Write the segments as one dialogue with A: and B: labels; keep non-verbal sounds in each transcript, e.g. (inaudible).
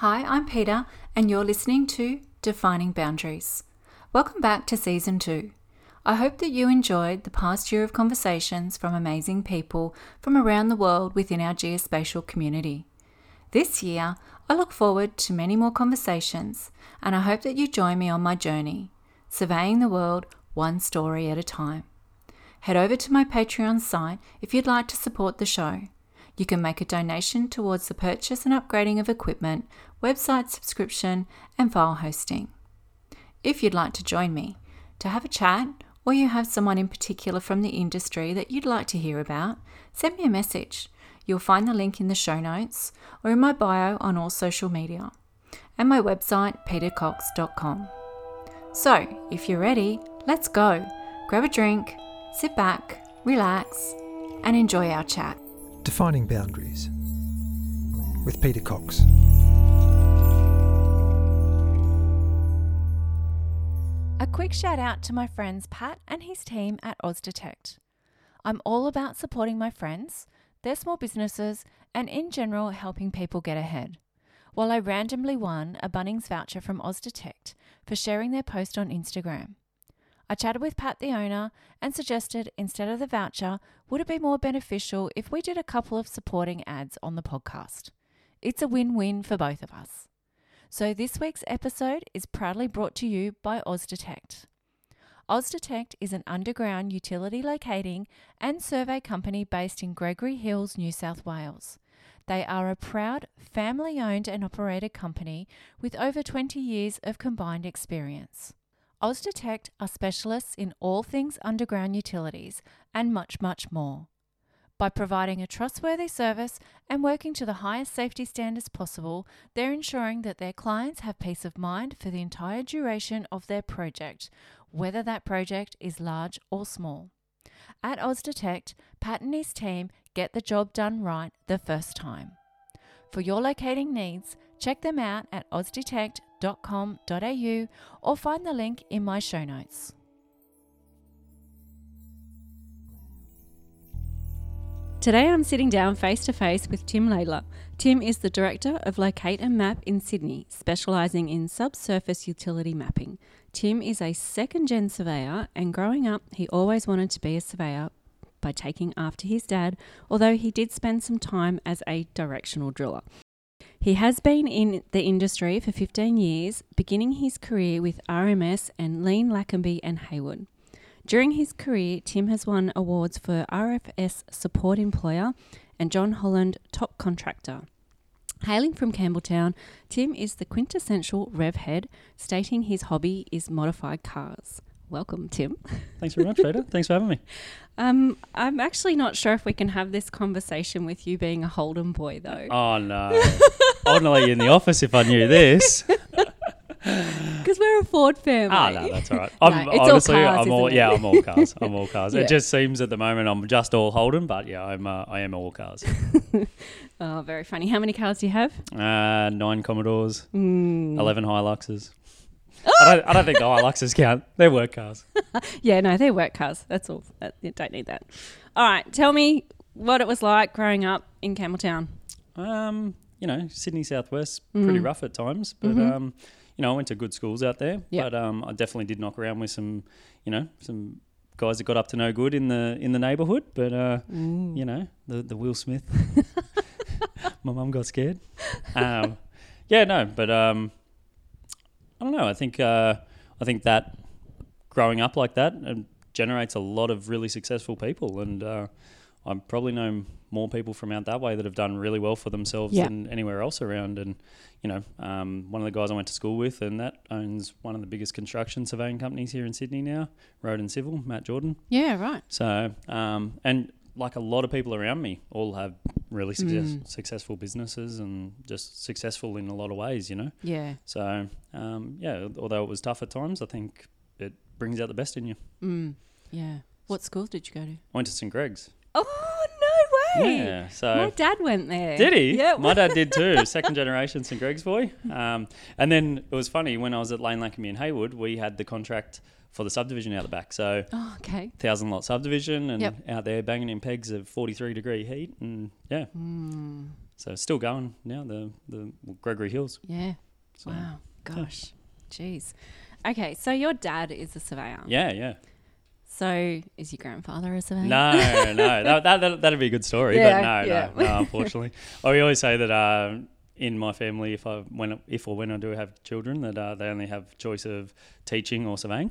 A: Hi, I'm Peter, and you're listening to Defining Boundaries. Welcome back to Season 2. I hope that you enjoyed the past year of conversations from amazing people from around the world within our geospatial community. This year, I look forward to many more conversations, and I hope that you join me on my journey, surveying the world one story at a time. Head over to my Patreon site if you'd like to support the show. You can make a donation towards the purchase and upgrading of equipment, website subscription, and file hosting. If you'd like to join me to have a chat, or you have someone in particular from the industry that you'd like to hear about, send me a message. You'll find the link in the show notes or in my bio on all social media and my website, petercox.com. So, if you're ready, let's go. Grab a drink, sit back, relax, and enjoy our chat.
B: Defining Boundaries with Peter Cox.
A: A quick shout out to my friends Pat and his team at OzDetect. I'm all about supporting my friends, their small businesses, and in general helping people get ahead. While I randomly won a Bunnings voucher from OzDetect for sharing their post on Instagram. I chatted with Pat, the owner, and suggested instead of the voucher, would it be more beneficial if we did a couple of supporting ads on the podcast? It's a win win for both of us. So, this week's episode is proudly brought to you by OzDetect. OzDetect is an underground utility locating and survey company based in Gregory Hills, New South Wales. They are a proud family owned and operated company with over 20 years of combined experience. OzDetect are specialists in all things underground utilities and much, much more. By providing a trustworthy service and working to the highest safety standards possible, they're ensuring that their clients have peace of mind for the entire duration of their project, whether that project is large or small. At OzDetect, Pat and his team get the job done right the first time. For your locating needs, check them out at ozdetect.com.au or find the link in my show notes.
C: Today I'm sitting down face to face with Tim Laidler. Tim is the director of Locate and Map in Sydney, specialising in subsurface utility mapping. Tim is a second gen surveyor, and growing up, he always wanted to be a surveyor by taking after his dad, although he did spend some time as a directional driller. He has been in the industry for 15 years, beginning his career with RMS and Lean Lackenby and Haywood. During his career, Tim has won awards for RFS Support Employer and John Holland Top Contractor. Hailing from Campbelltown, Tim is the quintessential rev head, stating his hobby is modified cars. Welcome, Tim.
D: Thanks very much, Peter. Thanks for having me.
C: Um, I'm actually not sure if we can have this conversation with you being a Holden boy, though.
D: Oh no, I wouldn't let you in the office if I knew
C: (laughs)
D: this.
C: Because Oh. we're a Ford family.
D: Ah, no, that's all right. I'm
C: No, it's all
D: honestly,
C: cars,
D: I'm all
C: isn't it?
D: yeah,
C: (laughs)
D: I'm all cars. I'm all cars.
C: Yeah.
D: It just seems at the moment I'm just all Holden, but yeah, I'm uh, I am all cars.
C: Oh, very funny. How many cars do you have?
D: Uh, nine Commodores,
C: Hmm.
D: eleven
C: (gasps)
D: Hiluxes. I, don't, I don't think the Hiluxes count. They're work cars.
C: Yeah, no, they're work cars. That's all. That, you don't need that. All right, tell me what it was like growing up in Campbelltown.
D: Um, you know, Sydney Southwest, pretty rough at times, but um, you know, I went to good schools out there.
C: Yeah.
D: But um, I definitely did knock around with some, you know, some guys that got up to no good in the in the neighbourhood. But uh,
C: Mm.
D: you know, the the Will Smith. (laughs) My mum got scared. Um, yeah, no, but um, I don't know. I think uh, I think that growing up like that um generates a lot of really successful people, and uh, I probably know more people from out that way that have done really well for themselves
C: Yeah.
D: than anywhere else around. And you know, um, one of the guys I went to school with, and that owns one of the biggest construction surveying companies here in Sydney now, Road and Civil, Matt Jordan.
C: Yeah, right.
D: So, um, and like a lot of people around me, all have really success,
C: Hmm.
D: successful businesses and just successful in a lot of ways, you know.
C: Yeah.
D: So, um, yeah, although it was tough at times, I think it brings out the best in you.
C: Mm, yeah. What school did you go to?
D: I went to St. Greg's.
C: Oh, no way.
D: Yeah. So,
C: My dad went there.
D: Did he?
C: Yeah.
D: My dad did
C: (laughs)
D: too. Second generation St Greg's boy. Um, and then it was funny when I was at Lane Lackenby and Haywood, we had the contract for the subdivision out the back. So
C: oh, okay.
D: thousand lot subdivision and
C: Yep. Mm.
D: out there banging in pegs of 43 degree heat and yeah So it's still going now. The the Gregory Hills.
A: Yeah.
D: So,
A: wow. Gosh. Jeez. Okay, so your dad is a surveyor. (laughs)
D: Yeah, yeah.
A: So is your grandfather a surveyor?
D: No, no, that, that, that, that'd be a good story,
A: Yeah,
D: but no,
A: yeah.
D: no, no,
A: (laughs)
D: unfortunately. I we always say that uh, in my family, if I when if or when I do have children, that uh, they only have choice of teaching or surveying,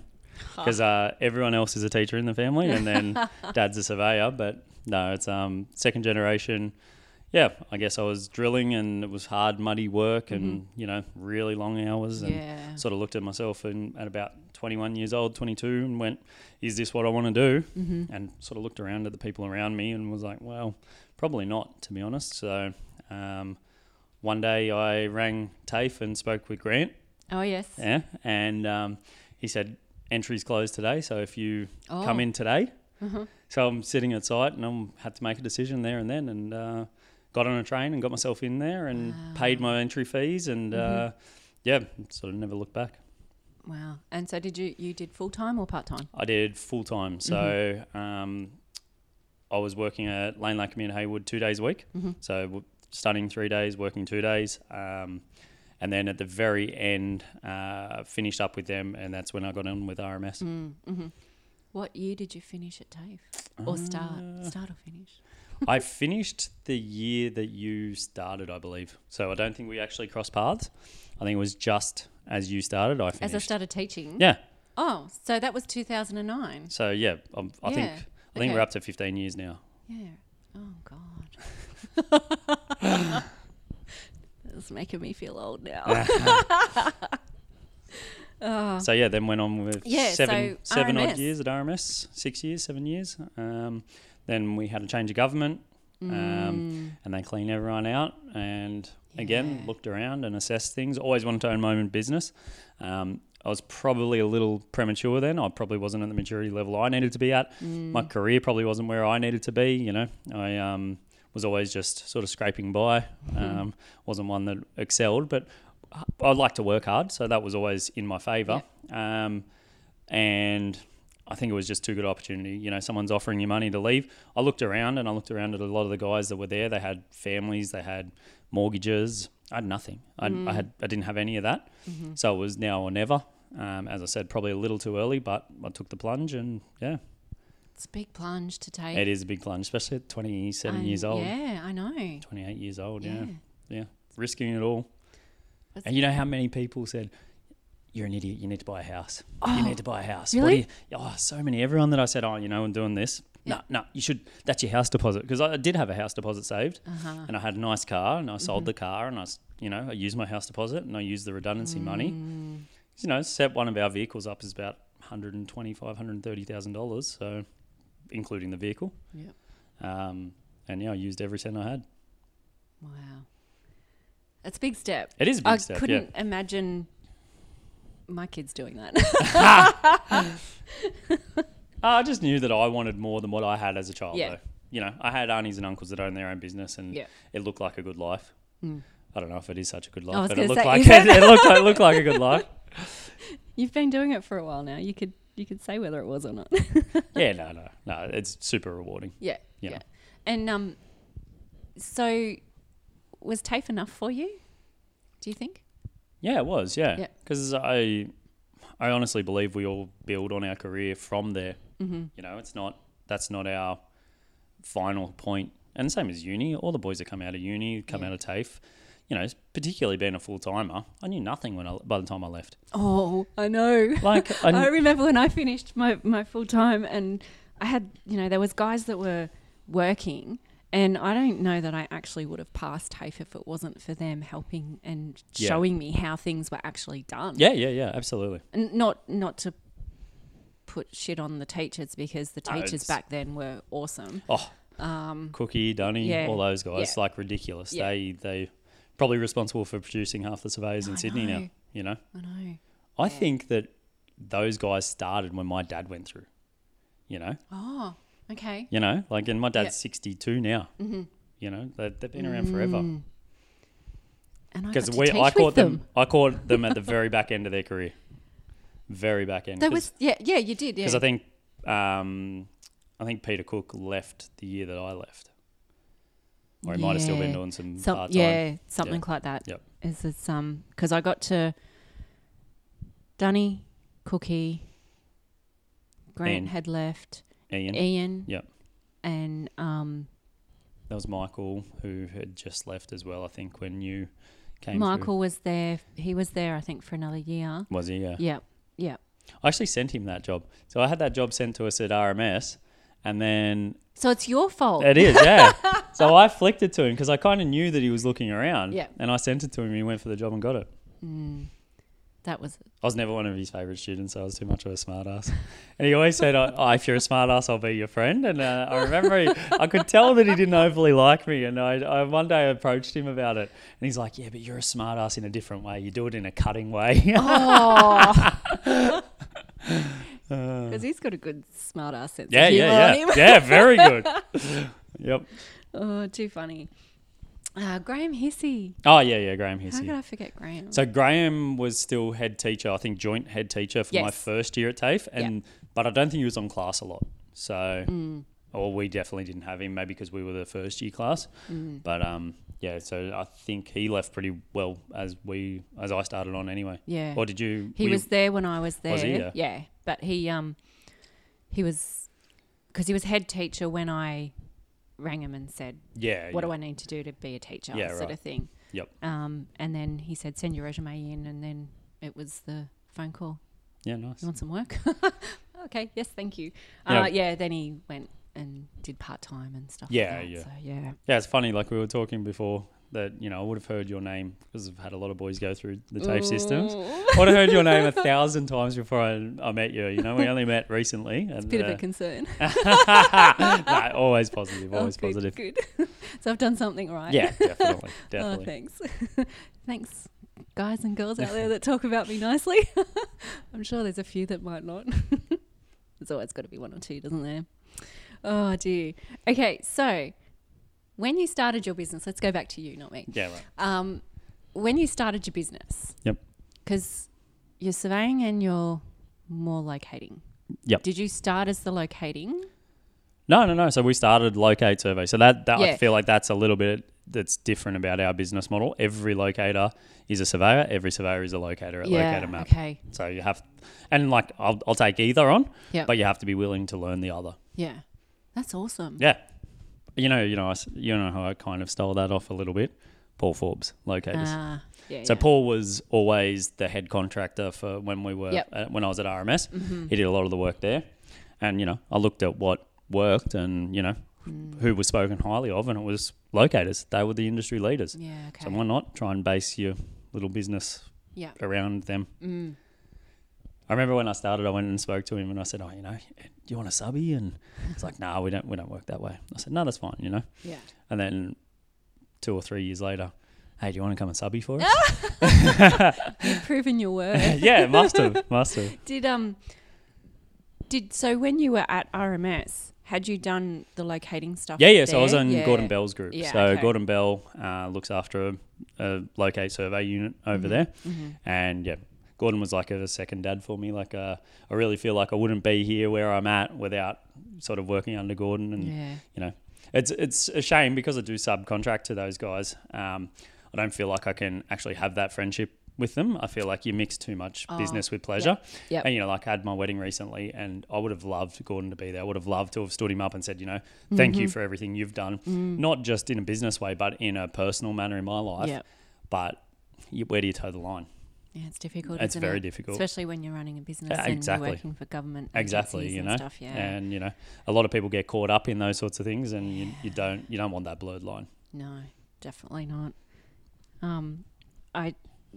D: because uh, everyone else is a teacher in the family, and
A: (laughs)
D: then dad's a surveyor. But no, it's um second generation. Yeah, I guess I was drilling, and it was hard, muddy work, and
A: Mm-hmm.
D: you know, really long hours, and
A: Yeah.
D: sort of looked at myself and at about 21 years old 22 and went is this what i want to do and sort of looked around at the people around me and was like well probably not to be honest so um, one day i rang tafe and spoke with grant
A: Oh yes.
D: yeah and um, he said entries closed today so if you
A: Oh.
D: come in today so i'm sitting at site and i had to make a decision there and then and uh, got on a train and got myself in there and paid my entry fees and uh, yeah sort of never looked back
A: Wow. And so did you you did full time or part time?
D: I did full time. So
A: Mm-hmm.
D: um, I was working at Lane Lake Community Haywood two days a week.
C: Mm-hmm.
D: So w- studying three days, working two days. Um, and then at the very end, uh, finished up with them. And that's when I got on with RMS.
A: Mm-hmm. What year did you finish at TAFE? Or start?
D: Uh.
A: Start or finish?
D: I finished the year that you started, I believe. So I don't think we actually crossed paths. I think it was just as you started, I finished.
A: As I started teaching.
D: Yeah.
A: Oh, so that was two thousand and nine.
D: So yeah, i I think.
A: Yeah.
D: I think
A: Okay.
D: we're up to 15 years now.
A: Yeah. Oh God.
D: (laughs)
A: (laughs) it's making me feel old now. (laughs)
D: (laughs) So yeah, then went on with
A: Yeah,
D: seven
A: so
D: seven odd
A: RMS.
D: years at RMS, six years, seven years. Um, then we had a change of government,
A: Mm.
D: um, and they cleaned everyone out. And again, looked around and assessed things. Always wanted to own my own business. Um, I was probably a little premature then. I probably wasn't at the maturity level I needed to be at. My career probably wasn't where I needed to be. You know, I um, was always just sort of scraping by. Um, wasn't one that excelled, but I like to work hard, so that was always in my favour. Um, and I think it was just too good an opportunity. You know, someone's offering you money to leave. I looked around and I looked around at a lot of the guys that were there. They had families, they had mortgages. I had nothing. I, I had I didn't have any of that. So it was now or never. Um, as I said, probably a little too early, but I took the plunge, and yeah,
A: It's a big plunge to take.
D: it is a big plunge, especially at twenty-seven
A: And-
D: years old,
A: Yeah, I know.
D: twenty-eight years old.
A: Yeah.
D: yeah. yeah, risking it all.
A: That's-
D: and you know how many people said, "You're an idiot. You need to buy a house. you need to buy a house."
A: Oh, really?
D: What do you, oh, so many. Everyone that I said, "Oh, you know, I'm doing this." No, no, you should. That's your house deposit because I did have a house deposit saved,
A: Uh-huh.
D: and I had a nice car, and I sold
A: Mm-hmm.
D: the car, and I, s- you know, I used my house deposit, and I used the redundancy money.
A: Mm.
D: You know, set one of our vehicles up is about 125, 130,000 dollars, so including the vehicle.
A: Yep.
D: Um, and yeah, I used every cent I had.
A: Wow. That's a big step.
D: It is a big
A: I
D: step. yeah.
A: couldn't imagine my kids doing that. (laughs)
D: Uh, I just knew that I wanted more than what I had as a child,
A: Yeah.
D: though. You know, I had aunties and uncles that owned their own business, and
A: Yeah. Hmm.
D: it looked like a good life. I don't know if it is such a good
A: I was
D: life, but
A: gonna
D: it looked
A: say,
D: like
A: is it?
D: (laughs) it, looked like, it looked like a good life.
A: You've been doing it for a while now. You could you could say whether it was or not.
D: Yeah, no, no, no. It's super rewarding.
A: yeah,
D: Yeah.
A: And um, so was TAFE enough for you? Do you think?
D: Yeah, it was.
A: Yeah.
D: Yeah, because I, I honestly believe we all build on our career from there. Mm-hmm. You know, it's not that's not our final point. And the same as uni, all the boys that come out of uni, come out of TAFE, you know, particularly being a full timer, I knew nothing when I, by the time I left.
A: Oh, I know. (laughs)
D: Like
A: I remember when I finished my, my full time and I had, you know, there was guys that were working and I don't know that I actually would have passed TAFE if it wasn't for them helping and
D: Yeah.
A: showing me how things were actually done.
D: Yeah, yeah, yeah, absolutely.
A: And not not to put shit on the teachers because the
D: No,
A: teachers
D: it's-
A: back then were awesome.
D: Oh, Cookie, Dunny,
A: Mm. yeah,
D: all those guys,
A: yeah.
D: like ridiculous.
A: Yeah.
D: They they probably responsible for producing half the surveyors in
A: I
D: Sydney
A: know.
D: now. You know,
A: I know.
D: I think that those guys started when my dad went through. You know,
A: Oh, okay.
D: you know, like, and my dad's
A: Yeah.
D: sixty two now. Mm-hmm. You know, they, they've been around forever.
A: And Mm. I got
D: Because
A: to
D: we,
A: teach
D: I
A: with
D: caught them.
A: them.
D: I caught them at the very back end of their career, very back end.
A: There
D: 'Cause-
A: was yeah, yeah, you did. Yeah.
D: because I think um, I think Peter Cook left the year that I left. Or he might have still been
A: Yeah.
D: doing some
A: Some-
D: part time.
A: yeah, something like that.
D: Yep.
A: Is it's um because I got to Dunny, Cookie, Grant
D: Ian.
A: had left,
D: Ian.
A: Ian.
D: Yep.
A: And um
D: That was Michael who had just left as well, I think, when you came
A: Michael was there. He was there, I think, for another year.
D: through. Was he? Yeah.
A: Yep. Yep.
D: I actually sent him that job. So I had that job sent to us at RMS and then
A: So it's your fault.
D: It is,
A: (laughs)
D: yeah. so I flicked it to him because I kind of knew that he was looking around.
A: Yeah.
D: And I sent it to him. He went for the job and got it.
A: that
D: (laughs)
A: was
D: I was never one of his favorite students. I was too much of a smartass. And he always said, "Oh, oh, if you're a smartass, I'll be your friend." And uh, I remember he, I could tell that he didn't overly like me. And I, I one day approached him about it, and he's like, "Yeah, but you're a smartass in a different way. You do it in a cutting way." (laughs)
A: Oh. (laughs) Because he's got a good smart ass sense. of
D: Uh. yeah, yeah,
A: humor on
D: yeah,
A: him.
D: yeah.
A: (laughs)
D: Very good. yep.
A: Oh, too funny. Uh, Graham Hissey.
D: Oh yeah, yeah. Graham
A: How
D: Hissey.
A: could I forget Graham?
D: So Graham was still head teacher, I think joint head teacher for my
A: Yes.
D: first year at TAFE, and but I don't think he was on class a lot. So,
A: Mm.
D: or we definitely didn't have him, maybe because we were the first year class.
A: Mm-hmm.
D: But um, yeah, so I think he left pretty well as we as I started on anyway.
A: Yeah.
D: Or did you?
A: he
D: were you-
A: was there when I was there.
D: Was he? Yeah.
A: but he um, he was because he was head teacher when I rang him and said,
D: Yeah.
A: "What
D: yeah.
A: do I need to do to be a teacher?"
D: Yeah,
A: sort
D: right.
A: of thing.
D: Yep.
A: Um, and then he said, "Send your resume in," and then it was the phone call.
D: Yeah. Nice.
A: You want some work? (laughs) okay, yes, thank you.
D: Yeah.
A: Uh, yeah, then he went and did part time and stuff. like
D: Yeah,
A: that,
D: yeah.
A: So, yeah.
D: Yeah, it's funny. Like we were talking before that you know I would have heard your name because I've had a lot of boys go through the TAFE
A: (laughs)
D: systems. I would have heard your name a thousand times before I, I met you. You know, we only met recently. And,
A: Bit of
D: uh,
A: a concern.
D: (laughs) no, always positive,
A: Oh,
D: always
A: good,
D: positive.
A: Good. (laughs) so I've done something right. (laughs)
D: Yeah, definitely,
A: Oh,
D: definitely.
A: thanks. (laughs) thanks, guys and girls out
D: (laughs)
A: there that talk about me nicely. (laughs) I'm sure there's a few that might not. (laughs) there's always got to be one or two, doesn't there? Oh, dear. Okay, so when you started your business, let's go back to you, not me.
D: yeah, right.
A: Um, when you started your business,
D: Yep.
A: because you're surveying and you're more locating.
D: Yep.
A: Did you start as the locating?
D: No, no, no. So we started locate survey. So that, that
A: Yeah.
D: I feel like that's a little bit that's different about our business model. Every locator is a surveyor. Every surveyor is a locator at locator map.
A: Okay.
D: So you have, and like I'll, I'll take either on,
A: Yeah.
D: but you have to be willing to learn the other.
A: Yeah. That's awesome.
D: Yeah. You know, you know, I s you know how I kind of stole that off a little bit. Paul Forbes, locators.
A: Ah, yeah.
D: So
A: yeah.
D: Paul was always the head contractor for when we were
A: Yep.
D: uh, when I was at RMS.
A: Mm-hmm.
D: He did a lot of the work there, and you know I looked at what worked and you know
A: Mm.
D: who was spoken highly of, and it was locators. They were the industry leaders.
A: Yeah. Okay.
D: So why not try and base your little business
A: yeah.
D: around them?
A: Mm,
D: I remember when I started, I went and spoke to him, and I said, "Oh, you know, do you want a subby?" And he's like, "No, we don't. We don't work that way." I said, "No, that's fine. You know." (laughs)
A: Yeah.
D: And then two or three years later, "Hey, do you want to come and subby for us?"
A: Oh. You've proven your worth.
D: (laughs) yeah, it must have, must have.
A: did um, did so when you were at RMS, had you done the locating stuff?
D: Yeah, yeah. So I was
A: there?
D: on
A: Yeah.
D: Gordon Bell's group.
A: Yeah,
D: so
A: okay.
D: Gordon Bell uh, looks after a, a locate survey unit over
A: Mm-hmm.
D: there, and yeah, Gordon was like a second dad for me. Like, uh, I really feel like I wouldn't be here where I'm at without sort of working under Gordon, and
A: Yeah.
D: you know, it's it's a shame because I do subcontract to those guys. Um, I don't feel like I can actually have that friendship with them. I feel like you mix too much business with pleasure.
A: Oh, Yep.
D: And you know, like I had my wedding recently, and I would have loved Gordon to be there. I would have loved to have stood him up and said, you know, thank
A: Mm-hmm.
D: you for everything you've done,
A: Mm.
D: not just in a business way, but in a personal manner in my life.
A: Yep.
D: But you, where do you toe the line?
A: Yeah, it's difficult.
D: It's
A: isn't
D: very
A: it?
D: difficult.
A: especially when you're running a business
D: Yeah,
A: and
D: exactly.
A: you're working for government.
D: Exactly,
A: agencies
D: you
A: and
D: know,
A: Stuff, yeah.
D: and you know, a lot of people get caught up in those sorts of things, and you, you don't you don't want that blurred line.
A: No, definitely not. Um, I,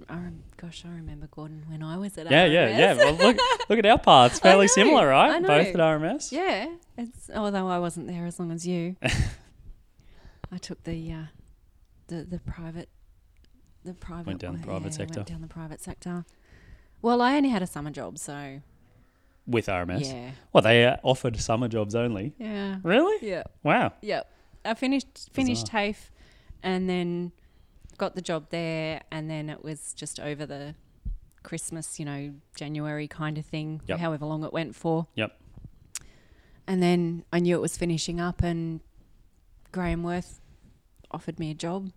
A: I rem- gosh, I remember Gordon when I was at
D: Yeah,
A: RMS.
D: yeah, yeah. Well, look, look at our paths, fairly
A: know,
D: similar,
A: (laughs)
D: right?
A: I know.
D: Both at RMS.
A: Yeah, it's although I wasn't there as long as
D: (laughs)
A: you. I took the uh, the the private the private
D: down the
A: one.
D: private
A: Yeah,
D: sector.
A: Went down the private sector. Well, I only had a summer job, so
D: With RMS.
A: yeah,
D: Well, they uh, offered summer jobs only.
A: yeah,
D: Really?
A: yeah,
D: Wow.
A: yeah. I finished finished TAFE, and then got the job there, and then it was just over the Christmas, you know, January kind of thing,
D: Yep.
A: however long it went for.
D: Yep.
A: And then I knew it was finishing up, and Graham Worth offered me a job,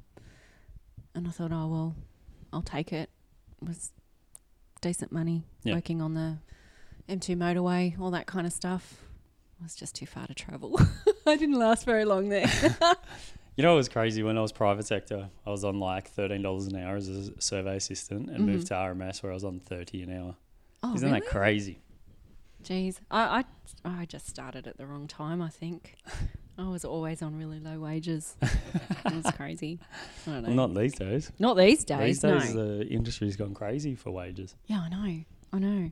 A: and I thought, oh well, I'll take it. It was decent money
D: Yeah.
A: working on the M2 motorway, all that kind of stuff. It was just too far to travel. (laughs) I didn't last very long there.
D: You know, it was crazy when I was private sector. I was on like thirteen dollars an hour as a survey assistant, and moved to RMS where I was on thirty an hour.
A: (laughs) Mm-hmm. Oh,
D: Isn't
A: really?
D: that crazy?
A: Jeez, I, I I just started at the wrong time. I think I was always on really low
D: (laughs)
A: wages. it was crazy. I don't know.
D: Well, not these days.
A: Not these days.
D: these days,
A: no.
D: the industry's gone crazy for wages,
A: yeah, I know. I know.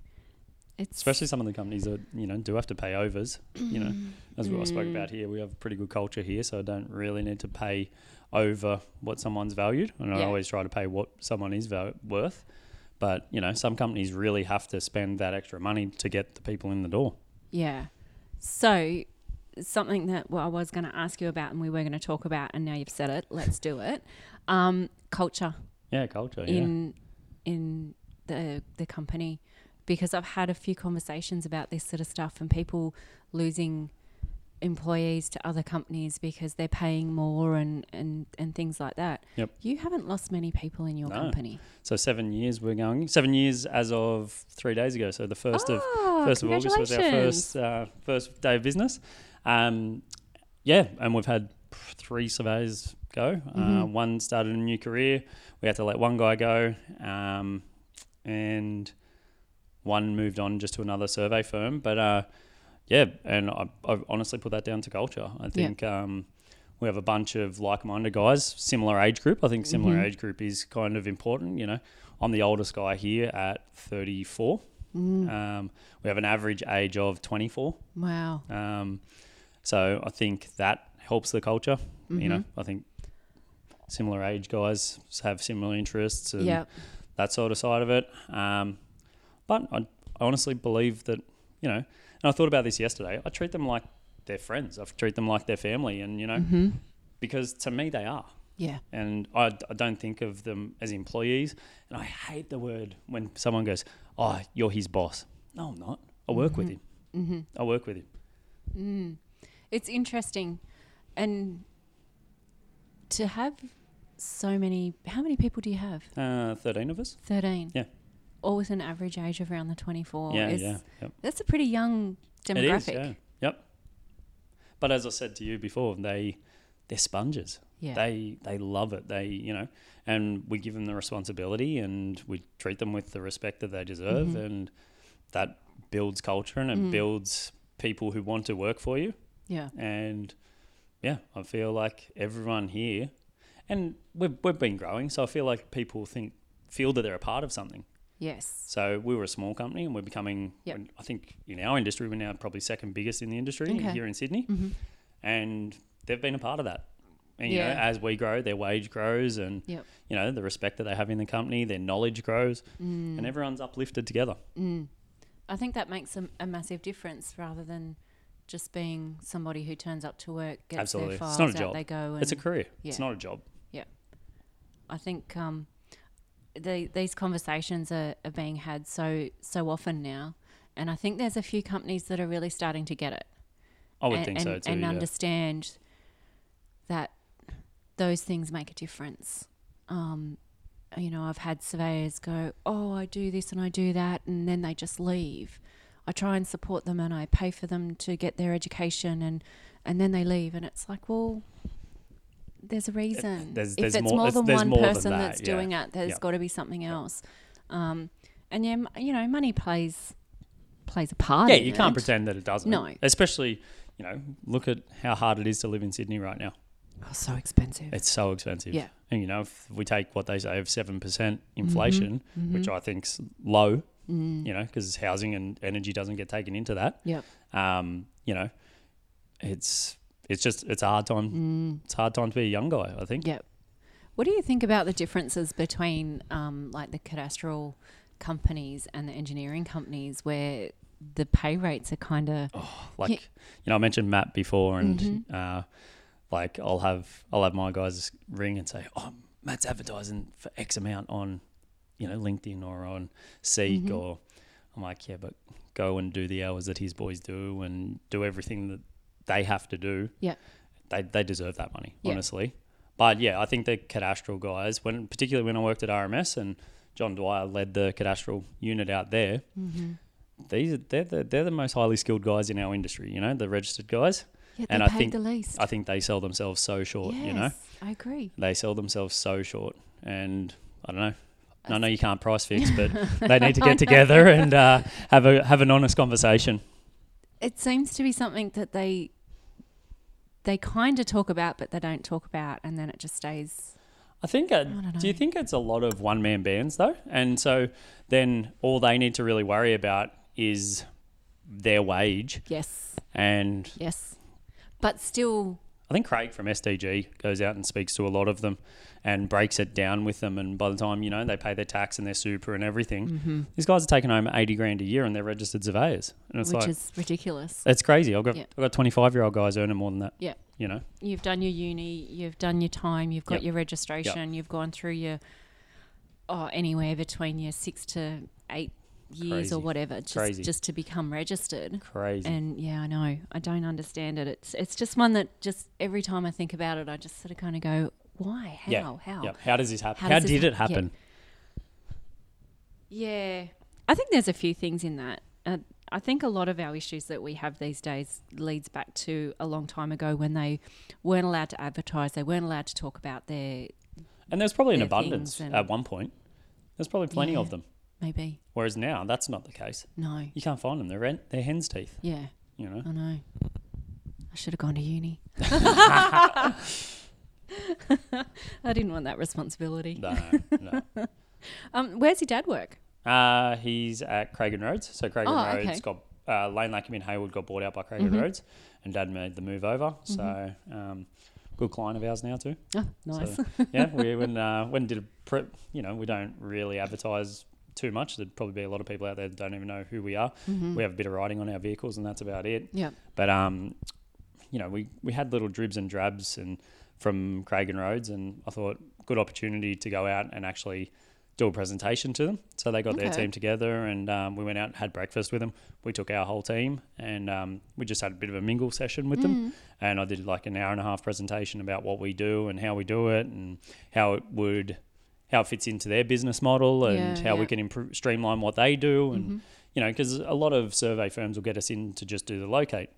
A: It's
D: especially some of the companies that you know do have to pay overs.
A: Mm.
D: You know, as what I spoke about here, we have a pretty good culture here, so I don't really need to pay over what someone's valued, and I
A: Yeah.
D: always try to pay what someone is val- worth. But you know, some companies really have to spend that extra money to get the people in the door.
A: yeah. So something that well, I was going to ask you about, and we were going to talk about, and now you've said it. Let's do it. Um, culture.
D: Yeah, culture. yeah.
A: in in the the company because I've had a few conversations about this sort of stuff and people losing employees to other companies because they're paying more and and and things like that.
D: Yep.
A: You haven't lost many people in your
D: No.
A: company.
D: So seven years we're going. Seven years as of three days ago. So the first of
A: Oh,
D: first of August was our
A: congratulations.
D: first uh, first day of business. Um, yeah, and we've had three surveys go. Uh, one started a new career. We had to let one guy go, um, and one moved on just to another survey firm. But uh, yeah, and I, I honestly put that down to culture. I think um, we have a bunch of like-minded guys, similar age group. I think similar age group is kind of important. You know, I'm the oldest guy here at 34. Um, we have an average age of 24.
A: Wow.
D: Um, so I think that helps the culture. You know, I think similar age guys have similar interests and
A: Yep.
D: that sort of side of it. Um, but I, I honestly believe that, you know, and I thought about this yesterday. I treat them like they're friends. I treat them like they're family, and you know, because to me they are.
A: Yeah.
D: And I, I don't think of them as employees. And I hate the word when someone goes, "Oh, you're his boss." No, I'm not. I work with him. I work with him.
A: It's interesting. And to have so many how many people do you have?
D: Uh, Thirteen of us.
A: 13.
D: Yeah.
A: Or with an average age of around the 24.
D: yeah,
A: is-
D: yeah, yep.
A: That's a pretty young
D: It is,
A: Oh, demographic.
D: yeah. Yep. But as I said to you before, they they're sponges.
A: Yeah.
D: They they love it. They you know, and we give them the responsibility and we treat them with the respect that they deserve, and that builds culture and it builds people who want to work for you.
A: Yeah.
D: And yeah, I feel like everyone here, and we've we've been growing, so I feel like people think feel that they're a part of something.
A: Yes.
D: So we were a small company, and we're becoming.
A: Yep.
D: we're- I think in our industry, we're now probably second biggest in the industry
A: Okay. Mm-hmm.
D: here in Sydney, and they've been a part of that. And you know,
A: Yeah.
D: as we grow, their wage grows, and
A: Yep.
D: you know the respect that they have in the company, their knowledge grows,
A: Mm.
D: and everyone's uplifted together.
A: I think that makes a, a massive difference rather than just being somebody who turns up to work, gets
D: Absolutely,
A: their files
D: it's not a
A: out,
D: job.
A: they go. And
D: It's a career.
A: Mm. yeah.
D: It's not a job.
A: Yeah. I think um, the, these conversations are, are being had so so often now, and I think there's a few companies that are really starting to get it.
D: I would
A: and,
D: think
A: and,
D: so too.
A: and
D: yeah.
A: understand that those things make a difference. Um, you know, I've had surveyors go, "Oh, I do this and I do that," and then they just leave. I try and support them and I pay for them to get their education, and and then they leave, and it's like, well. There's a reason.
D: there's-
A: if
D: there's
A: it's
D: more-
A: more,
D: there's-
A: than
D: there's
A: one
D: more than
A: person
D: that,
A: that's
D: yeah.
A: doing it, there's
D: Yeah.
A: got to be something else. Um, and yeah, m- you know, money plays plays a part.
D: Yeah,
A: in
D: you
A: it.
D: can't pretend that it doesn't.
A: No.
D: especially you know, look at how hard it is to live in Sydney right now.
A: Oh, so expensive.
D: It's so expensive.
A: Yeah.
D: And you know, if we take what they say of seven percent inflation, which I think's low, you know, because housing and energy doesn't get taken into that.
A: Yep.
D: Um, you know, it's it's just it's a hard time. It's a hard time to be a young guy. I think.
A: Yep. What do you think about the differences between um, like the cadastral companies and the engineering companies where the pay rates are kind of
D: Like you know, I mentioned Matt before, and
A: Mm-hmm.
D: uh, like I'll have I'll have my guys ring and say, "Oh, Matt's advertising for X amount on, you know, LinkedIn or on Seek
A: Mm-hmm.
D: or." I'm like, "Yeah, but go and do the hours that his boys do and do everything that they have to do.
A: yeah
D: They they deserve that money,
A: Yeah.
D: honestly." But yeah, I think the cadastral guys, when particularly when I worked at RMS and John Dwyer led the cadastral unit out there, these are, they're the, they're the most highly skilled guys in our industry. You know, the registered guys.
A: Yet
D: And
A: they
D: I
A: paid
D: think-
A: the least.
D: I think they sell themselves so short. You know,
A: Yes, I agree.
D: they sell themselves so short, and I don't know. I know you can't price fix,
A: (laughs)
D: but they need to get together and uh, have a have an honest conversation.
A: It seems to be something that they they kind of talk about, but they don't talk about, and then it just stays.
D: I think. Uh,
A: don't
D: do you
A: know.
D: think it's a lot of one man bands though? And so then all they need to really worry about is their wage.
A: Yes,
D: And
A: yes, but still,
D: I think Craig from SDG goes out and speaks to a lot of them and breaks it down with them. And by the time you know they pay their tax and their super and everything,
A: Mm.
D: these guys are taking home eighty grand a year and they're registered surveyors. And it's
A: which
D: like
A: is ridiculous.
D: it's crazy. I've got
A: Yeah.
D: I've got twenty five year old guys earning more than that.
A: Yeah.
D: You know.
A: You've done your uni, you've done your time, you've got
D: Yep.
A: your registration, you've gone through your oh anywhere between your six to eight years
D: Crazy.
A: or whatever, just
D: Crazy.
A: just to become registered.
D: Crazy.
A: And yeah, I know. I don't understand it. It's it's just one that just every time I think about it, I just sort of kind of go, why? How?
D: yeah.
A: How?
D: Yeah. How does this happen?
A: How
D: How,
A: does this
D: did it
A: hap- yeah.
D: happen?
A: Yeah. I think there's a few things in that. Uh, I think a lot of our issues that we have these days leads back to a long time ago when they weren't allowed to advertise, they weren't allowed to talk about their
D: And there's probably an
A: their things
D: abundance
A: and-
D: at one point. There's probably plenty
A: Yeah.
D: of them.
A: maybe.
D: Whereas now, that's not the case.
A: No.
D: You can't find them. They're, hen- they're hen's teeth,
A: Yeah,
D: you
A: (laughs)
D: know?
A: I know. I should have gone to
D: (laughs)
A: uni. I didn't want that responsibility.
D: No, no.
A: Um, where's your dad work?
D: Uh, he's at Cragen Roads. So Cragen
A: Oh,
D: Roads
A: okay. Mm-hmm.
D: got uh, Lane Lackham in Haywood got bought out by Cragen Roads, and Dad made the move over. So um, good client of ours now too.
A: Oh, Mm-hmm. nice.
D: So, (laughs) yeah,
A: (laughs)
D: we when uh, when did a prep. You know, we don't really advertise too much. There'd probably be a lot of people out there that don't even know who we are.
A: Mm-hmm.
D: We have a bit of writing on our vehicles, and that's about it.
A: yeah.
D: But um, you know, we we had little dribs and drabs and from Craig and Rhodes, and I thought good opportunity to go out and actually do a presentation to them. So they got their
A: Okay.
D: team together, and um, we went out and had breakfast with them. We took our whole team, and um, we just had a bit of a mingle session with
A: Mm.
D: them. And I did like an hour and a half presentation about what we do and how we do it, and how it would. How it fits into their business model and
A: Yeah,
D: how
A: yeah.
D: we can improve, streamline what they
A: Mm-hmm.
D: do, and you know, because a lot of survey firms will get us in to just do the locate,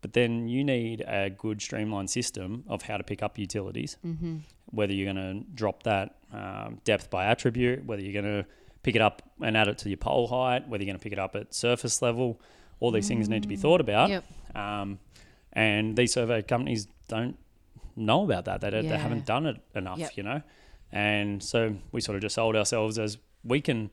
D: but then you need a good streamlined system of how to pick up utilities,
A: Mm.
D: mm-hmm. whether you're going to drop that um, depth by attribute, whether you're going to pick it up and add it to your pole height, whether you're going to pick it up at surface level. All these things need to be thought about.
A: Yep.
D: Um, and these survey companies don't know about that. They, don't,
A: Yeah.
D: they haven't done it enough,
A: Yep.
D: you know? And so we sort of just sold ourselves as we can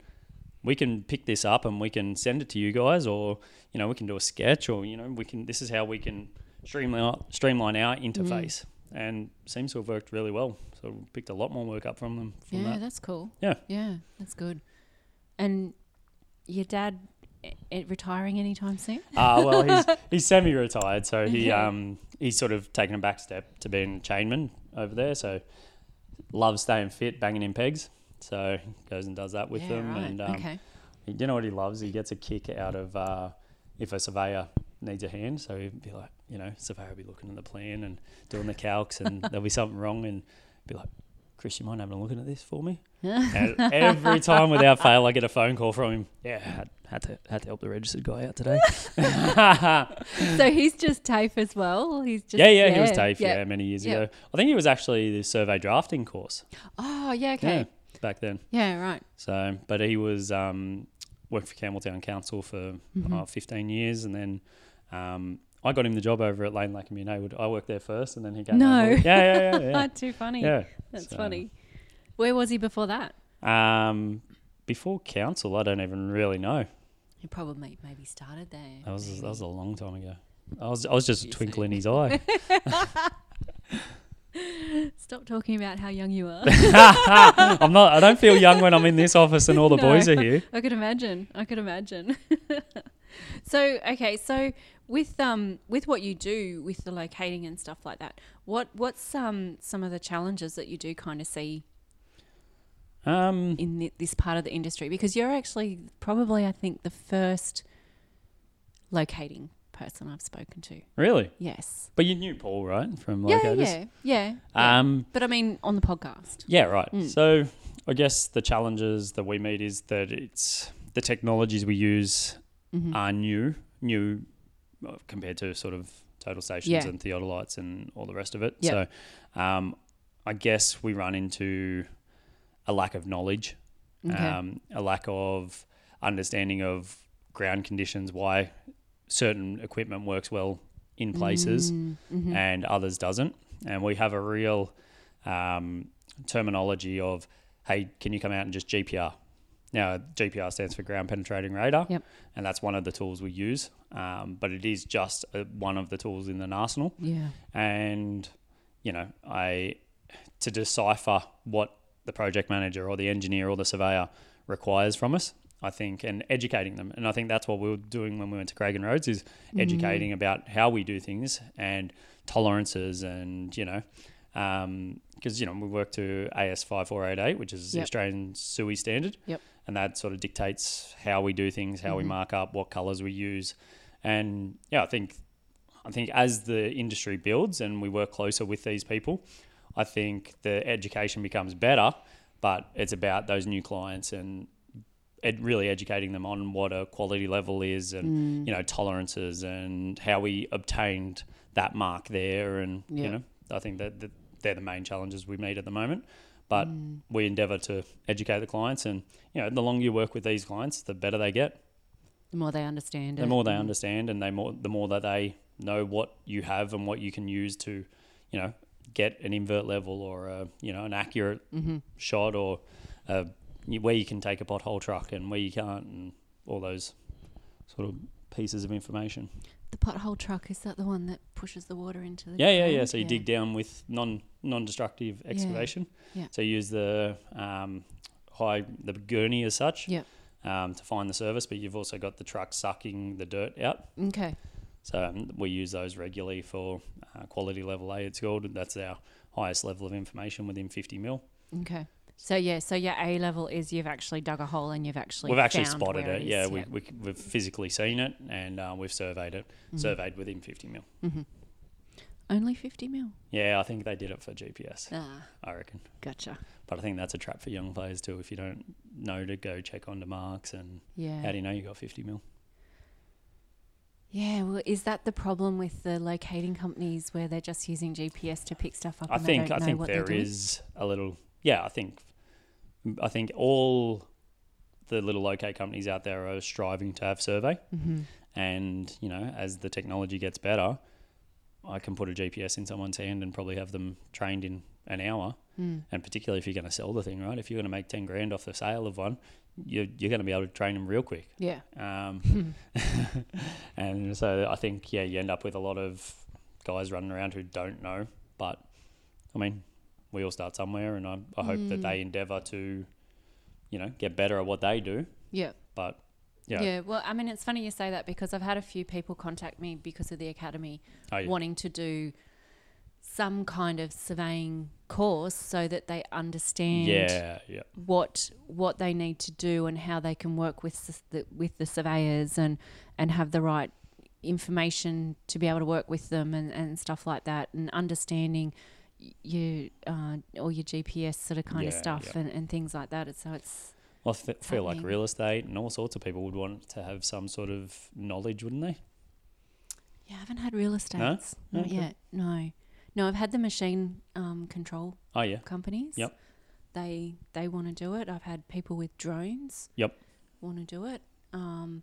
D: we can pick this up and we can send it to you guys or you know we can do a sketch or you know we can this is how we can streamline streamline our
A: Mm.
D: interface and seems to have worked really well so we picked a lot more work up from them from
A: Yeah,
D: that
A: that's cool.
D: Yeah.
A: Yeah, that's good. And your dad i- i- retiring anytime soon?
D: uh, well
A: (laughs)
D: he's he's semi-retired so he
A: Okay.
D: um he's sort of taken a back step to being a chainman over there so loves staying fit banging in pegs so he goes and does that with
A: yeah,
D: them
A: right.
D: and um,
A: okay.
D: You know what he loves? He gets a kick out of uh, if a surveyor needs a hand. So he'd be like, you know, surveyor will be looking at the plan and doing the calcs,
A: (laughs)
D: and there'll be something wrong, and be like, Chris, you mind having a look at this for
A: (laughs)
D: me? and every time without fail, I get a phone call from him. Yeah, had, had to had to help the registered guy
A: (laughs)
D: out today. (laughs)
A: So he's just TAFE as well. He's just
D: yeah, yeah, he was TAFE
A: yeah.
D: yeah many years
A: yeah.
D: ago. I think he was actually the survey drafting course.
A: Oh, yeah. Okay.
D: Yeah, back then.
A: Yeah. right.
D: So, but he was um, worked for Campbelltown Council for
A: Mm-hmm.
D: uh, 15 years, and then um, I got him the job over at Lane Lackham in Haywood. I worked there first, and then he came.
A: No.
D: over. yeah, yeah,
A: Ah, (laughs)
D: yeah,
A: too funny.
D: yeah. yeah.
A: That's
D: So,
A: funny. Where was he before that?
D: Um, before council, I don't even really know.
A: He probably maybe started there.
D: That was that was
A: maybe.
D: a long time ago. I was I was just a
A: Jeez,
D: twinkle in his
A: (laughs)
D: eye. (laughs)
A: Stop talking about how young you
D: (laughs)
A: are.
D: I'm not. I don't feel young when I'm in this office and all the
A: No.
D: boys are here.
A: I could imagine. I could imagine. (laughs) so okay, so with um with what you do with the locating and stuff like that, what what's um some of the challenges that you do kind of see
D: Um,
A: in thi- this part of the industry? Because you're actually probably I think the first locating person I've spoken to.
D: Really?
A: Yes.
D: But you knew Paul, right? From
A: yeah,
D: Locators?
A: yeah, yeah, yeah.
D: Um,
A: but I mean, on the podcast.
D: yeah, right.
A: Hmm.
D: So I guess the challenges that we meet is that it's the technologies we use
A: Mm-hmm.
D: are new, new uh, compared to sort of total stations
A: Yeah.
D: and theodolites and all the rest of it.
A: Yeah.
D: So um, I guess we run into a lack of knowledge,
A: Okay.
D: um, a lack of understanding of ground conditions, why certain equipment works well in
A: Mm.
D: places
A: Mm-hmm.
D: and others doesn't. And we have a real um, terminology of, hey, can you come out and just GPR? Now, GPR stands for ground penetrating radar,
A: Yep.
D: and that's one of the tools we use. Um, but it is just uh one of the tools in an arsenal
A: Yeah.
D: and you know i to decipher what the project manager or the engineer or the surveyor requires from us i think and educating them and i think that's what we were doing when we went to Cragen roads is
A: Mm.
D: educating about how we do things and tolerances and you know because you know we work to as 5488 which is the
A: Yep.
D: australian sui standard
A: Yep. Mm-hmm.
D: and that sort of dictates how we do things how we mark up what colors we use and yeah i think I think as the industry builds and we work closer with these people, I think the education becomes better, but it's about those new clients and ed- really educating them on what a quality level is and you know tolerances and how we obtained that mark there and
A: Yeah.
D: you know I think that, that they're the main challenges we meet at the moment, but we endeavor to educate the clients and you know the longer you work with these clients, the better they get
A: The more they understand it.
D: the more they understand and they more the more that they know what you have and what you can use to you know get an invert level or a, you know an accurate
A: Mm-hmm.
D: shot or uh, you- where you can take a pothole truck and where you can't and all those sort of pieces of information
A: The pothole truck, is that the one that pushes the water into the
D: yeah yeah
A: ground?
D: yeah so you dig down with non non-destructive excavation
A: Yeah.
D: so you use the um, high the gurney as such
A: Yeah.
D: um, to find the surface but you've also got the truck sucking the dirt out
A: Okay.
D: So um, we use those regularly for uh, quality level A. It's called. That's our highest level of information within 50 mil.
A: Okay. So yeah, so your A level is you've actually dug a hole and you've actually
D: we've actually
A: found
D: spotted
A: where
D: it.
A: is.
D: yeah, we, we, we've physically seen it and uh, we've surveyed it.
A: Mm-hmm.
D: Surveyed within 50 mil.
A: only fifty mil.
D: Yeah, I think they did it for GPS.
A: Ah,
D: I reckon.
A: gotcha.
D: But I think that's a trap for young players too. If you don't know to go check on the marks and
A: Yeah.
D: how do you know you got 50 mil?
A: Yeah, well, is that the problem with the locating companies where they're just using GPS to pick stuff up?
D: I
A: and they
D: think
A: don't
D: I
A: know
D: think
A: what they're
D: there
A: doing?
D: is a little yeah, I think I think all the little locate companies out there are striving to have survey.
A: Mm-hmm.
D: And, you know, as the technology gets better, I can put a GPS in someone's hand and probably have them trained in an hour.
A: Mm,
D: And particularly if you're going to sell the thing, right? If you're going to make 10 grand off the sale of one, you're, you're going to be able to train them real quick.
A: Yeah.
D: Um, (laughs) and so I think, yeah, you end up with a lot of guys running around who don't know. But I mean, we all start somewhere, and I, I hope that they endeavor to, you know, get better at what they do.
A: Yeah.
D: But
A: Yeah.
D: yeah,
A: Well, I mean, it's funny you say that because I've had a few people contact me because of the academy
D: Oh, yeah.
A: wanting to do some kind of surveying course so that they understand
D: yeah, yeah,
A: what what they need to do and how they can work with s- the, with the surveyors and and have the right information to be able to work with them and, and stuff like that and understanding y- your uh, all your GPS sort of kind of
D: Yeah,
A: stuff
D: yeah.
A: and, and things like that. It's, so it's
D: Well, I f- feel like
A: happening.
D: real estate and all sorts of people would want to have some sort of knowledge, wouldn't they?
A: yeah, I haven't had real estate
D: No,
A: not
D: okay.
A: yet. No, no, I've had the machine um, control
D: Oh yeah,
A: companies.
D: Yep.
A: They they want to do it. I've had people with drones.
D: Yep.
A: Want to do it. Um,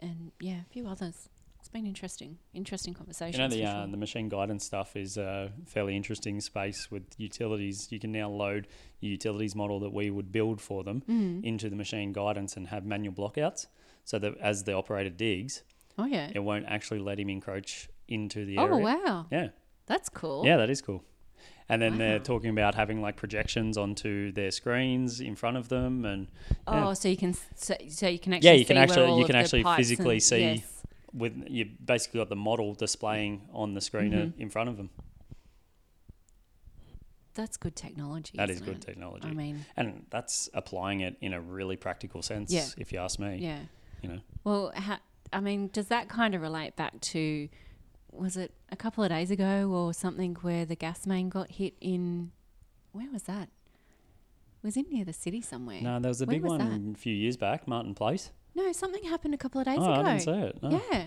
A: and yeah, a few others. It's been interesting, interesting conversations.
D: you know the
A: for
D: uh,
A: sure.
D: the machine guidance stuff is a fairly interesting space with utilities. You can now load the utilities model that we would build for them
A: Mm-hmm.
D: into the machine guidance and have manual blockouts, so that as the operator digs,
A: oh yeah.
D: it won't actually let him encroach into the
A: Oh
D: E area.
A: wow,
D: Yeah,
A: that's cool.
D: yeah, that is cool. And then they're
A: Wow.
D: talking about having like projections onto their screens in front of them, and yeah.
A: Oh, so you can s- so, so you can actually
D: Yeah, you
A: see
D: can
A: where
D: actually- you
A: all of
D: can
A: the
D: actually
A: pipes
D: physically
A: and,
D: see-
A: Yes.
D: with you basically got the model displaying on the screen uh
A: Mm-hmm.
D: in front of them.
A: That's good technology.
D: That is
A: isn't
D: good
A: it?
D: technology.
A: I mean,
D: and that's applying it in a really practical sense,
A: Yeah.
D: if you ask me.
A: yeah.
D: You know,
A: Well, ha- I mean, does that kind of relate back to was it a couple of days ago or something where the gas main got hit in where was that? It was in near the city somewhere.
D: No, there was a
A: Eh, When
D: big
A: was
D: one a few years back, Martin Place.
A: No, something happened a couple of days
D: oh,
A: ago.
D: I didn't see it. no.
A: Yeah.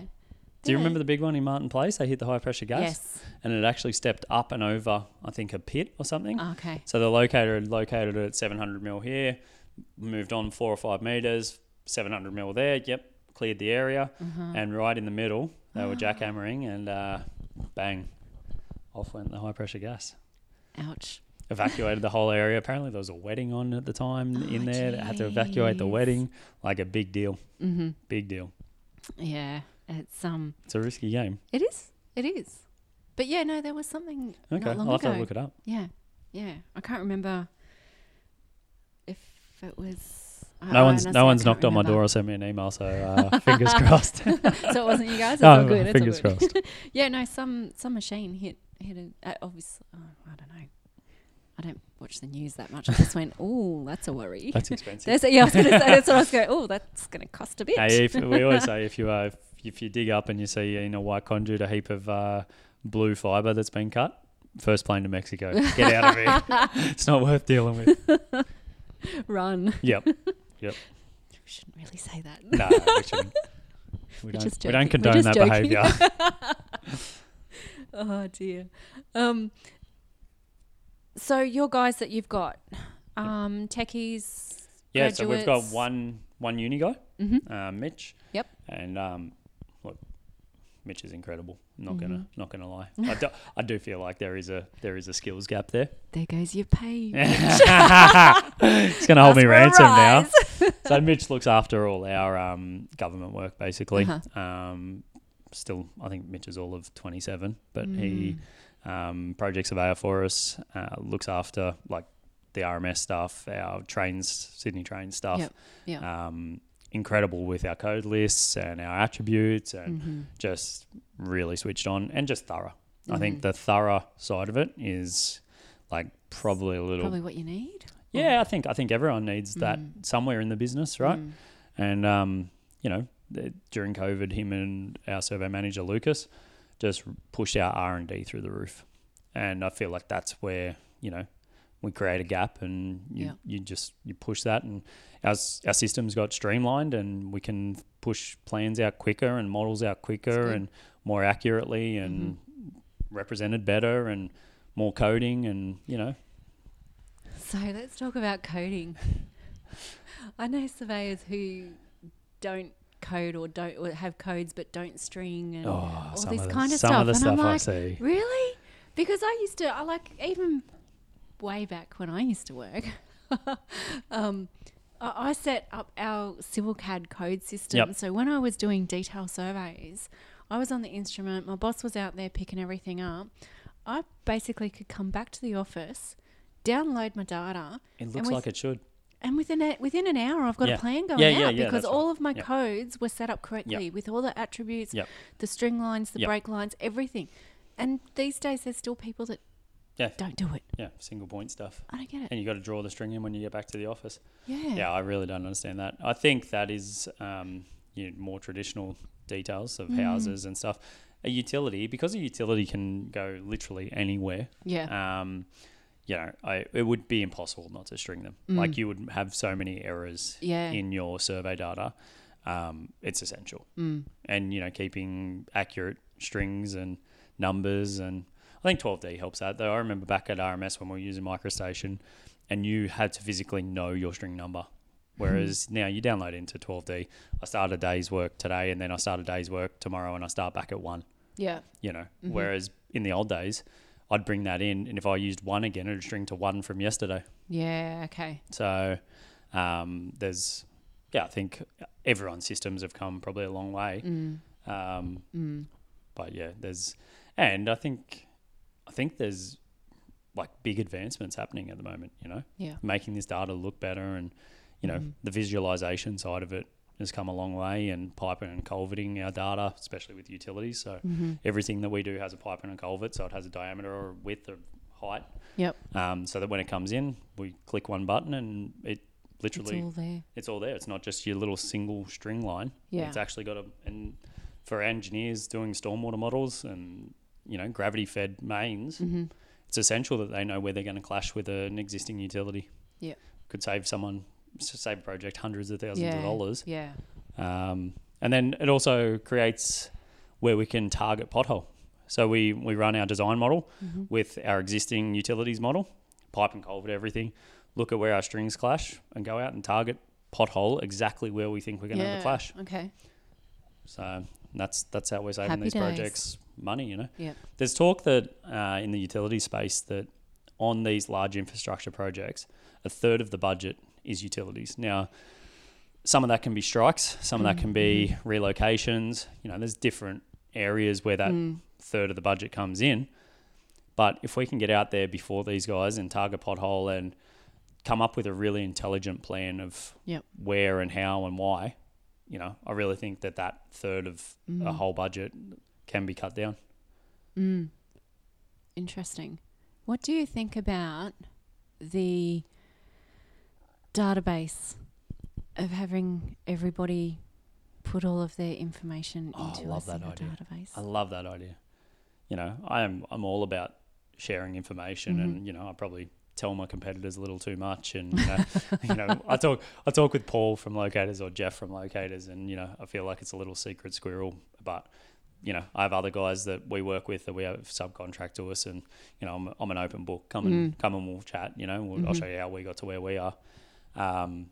D: Do you
A: Yeah.
D: remember the big one in Martin Place? They hit the high pressure gas
A: Yes.
D: and it actually stepped up and over, I think, a pit or something.
A: Okay.
D: So the locator had located it at 700 mil here, moved on four or five meters, 700 mil there. Yep, cleared the area,
A: Mm-hmm.
D: and right in the middle they
A: Ah.
D: were jackhammering, and uh, bang, off went the high pressure gas.
A: Ouch.
D: Evacuated the whole area. Apparently there was a wedding on at the time in
A: Oh,
D: there. They had to evacuate the
A: jeez.
D: wedding. Like a big deal,
A: Mm-hmm.
D: big deal.
A: Yeah. It's um.
D: It's a risky game.
A: It is. It is. But yeah, no, there was something
D: Okay,
A: not long
D: I'll have
A: ago.
D: to look it up.
A: Yeah, yeah. I can't remember if it was. I-
D: No
A: I
D: one's
A: Uh, honestly,
D: no
A: I
D: one's
A: can't
D: knocked on my door
A: remember.
D: or sent me an email, so
A: (laughs)
D: uh, (laughs) fingers crossed.
A: so it wasn't you guys.
D: (laughs)
A: It's all
D: No,
A: good. It's all
D: fingers
A: good.
D: crossed.
A: (laughs) Yeah, no, some some machine hit hit a, uh, obviously. Oh, I don't know. I don't watch the news that much. I just went, (laughs) oh, that's a worry.
D: That's expensive.
A: There's, yeah, I was gonna say (laughs) that's what I was going. Oh, that's going to cost a bit.
D: Hey, if, we always say if you uh, if, if you dig up and you see in a white conduit a heap of uh, blue fiber that's been cut, first plane to Mexico. Get out of
A: (laughs)
D: here. it's not worth dealing with.
A: Run. (laughs)
D: Yep.
A: We shouldn't really say that. (laughs)
D: No, we shouldn't. We
A: We're
D: don't,
A: just
D: we don't
A: joking. We're
D: condone that
A: just joking. (laughs)
D: behaviour. (laughs)
A: oh dear. Um, so your guys that you've got, um, techies.
D: yeah, so we've got
A: graduates.
D: one one uni guy,
A: Mhm.
D: uh, Mitch.
A: Yep.
D: And um, look, Mitch is incredible. I'm
A: Mm-hmm.
D: not gonna not gonna lie. I do, I do feel like there is a there is a skills gap
A: (laughs)
D: there. (laughs)
A: There goes your pay.
D: He's gonna hold
A: Ask for
D: me
A: a
D: ransom now.
A: rise.
D: so Mitch looks after all our um, government work basically.
A: Uh-huh.
D: Um, still, I think Mitch is all of 27, but
A: Mm.
D: he
A: Hmm.
D: um, project surveyor for us, uh, looks after like the RMS stuff, our trains, Sydney train stuff.
A: Yep, yep.
D: Um, incredible with our code lists and our attributes,
A: Mm-hmm.
D: and just really switched on and just thorough. I
A: Mm-hmm.
D: think the thorough side of it is like probably a little
A: Probably Mm. what you need.
D: yeah, I think I think everyone needs that somewhere in the business, right?
A: Mm.
D: And um, you know, th- during COVID, him and our survey manager Lucas just pushed our R and D through the roof, and I feel like that's where you know we create a gap, and you
A: Yeah.
D: you just you push that, and our s- our systems got streamlined, and we can push plans out quicker and models out quicker
A: good. Mm-hmm.
D: and more accurately and represented better and more coding and you know
A: So let's talk about coding. (laughs) I know surveyors who don't code or don't or have codes but don't string and all
D: Oh, some
A: this
D: of the-
A: kind of
D: some
A: stuff.
D: of the
A: and
D: stuff
A: I'm
D: I
A: like,
D: see.
A: Really? Because I used to, I like even way back when I used to work. (laughs) um, I I set up our civil CAD code system.
D: Yep.
A: So when I was doing detail surveys, I was on the instrument. My boss was out there picking everything up. I basically could come back to the office, download my data,
D: It
A: And
D: looks
A: we-
D: like it should.
A: and within a, within an hour, I've got
D: Yeah.
A: a plan going
D: Yeah, yeah,
A: out
D: yeah,
A: because
D: that's right.
A: all of my
D: Yeah.
A: codes were set up correctly with all the attributes,
D: Yep.
A: the string lines, the
D: Yep.
A: break lines, everything. And these days, there's still people that
D: Yeah.
A: don't do it.
D: Yeah, single point stuff.
A: I don't get it.
D: And you got to draw the string in when you get back to the office.
A: Uh, Yeah.
D: Yeah, I really don't understand that. I think that is um, you know, more traditional details of houses and stuff. A utility, because a utility can go literally anywhere.
A: Yeah.
D: Um, you know, I, it would be impossible not to string them. Like you would have so many errors
A: Mm. Yeah.
D: in your survey data. Um, it's essential.
A: Mm.
D: And, you know, keeping accurate strings and numbers. And I think 12D helps out, though. I remember back at RMS when we were using MicroStation and you had to physically know your string number.
A: Mm-hmm.
D: Whereas now you download into 12D. I start a day's work today and then I start a day's work tomorrow and I start back at one
A: Yeah.
D: you know. Whereas in the old days, I'd bring that in, and if I used one again, it'd string to one from yesterday.
A: Yeah. Okay.
D: So um, there's, yeah, I think everyone's systems have come probably a long way.
A: Mm.
D: Um, But yeah, there's, and I think, I think there's like big advancements happening at the moment. You know,
A: Yeah. Mm-hmm.
D: making this data look better, and you know, the visualization side of it has come a long way, and piping and culverting our data, especially with utilities. So
A: Mm-hmm.
D: everything that we do has a pipe and a culvert, so it has a diameter or width or height
A: Yep.
D: um, so that when it comes in, we click one button and it
A: It's
D: literally
A: all there.
D: it's all there. It's not just your little single string line.
A: Yeah.
D: It's actually got a and for engineers doing stormwater models and you know gravity fed mains,
A: Mm-hmm.
D: it's essential that they know where they're going to clash with an existing utility.
A: Yeah.
D: Could save someone s- save a project hundreds of thousands
A: yeah.
D: of dollars.
A: Yeah.
D: Um, and then it also creates where we can target pothole. So we, we run our design model
A: Mm-hmm.
D: with our existing utilities model, pipe and culvert, everything, look at where our strings clash and go out and target pothole exactly where we think we're going to have
A: Yeah.
D: a clash.
A: Okay.
D: So that's that's how we're saving
A: Happy
D: these
A: days.
D: projects money, you know.
A: Yeah.
D: There's talk that uh, in the utility space that on these large infrastructure projects, a third of the budget is utilities. Now, some of that can be strikes, some of that can be
A: Mm-hmm.
D: relocations. You know, there's different areas where that
A: Mm.
D: third of the budget comes in. But if we can get out there before these guys and target pothole and come up with a really intelligent plan of
A: Yep.
D: where and how and why, you know, I really think that that third of a whole budget can be cut down.
A: Mm. Interesting. What do you think about the database of having everybody put all of their information
D: Oh, I
A: into
D: love
A: a
D: that
A: single
D: idea.
A: database?
D: I love that idea. You know, I am I'm all about sharing information, and you know, I probably tell my competitors a little too much, and you know, (laughs) you know, I talk I talk with Paul from Locators or Jeff from Locators, and you know, I feel like it's a little secret squirrel, but. You know, I have other guys that we work with that we have subcontract to us, and you know, I'm, I'm an open book. Come and come and we'll chat. You know, we'll, I'll show you how we got to where we are. Um,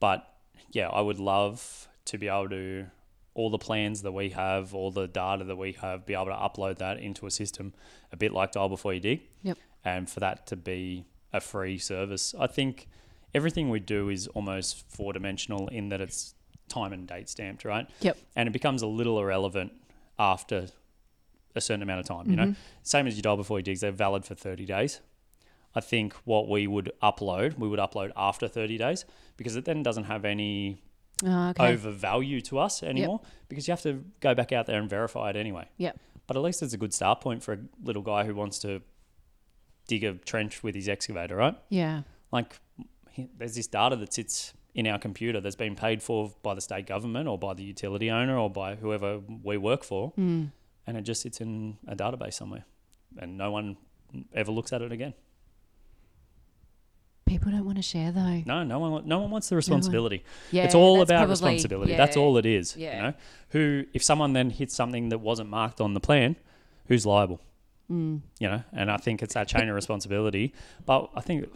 D: but yeah, I would love to be able to all the plans that we have, all the data that we have, be able to upload that into a system, a bit like Dial Before You Dig.
A: Yep.
D: And um, for that to be a free service, I think everything we do is almost four dimensional in that it's time and date stamped, right?
A: Yep.
D: And it becomes a little irrelevant after a certain amount of time. You know, same as your Dial Before You Digs, they're valid for thirty days. I think what we would upload, we would upload after 30 days because it then doesn't have any
A: Oh, okay.
D: over value to us anymore because you have to go back out there and verify it anyway.
A: Yep.
D: But at least it's a good start point for a little guy who wants to dig a trench with his excavator, right?
A: Yeah.
D: Like, he- there's this data that sits in our computer that's been paid for by the state government or by the utility owner or by whoever we work for, and it just sits in a database somewhere, and no one ever looks at it again.
A: People don't want to share though.
D: No, no one, no one wants the responsibility.
A: Yeah,
D: it's all
A: that's
D: about
A: probably-
D: responsibility.
A: yeah.
D: That's all it is.
A: Yeah.
D: You know, who if someone then hits something that wasn't marked on the plan, who's liable? Mm. You know, and I think it's that chain of responsibility. But I think,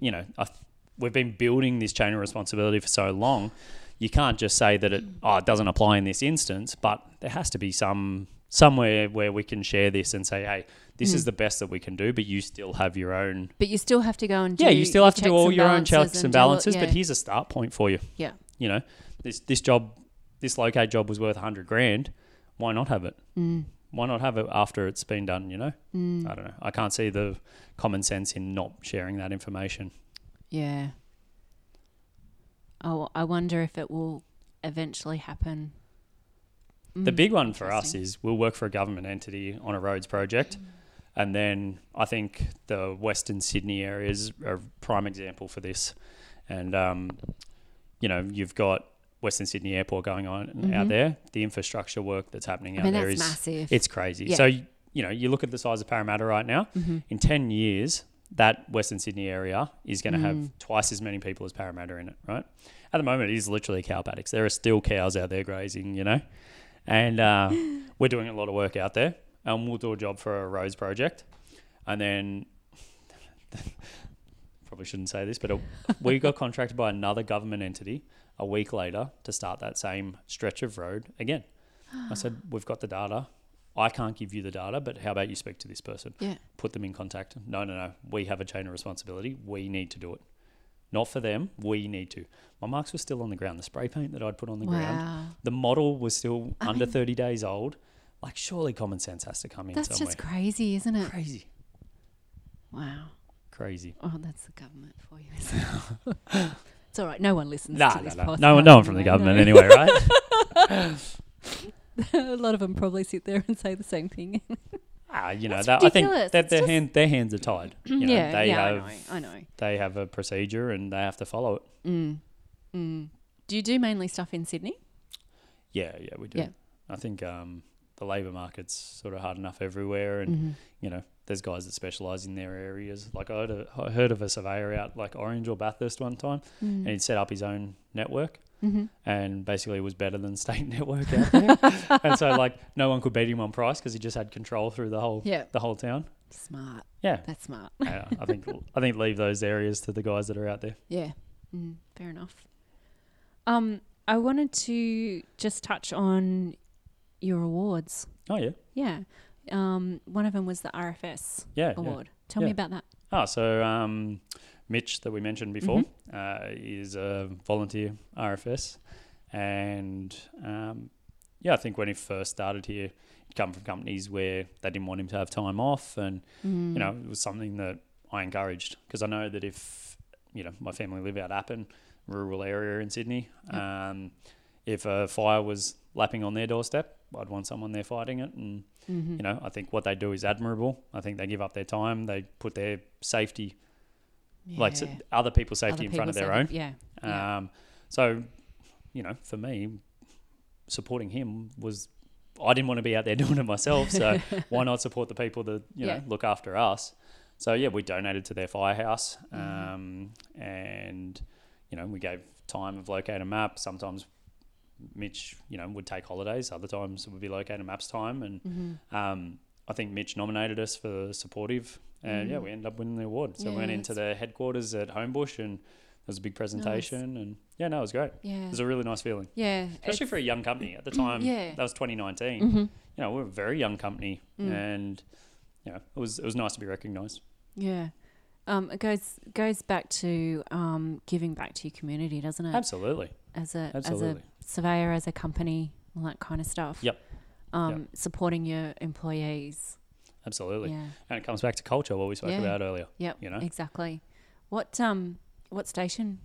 D: you know, I, th- we've been building this chain of responsibility for so long. You can't just say that it oh it doesn't apply in this instance, but there has to be some somewhere where we can share this and say, hey, this
A: Mm.
D: is the best that we can do, but you still have your own
A: But you still have to go and do
D: yeah, you still have to
A: checks
D: do all
A: and
D: your own
A: balances
D: checks and
A: do all-
D: balances, but
A: yeah.
D: here's a start point for you.
A: Yeah.
D: You know, this this job, this locate job was worth a hundred grand. Why not have it? Mm. Why not have it after it's been done? You know,
A: Mm.
D: I don't know. I can't see the common sense in not sharing that information.
A: Yeah. Oh, I wonder if it will eventually happen. Mm.
D: The big one for us is we'll work for a government entity on a roads project. And then I think the Western Sydney area is a prime example for this. And, um, you know, you've got Western Sydney Airport going on out there. The infrastructure work that's happening
A: Mm-hmm. I
D: out
A: mean,
D: there
A: that's
D: is
A: massive.
D: It's crazy.
A: Yeah.
D: So, you you know, you look at the size of Parramatta right now. In 10 years, that Western Sydney area is going to have twice as many people as Parramatta in it, right? At the moment, it is literally cow paddocks. There are still cows out there grazing, you know? And uh, we're doing a lot of work out there. And we'll do a job for a roads project. And then, (laughs) probably shouldn't say this, but a, we got contracted by another government entity a week later to start that same stretch of road again.
A: (gasps)
D: I said, We've got the data. I can't give you the data, but how about you speak to this person?
A: Yeah.
D: Put them in contact. No, no, no. We have a chain of responsibility. We need to do it. Not for them. We need to. My marks were still on the ground. The spray paint that I'd put on the ground,
A: Wow.
D: the model was still under 30 days old. Like, surely common sense has to come in
A: That's
D: somewhere.
A: just crazy, isn't it?
D: crazy.
A: Wow.
D: Crazy.
A: Oh, that's the government for you. Isn't it?
D: (laughs)
A: it's all right. No one listens
D: Nah,
A: to
D: nah,
A: this
D: nah.
A: podcast.
D: No, one- no one
A: (laughs)
D: from the
A: anyway,
D: government anyway, right?
A: (laughs) no. a lot of them probably sit there and say the same thing. (laughs)
D: Ah, you know,
A: That's
D: that, I think
A: ridiculous.
D: that
A: It's
D: their
A: just-
D: hand their hands
A: (clears throat)
D: are tied. You know,
A: yeah,
D: they
A: yeah,
D: have
A: I know. I know.
D: they have a procedure and they have to follow it.
A: mm. Do you do mainly stuff in Sydney?
D: Yeah, yeah, we do.
A: Yeah.
D: I think um, the labour market's sort of hard enough everywhere,
A: Mm-hmm.
D: and you know, there's guys that specialise in their areas. Like I heard, a, I heard of a surveyor out like Orange or Bathurst one time,
A: Mm-hmm.
D: and he'd set up his own network. And basically, was better than (laughs) state network
A: (laughs)
D: out there, and so like no one could beat him on price because he just had control through the whole
A: Yeah.
D: the whole town.
A: Smart.
D: Yeah,
A: That's smart.
D: Yeah, I think I think leave those areas to the guys that are out there.
A: Yeah. Mm, fair enough. Um, I wanted to just touch on your awards.
D: Oh yeah,
A: Yeah. Um, one of them was the RFS
D: yeah, yeah.
A: award. Tell me
D: Yeah.
A: about that.
D: Ah, so um, Mitch, that we mentioned before, uh, is a volunteer RFS, and um, yeah, I think when he first started here, he'd come from companies where they didn't want him to have time off, and
A: Mm.
D: you know, it was something that I encouraged because I know that if you know my family live out Appin, rural area in Sydney, um, if a fire was lapping on their doorstep, I'd want someone there fighting it, and you know, I think what they do is admirable. I think they give up their time, they put their safety, like s-
A: Yeah.
D: other people's
A: Other
D: safety, in front of
A: people
D: their
A: say- Yeah.
D: own.
A: yeah.
D: Um, so, you know, for me, supporting him was I didn't want to be out there (laughs) doing it
A: (laughs)
D: myself. So why not support the people that you know
A: Yeah.
D: look after us? So yeah, we donated to their firehouse,
A: Mm.
D: um, and you know we gave time of locate a map. Sometimes Mitch, you know, would take holidays. Other times it would be locate a maps time, and um, I think Mitch nominated us for supportive, and
A: Mm.
D: yeah, we ended up winning the award. So we went
A: Yeah,
D: into their headquarters at Homebush, and there was a big presentation, and yeah, no, it was great. It
A: yeah.
D: was a really nice feeling,
A: Yeah.
D: especially for a young company at the time.
A: Yeah. Mm.
D: that was 2019. You know, we are a very young company, and you know, it was it was nice to be recognised.
A: Yeah. Um, it goes goes back to um, giving back to your community, doesn't it?
D: Absolutely,
A: As a
D: absolutely.
A: as a surveyor, as a company, all that kind of stuff.
D: Yep.
A: Um, supporting your employees.
D: absolutely,
A: Yeah.
D: and it comes back to culture what we spoke
A: Yeah.
D: about earlier.
A: Yep.
D: You know?
A: Exactly. What um what station?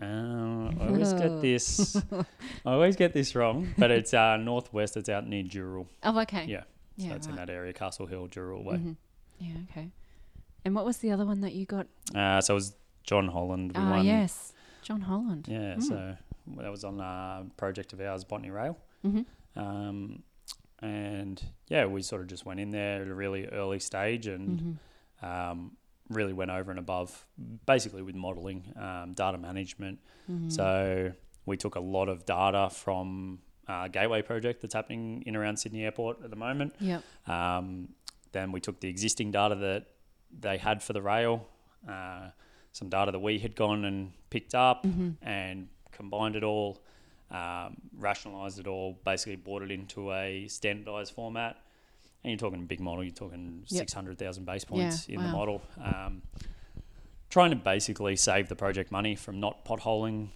D: Um,
A: (laughs)
D: I always get this, I always get this wrong, but it's uh, northwest. It's out near Dural.
A: Oh, okay.
D: Yeah, so
A: Yeah.
D: it's in
A: right.
D: that area, Castle Hill, Dural way.
A: Mm-hmm. Yeah. Okay. And what was the other one that you got?
D: Uh, so it was John Holland.
A: Mm-hmm. Ah, yes, Hmm. John Holland.
D: Yeah, so that was on a project of ours, Botany Rail.
A: Mm-hmm.
D: Um, and yeah, we sort of just went in there at a really early stage
A: Mm-hmm.
D: and um, really went over and above, basically with modeling, um, data management.
A: Mm-hmm. Mm.
D: So we took a lot of data from a gateway project that's happening in around Sydney Airport at the moment.
A: Yep.
D: Um, then we took the existing data that they had for the rail, uh, some data that we had gone and picked up,
A: Mm-hmm.
D: and combined it all, um, rationalized it all, basically brought it into a standardized format. And you're talking big model, you're talking
A: Yep.
D: 600,000 base points in the
A: wow.
D: model. Um, trying to basically save the project money from not potholing.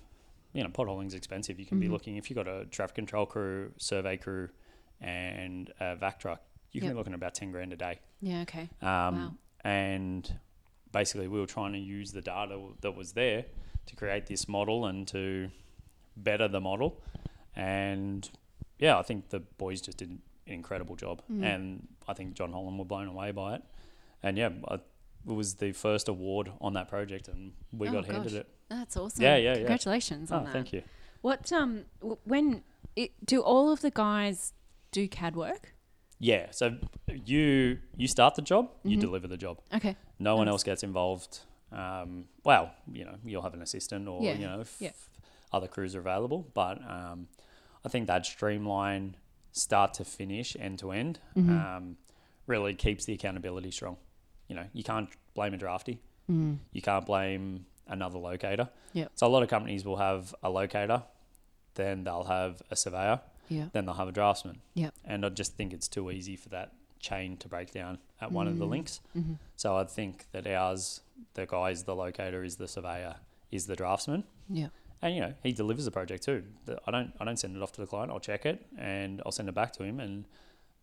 D: You know, potholing's expensive. You can be looking if you've got a traffic control crew, survey crew, and a vac truck. You can
A: Yep.
D: be looking at about ten grand a day.
A: Yeah. Okay.
D: Um, And basically, we were trying to use the data that was there to create this model and to better the model. And yeah, I think the boys just did an incredible job.
A: Mm.
D: And I think John Holland were blown away by it. And yeah, I, it was the first award on that project, and we
A: Oh,
D: got
A: gosh.
D: handed it.
A: That's awesome.
D: Yeah, yeah, yeah.
A: Congratulations on
D: Oh,
A: that.
D: thank you.
A: What um w- when it, do all of the guys do CAD work?
D: Yeah, so you you start the job,
A: Mm-hmm.
D: you deliver the job.
A: Okay.
D: No one else gets involved. Um, well, you know, you'll have an assistant or,
A: Yeah,
D: you know, if
A: yeah.
D: other crews are available. But um, I think that streamline start to finish, end to end,
A: Mm-hmm.
D: um, really keeps the accountability strong. You know, you can't blame a drafty. You can't blame another locator.
A: Mm. Yep.
D: So a lot of companies will have a locator, then they'll have a surveyor,
A: Yeah.
D: then they'll have a draftsman.
A: Yep.
D: And I just think it's too easy for that chain to break down at one
A: Mm.
D: of the links.
A: Mm-hmm.
D: So I think that ours, the guy is the locator, is the surveyor, is the draftsman,
A: Yeah.
D: and you know he delivers the project too. The- I don't I don't send it off to the client. I'll check it and I'll send it back to him, and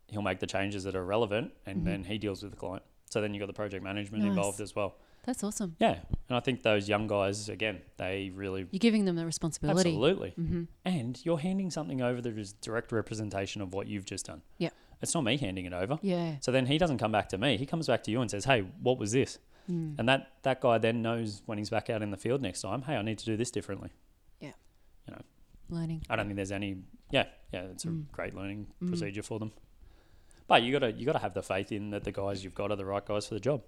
D: he'll make the changes that are relevant, and then he deals with the client. So then you have got the project management
A: Mm-hmm. Nice.
D: involved as well.
A: That's awesome.
D: Yeah, and I think those young guys again, they really
A: You're giving them the responsibility.
D: absolutely,
A: Mm-hmm.
D: and you're handing something over that is direct representation of what you've just done.
A: Yeah.
D: it's not me handing it over.
A: Yeah.
D: So then he doesn't come back to me. He comes back to you and says, "Hey, what was this?"
A: Mm.
D: And that that guy then knows when he's back out in the field next time. Hey, I need to do this differently.
A: Learning.
D: I don't think there's any. Yeah, yeah, it's a
A: Mm.
D: great learning
A: Mm.
D: procedure for them. But you gotta you gotta have the faith in that the guys you've got are the right guys for the job.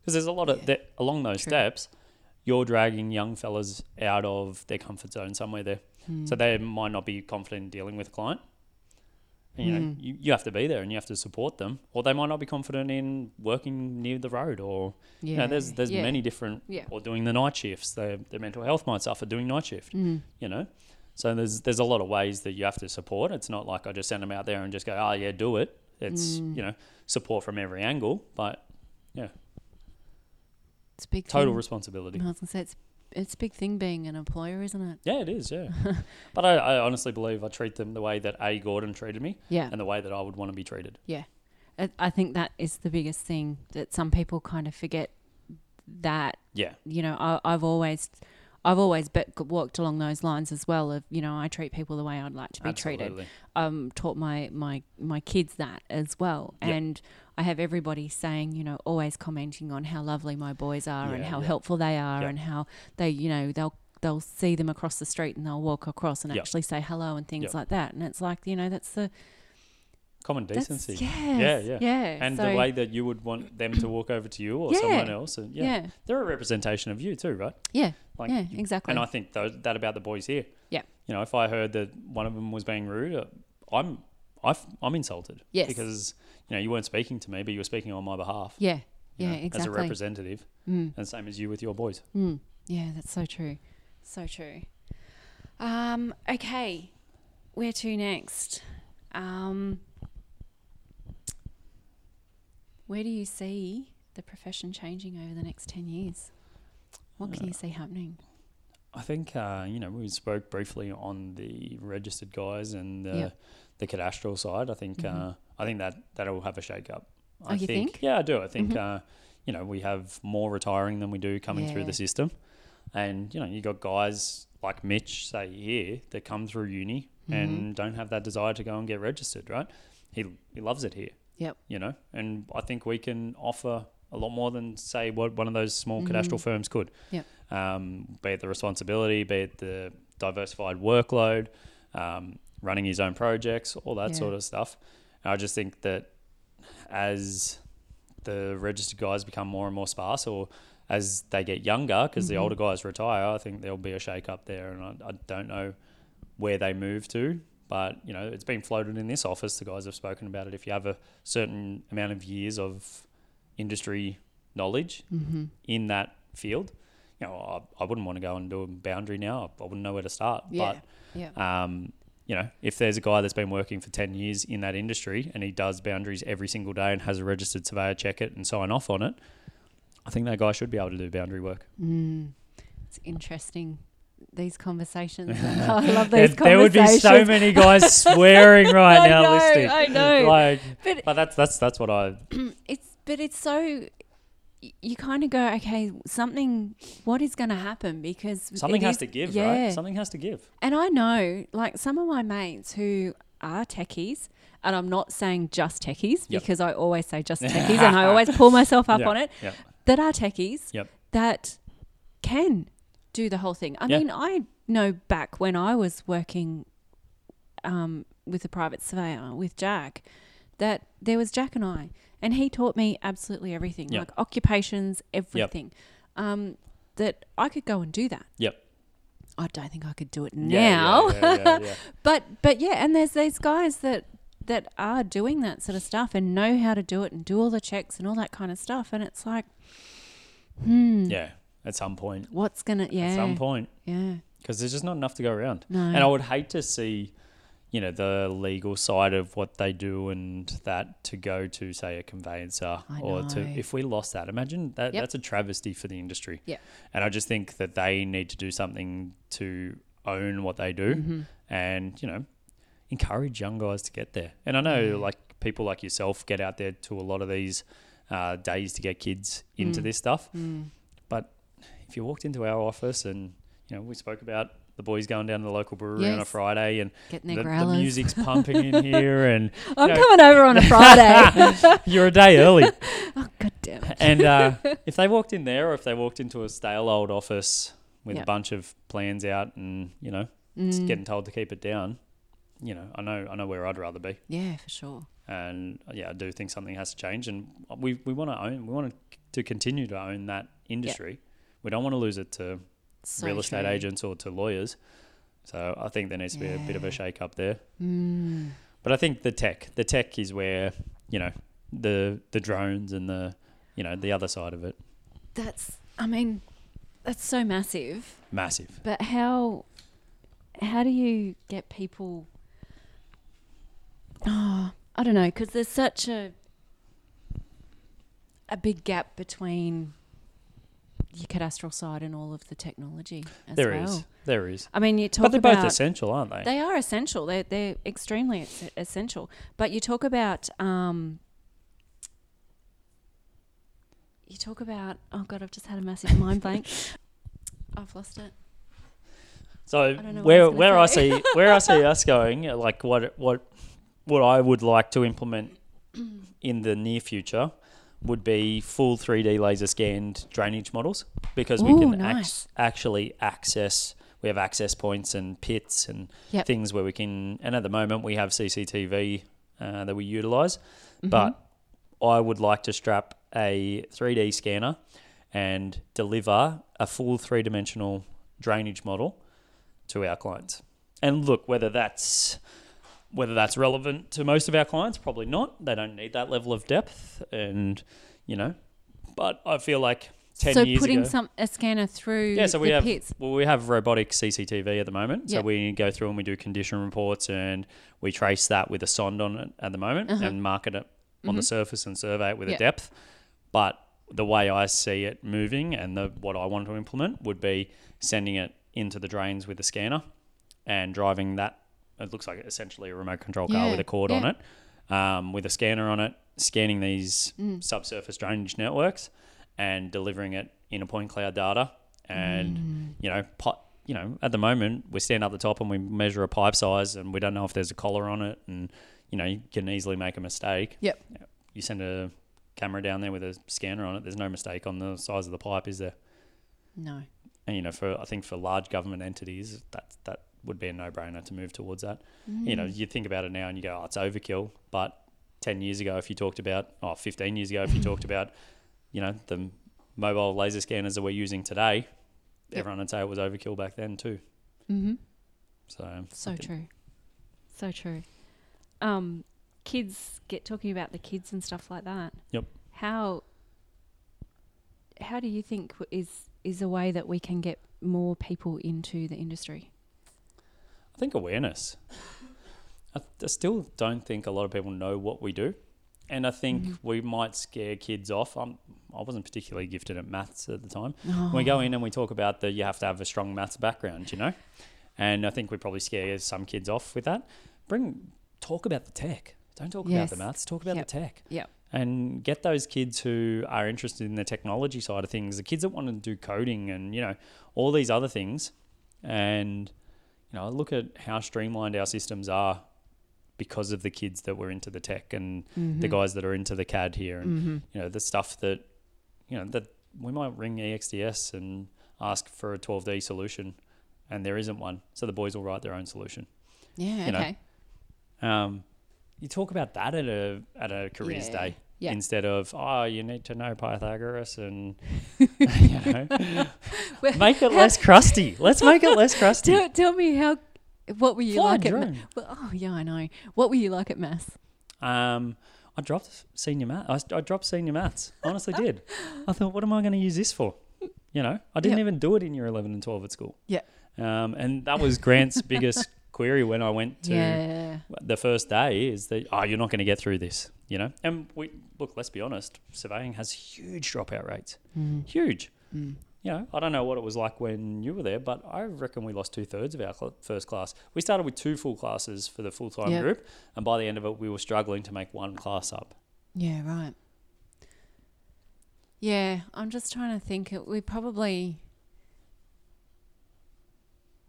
D: Because there's a lot of
A: Yeah.
D: that along those
A: True.
D: steps, you're dragging young fellas out of their comfort zone somewhere there, so
A: Mm.
D: they might not be confident in dealing with a client. And, you know,
A: Mm.
D: you, you have to be there and you have to support them, or they might not be confident in working near the road, or
A: yeah.
D: you know, there's there's
A: yeah.
D: many different,
A: Yeah.
D: or doing the night shifts. Their their mental health might suffer doing night shift
A: Mm.
D: you know. So there's there's a lot of ways that you have to support. It's not like I just send them out there and just go, oh yeah, do it. It's
A: Mm.
D: you know support from every angle, but
A: It's a big
D: total
A: thing.
D: responsibility.
A: I was gonna say it's it's a big thing being an employer, isn't it?
D: Yeah, it
A: (laughs)
D: is. Yeah, but I, I honestly believe I treat them the way that A Gordon treated me,
A: Yeah.
D: and the way that I would want to be treated.
A: I- I think that is the biggest thing that some people kind of forget that
D: Yeah,
A: you know I, I've always I've always be, walked along those lines as well of you know I treat people the way I'd like to be treated.
D: absolutely.
A: um, taught my, my my kids that as well,
D: Yeah.
A: and I have everybody saying, you know, always commenting on how lovely my boys are and
D: Yeah,
A: how
D: yeah.
A: helpful they are
D: Yeah.
A: and how they, you know, they'll they'll see them across the street and they'll walk across and
D: Yeah.
A: actually say hello and things
D: Yeah.
A: like that. And it's like, you know, that's the
D: Common
A: that's-
D: decency.
A: yes,
D: yeah.
A: yeah.
D: And
A: So,
D: the way that you would want them to walk over to you or
A: Yeah.
D: someone else, and yeah,
A: yeah,
D: they're a representation of you too, right?
A: yeah,
D: Like
A: yeah,
D: you-
A: exactly.
D: And I think tho- that about the boys here.
A: Yeah.
D: You know, if I heard that one of them was being rude, uh, I'm I f- I'm insulted.
A: Yes.
D: Because you know you weren't speaking to me, but you were speaking on my behalf.
A: yeah,
D: you
A: yeah,
D: know, As a
A: exactly.
D: representative,
A: Mm.
D: and same as you with your boys.
A: Mm. Yeah, that's so true. So true. Um, okay, where to next? Um, where do you see the profession changing over the next 10 years? What can you
D: Uh,
A: see happening?
D: I think uh, you know we spoke briefly on the registered guys and the,
A: Yeah.
D: the cadastral side. I think
A: Mhm.
D: uh, I think that that'll have a shake up. I
A: Oh, you think?
D: Yeah, I do. I think
A: Mhm.
D: uh, you know we have more retiring than we do coming through
A: Yeah.
D: the system, and you know you got guys like Mitch say here that come through uni
A: Mm-hmm.
D: and don't have that desire to go and get registered. Right? He he loves it here.
A: Yep.
D: You know, and I think we can offer a lot more than say what one of those small
A: Mm-hmm.
D: cadastral firms could um, be it the responsibility, be it the diversified workload, um, running his own projects, all that
A: Yeah.
D: sort of stuff. And I just think that as the registered guys become more and more sparse, or as they get younger, because the
A: Mhm.
D: older guys retire, I think there'll be a shake up there, and I, I don't know where they move to. But you know, it's been floated in this office. The guys have spoken about it. If you have a certain amount of years of industry knowledge,
A: Mm-hmm.
D: in that field. You know, I, I wouldn't want to go and do a boundary now. I wouldn't know where to start.
A: Yeah. yeah.
D: But, um, you know, if there's a guy that's been working for 10 years in that industry and he does boundaries every single day and has a registered surveyor check it and sign off on it, I think that guy should be able to do boundary work.
A: Mm. It's interesting. These
D: (laughs)
A: conversations. I love these conversations.
D: there would be so many
A: (laughs)
D: guys swearing right
A: I
D: now
A: know,
D: listening.
A: I know.
D: Like,
A: But-
D: but, that's that's that's what I
A: (clears throat) it's but it's so y- you kind of go okay something what is going to happen because it
D: something has
A: is-
D: to give,
A: yeah.
D: right? Something has to give.
A: and i know like some of my mates who are techies and i'm not saying just techies
D: Yep.
A: because i always say just techies and i
D: (laughs)
A: always pull myself up
D: Yeah,
A: on it
D: yeah.
A: that are techies
D: Yep.
A: that can do the whole thing. I
D: Yeah.
A: mean, I know back when I was working um, with a private surveyor with Jack, that there was Jack and I, and he taught me absolutely everything,
D: Yep.
A: like occupations, everything. Um, that I could go and do that.
D: Yep.
A: I don't think I could do it
D: Yeah, yeah,
A: now.
D: yeah, yeah, yeah.
A: (laughs) But but yeah, and there's these guys that that are doing that sort of stuff and know how to do it and do all the checks and all that kind of stuff, and it's like, hmm,
D: yeah. At some point.
A: what's gonna yeah
D: At some point.
A: yeah
D: because there's just not enough to go around.
A: No.
D: And I would hate to see, you know, the legal side of what they do and that to go to say a conveyancer
A: I
D: or to
A: know.
D: if we lost that. Imagine that
A: Yep.
D: that's a travesty for the industry.
A: Yep.
D: And I just think that they need to do something to own what they do
A: Mm-hmm.
D: and you know encourage young guys to get there. And I know
A: Mm.
D: like people
A: Mm.
D: like yourself get out there to a lot of these uh, days to get kids into this stuff. if you walked into our office and you know we spoke about the boys going down to the local brewery on a
A: Yes.
D: Friday and
A: Getting
D: the,
A: their
D: the
A: growlers. (laughs)
D: music's pumping in here and
A: I'm
D: you know-
A: coming over on a
D: (laughs)
A: Friday.
D: you're a
A: (laughs)
D: day early.
A: oh, God damn it.
D: And uh, if they walked in there or if they walked into a stale old office with
A: Yeah.
D: a bunch of plans out and you know just
A: Mm,
D: getting told to keep it down, you know I know I know where I'd rather be.
A: yeah, for sure.
D: and uh, yeah, I do think something has to change, and we we want to own, we want to continue to own that industry. We don't want to lose it to
A: So
D: real estate
A: true.
D: agents or to lawyers. So I think there needs to be a bit of a
A: Yeah.
D: shake up there.
A: Mm,
D: But I think the tech, the tech is where you know the the drones and the you know the other side of it,
A: that's, I mean, that's so massive.
D: massive.
A: But how how do you get people? Oh, I don't know, because there's such a a big gap between your cadastral side and all of the technology. As
D: There is,
A: well.
D: there is.
A: I mean, you talk
D: But they're
A: about
D: both essential, aren't they?
A: they are essential. They're they're extremely es- essential. But you talk about um, you talk about oh god, I've just had a massive mind
D: (laughs)
A: blank. I've lost it.
D: So
A: don't know what I
D: where
A: was gonna
D: where
A: say.
D: I see where
A: (laughs)
D: I see us going, like what what what I would like to implement in the near future would be full 3D laser scanned drainage models because we
A: Ooh,
D: can ac-
A: nice.
D: actually access we have access points and pits and
A: Yep.
D: things where we can and at the moment we have CCTV uh, that we utilize
A: Mm-hmm.
D: but I would like to strap a 3D scanner and deliver a full three dimensional drainage model to our clients. And look, whether that's whether that's relevant to most of our clients, probably not. They don't need that level of depth, and you know. But I feel like ten
A: so
D: years
A: putting
D: ago,
A: some a scanner through
D: yeah. So we
A: the
D: have
A: pits.
D: well, we have robotic CCTV at the moment.
A: Yeah.
D: So we go through and we do condition reports, and we trace that with a sond on it at the moment,
A: Uh-huh. Mm-hmm.
D: and mark it up on the surface and survey it with
A: Yeah.
D: a depth. But the way I see it moving, and the what I want to implement would be sending it into the drains with the scanner, and driving that. It looks like essentially a remote control car
A: Yeah,
D: with a cord on
A: yeah.
D: it, um, with a scanner on it, scanning these
A: Mm.
D: subsurface drainage networks, and delivering it in a point cloud data. And
A: Mm.
D: you know, pot, you know, at the moment we stand up the top and we measure a pipe size, and we don't know if there's a collar on it, and you know, you can easily make a mistake.
A: Yep.
D: You send a camera down there with a scanner on it. There's no mistake on the size of the pipe, is there?
A: No.
D: and you know for i think for large government entities that that would be a no-brainer to move towards that you know
A: Mm.
D: you think about it now and you go oh it's overkill but 10 years ago if you talked about oh 15 years
A: (laughs)
D: ago if you talked about you know the mobile laser scanners that we're using today
A: Yep.
D: everyone would say it was overkill back then too
A: Mm-hmm.
D: so
A: So
D: I think-
A: true. So true. Um, kids get talking about the kids and stuff like that.
D: Yep.
A: How how do you think w- is is a way that we can get more people into the industry?
D: I think awareness. I, I still don't think a lot of people know what we do, and I think we might scare kids off. I'm, I wasn't particularly gifted at maths at the time. We
A: Oh.
D: go in and we talk about that you have to have a strong maths background, you know, and I think we probably scare some kids off with that. Bring talk about the tech. Don't talk about the
A: Yes.
D: maths. Talk about
A: Yep.
D: the tech
A: Yep.
D: and get those kids who are interested in the technology side of things, the kids that want to do coding and you know all these other things, and you know look at how streamlined our systems are because of the kids that were into the tech and
A: Mm-hmm.
D: the guys that are into the CAD here, and you know the stuff that you know that we might ring E EXDS and ask for a 12D solution, and there isn't one, so the boys will write their own solution.
A: Yeah.
D: You know,
A: okay.
D: Um, you talk about that at a at a careers
A: Yeah.
D: day
A: Yeah.
D: instead of oh you need to know Pythagoras
A: (laughs)
D: and (laughs) you know make it less crusty. Let's make it less
A: (laughs)
D: crusty.
A: Tell, tell me how. What were you
D: Fly a
A: like at? Ma-
D: drone.
A: well, oh yeah, I know. What were you like at mass?
D: Um, I dropped senior math. I, s- I dropped senior maths. I honestly did. I thought, what am I going to use this for? You know, I didn't
A: Yep.
D: even do it in year eleven and twelve at school.
A: Yeah.
D: Um, and that
A: (laughs)
D: was Grant's biggest query when I went to
A: yeah.
D: the first day is that oh you're not going to get through this you know and we look let's be honest surveying has huge dropout rates huge
A: Mm.
D: you know i don't know what it was like when you were there but i reckon we lost two-thirds of our cl- first class we started with two full classes for the full-time
A: Yep.
D: group and by the end of it we were struggling to make one class up
A: Yeah, right. Yeah, I'm just trying to think. It- We probably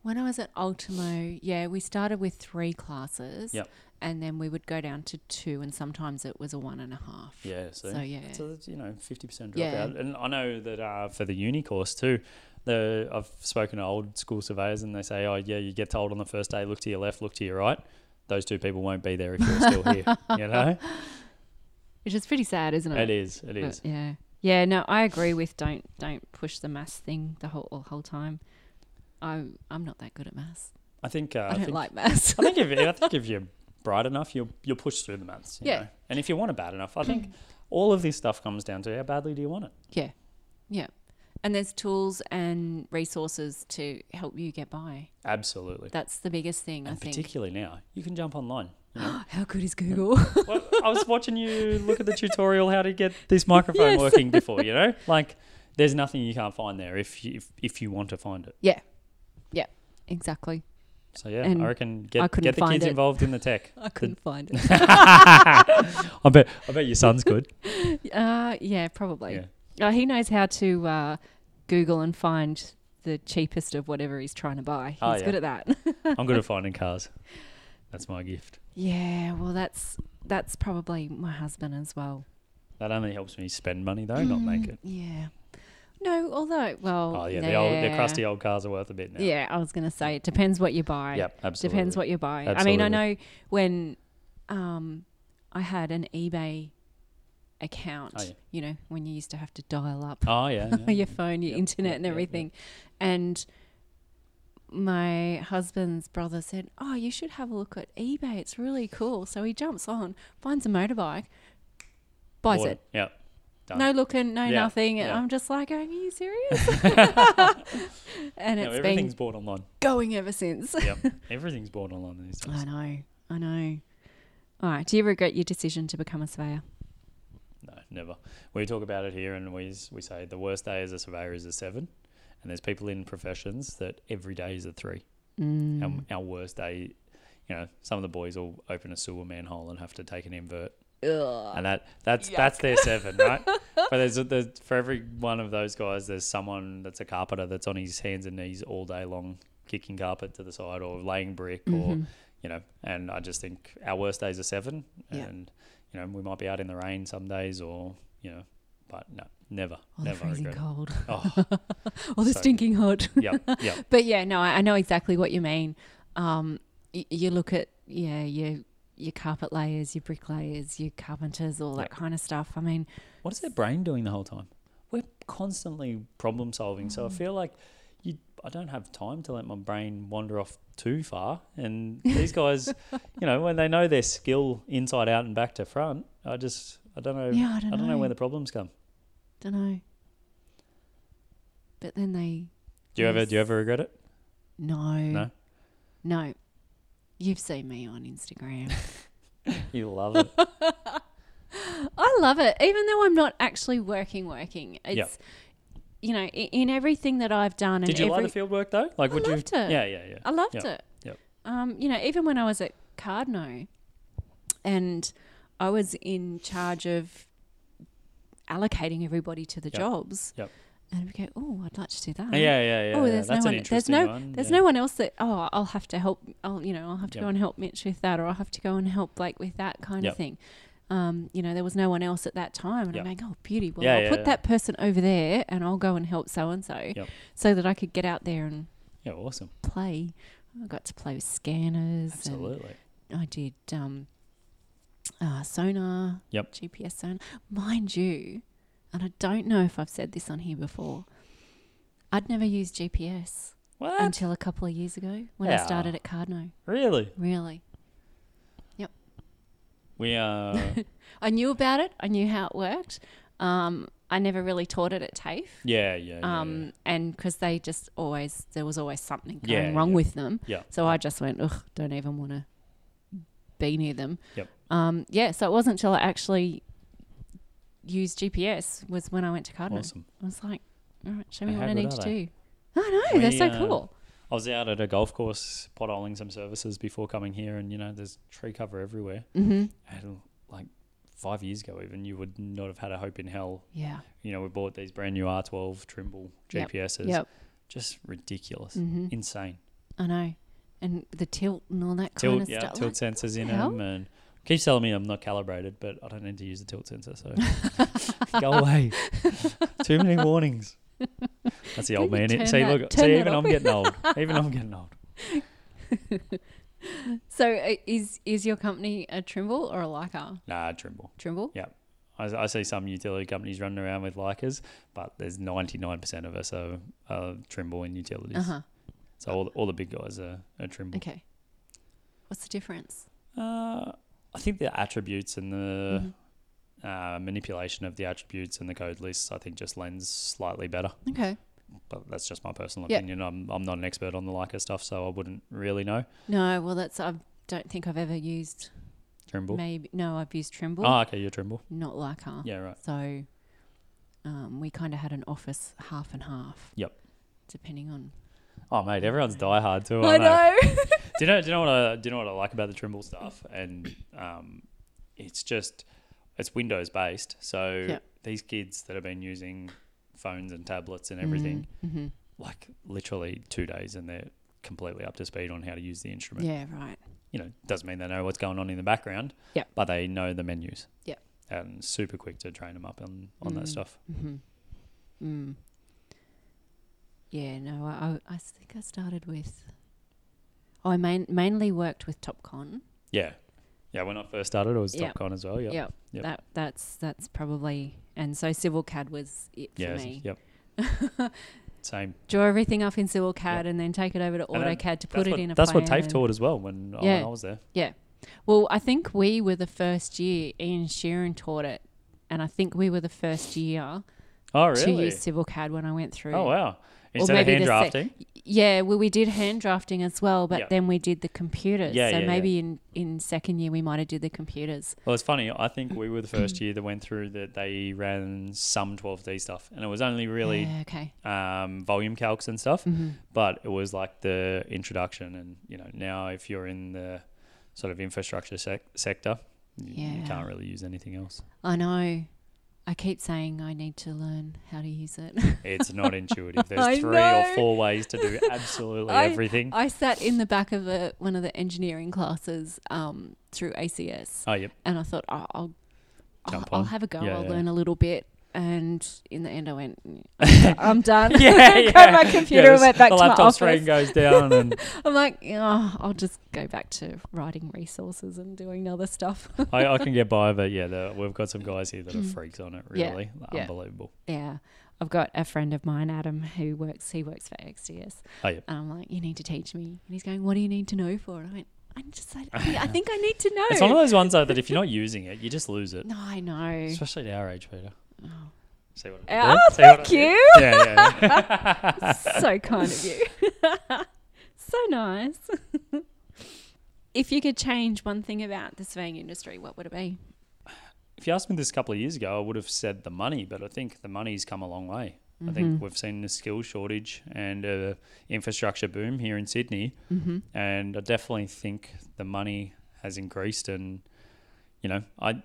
A: When I was at Ultimo, yeah, we started with three classes.
D: Yep.
A: And then we would go down to two, and sometimes it was a one and a half.
D: Yeah, so,
A: So, yeah.
D: so that's, you know, fifty percent dropout,
A: Yeah.
D: and I know that uh, for the uni course too. The I've spoken to old school surveyors, and they say, "Oh, yeah, you get told on the first day, look to your left, look to your right. Those two people won't be there if you're still
A: (laughs)
D: here." You know,
A: Which is pretty sad, isn't it?
D: it is, it is.
A: But, yeah. Yeah, no, I agree with don't don't push the maths thing the whole whole time. I I'm not that good at maths.
D: I think uh,
A: I don't
D: think,
A: like maths. (laughs)
D: I think if I think if you're bright enough, you'll you'll push through the maths. you
A: Yeah. Mm.
D: know. And if you want it bad enough, I think all of this stuff comes down to how badly do you want it.
A: yeah. Yeah. And there's tools and resources to help you get by.
D: Absolutely.
A: That's the biggest thing,
D: and
A: I think. Oh,
D: particularly now, you can jump online. you know. (laughs)
A: How good is Google? (laughs)
D: well, I was watching you look at the tutorial how to get
A: (laughs)
D: this microphone working before. You know, like there's nothing you can't find there if you, if if you want to find it.
A: yeah. Yeah. Exactly.
D: So yeah,
A: And
D: I reckon
A: I
D: get
A: couldn't
D: get the
A: find
D: kids
A: it.
D: involved in
A: (laughs)
D: the tech. (laughs)
A: I couldn't find it.
D: I bet I bet your son's good.
A: (laughs) Uh, yeah, probably.
D: Yeah.
A: Uh, he knows how to uh, Google and find the cheapest of whatever he's trying to buy. He's
D: Oh, yeah.
A: good at that. (laughs)
D: I'm good at finding cars. That's my gift.
A: yeah, well, that's that's probably my husband as well. Mm,
D: That only helps me spend money though, not make it.
A: Yeah. No, although, well,
D: Oh yeah, the old the
A: nah.
D: crusty old cars are worth a bit now.
A: Yeah, I was going to say it depends what you buy.
D: Yep, absolutely.
A: Depends what you buy. I mean, I know
D: Absolutely.
A: when um, I had an eBay account,
D: Oh, yeah.
A: you know, when you used to have to dial up
D: (laughs) Oh yeah.
A: (laughs)
D: yeah.
A: your phone, your internet,
D: yep,
A: and
D: yep, yep.
A: everything. And my husband's brother said, Oh, you should have a look at eBay. It's really cool. So he jumps on, finds a motorbike, buys
D: Bought
A: it.
D: Yeah. Done.
A: No looking, no
D: Yeah,
A: nothing. And
D: yeah.
A: I'm just like, Are you
D: (laughs)
A: serious? (laughs) and
D: No,
A: it's
D: everything's
A: been
D: bought online.
A: going ever since.
D: Yeah. everything's bought online these days.
A: I know. I know. All right. Do you regret your decision to become a surveyor?
D: No, never. We talk about it here, and we s- we say the worst day as a surveyor is a seven, and there's people in professions that every day is a three.
A: Mm.
D: And our worst day, you know, some of the boys will open a sewer manhole and have to take an invert, and that that's that's their seven, right? but there's, a- there's for every one of those guys, there's someone that's a carpenter that's on his hands and knees all day long, kicking carpet to the side or laying brick
A: Mm-hmm.
D: or you know, and I just think our worst days are seven,
A: Yeah.
D: and you know we might be out in the rain some days, or you know, but no, never,
A: Oh, the
D: never
A: freezing
D: regret. it. (laughs)
A: cold. (laughs)
D: Oh,
A: Or the
D: So-
A: stinking hot.
D: yep, yep,
A: (laughs) But yeah, no, I I know exactly what you mean. Um, y- you look at yeah, your your carpet layers, your brick layers, your carpenters, all that
D: Yep.
A: kind of stuff. I mean,
D: What is their brain doing the whole time? We're constantly problem solving,
A: Mm.
D: so I feel like you. I don't have time to let my brain wander off too far. And these
A: (laughs)
D: guys, you know, when they know their skill inside out and back to front, I just I don't know.
A: Yeah, I don't
D: know
A: know.
D: where the problems come.
A: don't know. But then they
D: Do you ever do you ever regret it?
A: no
D: No,
A: no. You've seen me on Instagram.
D: you
A: (laughs)
D: love it.
A: I love it, even though I'm not actually working. Working, it's you know, i- in everything that I've done. and
D: Did you
A: every,
D: like the field work though? Like,
A: I
D: would
A: loved
D: you?
A: it. Oh,
D: Yeah, yeah, yeah.
A: I loved
D: Yep.
A: it.
D: Yep.
A: Um, you know, even when I was at Cardno and I was in charge of allocating everybody to the
D: Yep.
A: jobs.
D: Yep.
A: And we go, oh, I'd like to do that.
D: Yeah, yeah, yeah.
A: Oh,
D: yeah.
A: there's
D: That's
A: no one.
D: an
A: There's
D: interesting
A: no.
D: one.
A: There's
D: yeah.
A: no one else that. Oh, I'll have to help. I'll you know I'll have to go
D: Yep.
A: and help Mitch with that, or I'll have to go and help Blake with that kind
D: Yep.
A: of thing. Um, you know, there was no one else at that time, and I'm
D: Yep.
A: like, oh, beauty. Well,
D: Yeah,
A: I'll
D: yeah,
A: put
D: yeah.
A: that person over there, and I'll go and help so and so,
D: Yep.
A: so that I could get out there and
D: Yeah, awesome.
A: play. I got to play with scanners.
D: Absolutely.
A: And I did um, uh, sonar.
D: Yep.
A: GPS sonar, mind you, and I don't know if I've said this on here before. I'd never used GPS
D: What?
A: until a couple of years ago when I
D: Yeah.
A: started at Cardno.
D: really?
A: Really,
D: We uh,
A: (laughs) I knew about it. I knew how it worked. Um, I never really taught it at TAFE.
D: yeah, yeah, yeah.
A: Um, and because they just always there was always something going
D: Yeah,
A: wrong
D: yeah.
A: with them.
D: Yeah.
A: So I just went, ugh, don't even want to be near them.
D: Yep.
A: Um, yeah. So it wasn't until I actually used GPS was when I went to Cardinal.
D: Awesome.
A: I was like, all right, show
D: And
A: me what
D: how
A: I
D: good
A: need
D: are
A: to
D: they?
A: do. I know they're
D: We,
A: so
D: uh,
A: cool.
D: I was out at a golf course potholing some services before coming here, and you know, there's tree cover everywhere.
A: Mm-hmm.
D: And like five years ago, even you would not have had a hope in hell.
A: Yeah.
D: You know, we bought these brand new R12 Trimble
A: Yep.
D: GPSs.
A: Yep.
D: Just ridiculous,
A: Mhm.
D: insane.
A: I know. And the tilt and all that kind
D: tilt,
A: of
D: yeah,
A: stuff.
D: tilt sensors in
E: hell?
D: them, and keeps telling me I'm not calibrated, but I don't need to use the tilt sensor. So (laughs) go away. (laughs) Too
A: (laughs)
D: many warnings. That's the old
A: Maybe
D: man. in-
A: turn
D: See,
A: that-
D: look,
A: turn
D: see,
A: that
D: even
A: up.
D: I'm
A: (laughs)
D: getting old. Even I'm getting old.
A: so uh, is is your company a Trimble or a Leica?
D: Nah, Trimble.
A: Trimble?
D: I, I see some utility companies running around with Leicas, but there's 99% of us are, are Trimble in utilities.
A: Uh huh.
D: So all, all the big guys are, are Trimble.
A: Okay. What's the difference?
D: Uh, I think the attributes and the
A: Mhm.
D: uh, manipulation of the attributes and the code lists, I think, just lends slightly better.
A: Okay.
D: But that's just my personal
A: Yeah.
D: opinion. I'm, I'm not an expert on the Leica stuff, so I wouldn't really know.
A: No, well that's I don't think I've ever used
D: Trimble.
A: maybe no, I've used Trimble,
D: Ah, okay, you're Trimble.
A: not Leica.
D: Yeah, right.
A: So um, we kind of had an office half and half.
D: Yep.
A: Depending on
D: Oh, mate, everyone's diehard too.
A: (laughs) I
D: aren't they?
A: know.
D: do you know? Do you know what I? Do you know what I like about the Trimble stuff? And um, it's just it's Windows based. So
A: Yeah.
D: these kids that have been using phones and tablets and everything,
A: Mm-hmm.
D: like literally two days, and they're completely up to speed on how to use the instrument.
A: Yeah, right.
D: You know, doesn't mean they know what's going on in the background.
A: Yeah.
D: But they know the menus.
A: Yeah.
D: And super quick to train them up on on
A: Mm.
D: that stuff.
A: Mm-hmm. Mm. Yeah, no, I, I, I think I started with. Oh, I main, mainly worked with TopCon.
D: Yeah. Yeah, when I first started, it was
A: Yeah.
D: Top Con as well. Yeah.
A: Yep.
D: Yep.
A: That that's that's probably and so civil CAD was it for
D: Yeah.
A: me.
D: Yep. Same.
A: (laughs) Draw everything up in civil CAD and then take it over to
D: And then
A: AutoCAD to put
D: That's
A: it
D: what,
A: in a
D: that's what
A: plan
D: TAFE
A: and-
D: taught as well when, I-
A: Yeah.
D: when I was there.
A: Well, I think we were the first year Ian Sheeran taught it, and I think we were the first year
D: Oh
A: to
D: really?
A: use civil CAD when I went through.
D: Oh wow! Instead of
A: maybe
D: hand
A: the sec-
D: drafting,
A: Yeah, well, we did hand drafting as well, but
D: Yeah.
A: then we did the computers.
D: Yeah,
A: so
D: yeah, yeah.
A: maybe in in second year we might have did the computers.
D: well, it's funny. I think we were the first year that went through that they ran some 12D stuff, and it was only really
A: Yeah, okay.
D: um, volume calcs and stuff.
A: Mhm.
D: But it was like the introduction, and you know, now if you're in the sort of infrastructure sec- sector, you, you
A: Yeah.
D: can't really use anything else.
A: I know. I keep saying I need to learn how to use it.
D: It's not intuitive.
A: I
D: There's three
A: know.
D: or four ways
A: (laughs)
D: to do absolutely
A: I-
D: everything.
A: (laughs) I sat in the back of a, one of the engineering classes um, through ACS, (laughs)
D: oh yep.
A: and I thought oh, I'll I'll,
D: Jump
A: I'll
D: on.
A: have a go.
D: Yeah,
A: I'll
D: yeah.
A: learn a little bit. And in the end, I went,
D: (laughs)
A: I'm done. (laughs) Grabbed my computer and
D: this-
A: went back
D: the
A: to my
D: laptop screen
A: office.
D: goes down, and
A: I'm like, oh, I'll just go back to writing resources and doing other stuff.
D: I, uh I can get by, but yeah, the, we've got some guys here that are freaks on it.
A: Mm. Yeah,
D: Really,
A: yeah.
D: unbelievable.
A: (laughs) yeah. I've got a friend of mine, Adam, who works, he works for XDS.
D: Oh yeah,
A: And I'm like, you need to teach me. And he's going, what do you need to know for? And I went, I just, I,
D: (laughs)
A: I think I need to know.
D: it's one of those ones though that if you're not using it, you just lose
A: (laughs)
D: it.
A: no, I know.
D: Especially at our age, Peter.
A: Oh.
D: See what? I
A: Oh,
D: did? See what I
A: thank
D: did?
A: you.
D: Yeah, yeah,
A: (laughs)
D: yeah. (laughs)
A: so kind of you. (laughs) so nice. (laughs) if you could change one thing about the surveying industry, what would it be?
D: if you asked me this a couple of years ago, I would have said the money, but I think the money's come a long way. I
A: Mm-hmm.
D: think we've seen the skill shortage and uh, infrastructure boom here in Sydney,
A: Mhm.
D: and I definitely think the money has increased. And you know, I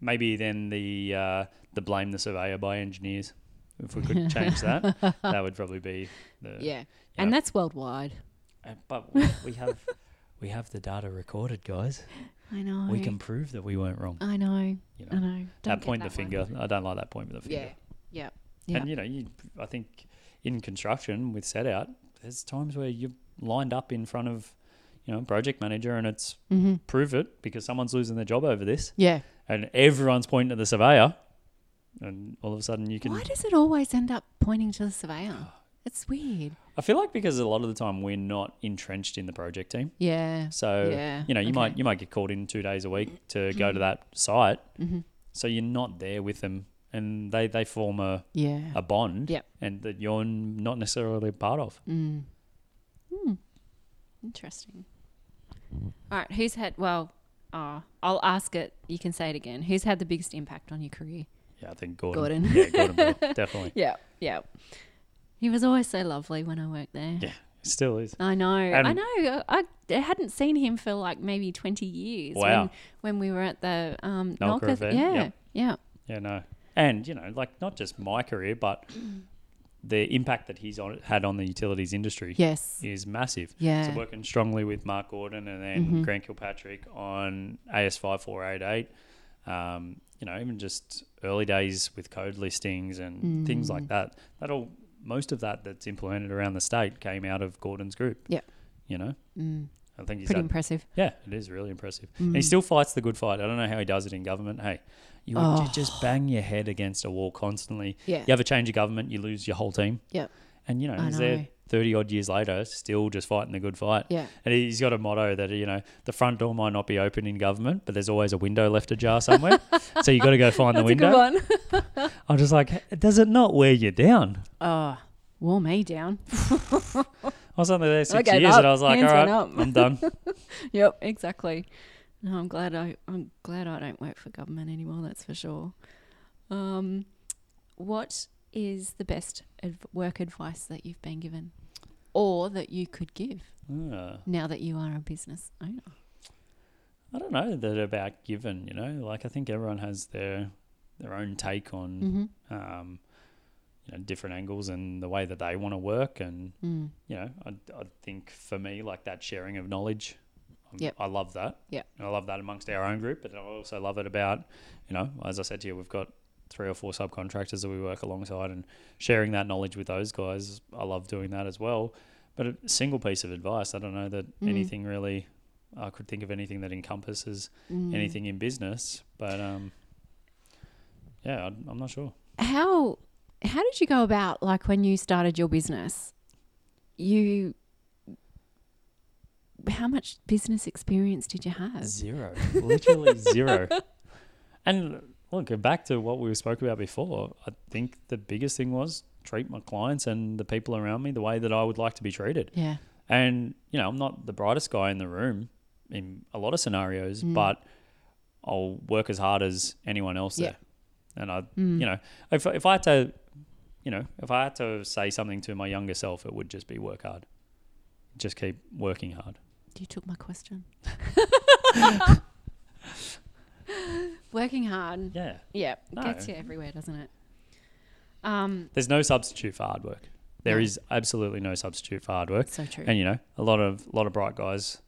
D: maybe then the uh, the blame the surveyor by engineers. If we
A: (laughs)
D: could change that, that would probably be the
A: Yeah. And
D: Yeah.
A: that's worldwide.
D: Uh, But we, we have we have the data recorded, guys.
A: I know.
D: We can prove that we weren't wrong.
A: I know.
D: You know,
A: Oh, I know. Don't get
D: that point the
A: one.
D: finger. I don't like that point with the finger.
A: Yeah. Yeah. Yeah.
D: And you know, you, I think in construction with set out, there's times where you're lined up in front of, you know, project manager, and it's
A: Mm-hmm.
D: prove it because someone's losing their job over this,
A: Yeah.
D: and everyone's pointing at the surveyor, and all of a sudden you can. Ah.
A: Why does it always end up pointing to the surveyor? It's weird.
D: I feel like because a lot of the time we're not entrenched in the project team,
A: Yeah.
D: so
A: Yeah,
D: you know
A: okay.
D: you
A: Mm-hmm.
D: might you might get called in two days a week to go to that site,
A: Mhm.
D: so you're not there with them, and they they form a
A: Yeah.
D: a bond,
A: Yep.
D: and that you're not necessarily a part of.
A: Mm. Hmm. Interesting. All right. Who's had, well, uh, I'll ask it. You can say it again. Who's had the biggest impact on your career?
D: Yeah, I think Gordon.
A: Gordon.
D: Yeah, Gordon
A: (laughs)
D: Bell, definitely.
A: Yeah. Yeah. He was always so lovely when I worked there.
D: Yeah, still is.
A: I know. I
D: And-
A: know. I I hadn't seen him for like maybe 20 years
D: Wow.
A: when, when we were at the um,
D: Nulka
A: Nulka-
D: event,
A: Yeah.
D: yep.
A: Yeah. (clears throat)
D: Yeah, no. And you know, like not just my career, but the impact that he's on, had on the utilities industry
A: Yes.
D: is massive.
A: Yeah.
D: So working strongly with Mark Gordon and then
A: Mhm.
D: Grant Kilpatrick on AS five four eight eight. Um, you know, even just early days with code listings and things
A: Mm.
D: like that. That all most of that that's implemented around the state came out of Gordon's group.
A: Yeah.
D: You know,
A: Mm.
D: I think he's
A: Pretty
D: had,
A: impressive.
D: yeah, it is really impressive. And
A: Mm.
D: he still fights the good fight. I don't know how he does it in government. Hey, you, would you just bang your head against a wall constantly.
A: Oh. Yeah.
D: You have a change of government, you lose your whole team.
A: Yep.
D: And you know,
A: I
D: he's
A: know.
D: there thirty odd years later, still just fighting the good fight.
A: Yeah.
D: And he's got a motto that you know the front door might not be open in government, but there's always a window left
A: (laughs)
D: ajar somewhere. so you got to go find the
A: That's a good
D: window.
A: one.
D: I'm just like, does it not wear you down?
A: Oh, wore me down. (laughs)
D: I was only there six
A: gave
D: years,
A: up.
D: and I was like,
A: Hands
D: all right,
A: went up.
D: I'm done.
A: Yep, exactly. No, I'm glad I I'm glad I don't work for government anymore. That's for sure. Um, what is the best adv- work advice that you've been given, or that you could give (laughs)
D: Yeah.
A: now that you are a business owner?
D: I don't know that about given. You know, like I think everyone has their their own take on
A: Mm-hmm.
D: um, you know different angles and the way that they want to work and
A: Mm.
D: you know, I, I think for me, like that sharing of knowledge, um,
A: Yep.
D: I love that.
A: Yep.
D: And I love that amongst our own group, but I also love it about, you know, as I said to you, we've got three or four subcontractors that we work alongside and sharing that knowledge with those guys. I love doing that as well. But a single piece of advice, I don't know that
A: Mm.
D: anything really, I could think of anything that encompasses
A: Mm.
D: anything in business, but um, yeah, I, I'm not sure.
A: how how did you go about like when you started your business you how much business experience did you have (laughs)
D: Zero. Literally zero. And look, back to what we spoke about before, I think the biggest thing was treat my clients and the people around me the way that I would like to be treated.
A: yeah
D: And, you know, I'm not the brightest guy in the room in a lot of scenarios,
A: Mm.
D: but I'll work as hard as anyone else
A: Yeah.
D: there. And I,
A: Mm.
D: you know, if, if I had to, you know, if I had to say something to my younger self, it would just be work hard. Just keep working hard.
A: you took my question (laughs) working hard
D: Yeah.
A: yeah
D: No.
A: gets you everywhere doesn't it um
D: There's no substitute for hard work. There
A: No.
D: is absolutely no substitute for hard work.
A: so true
D: And you know, a lot of lot of bright guys,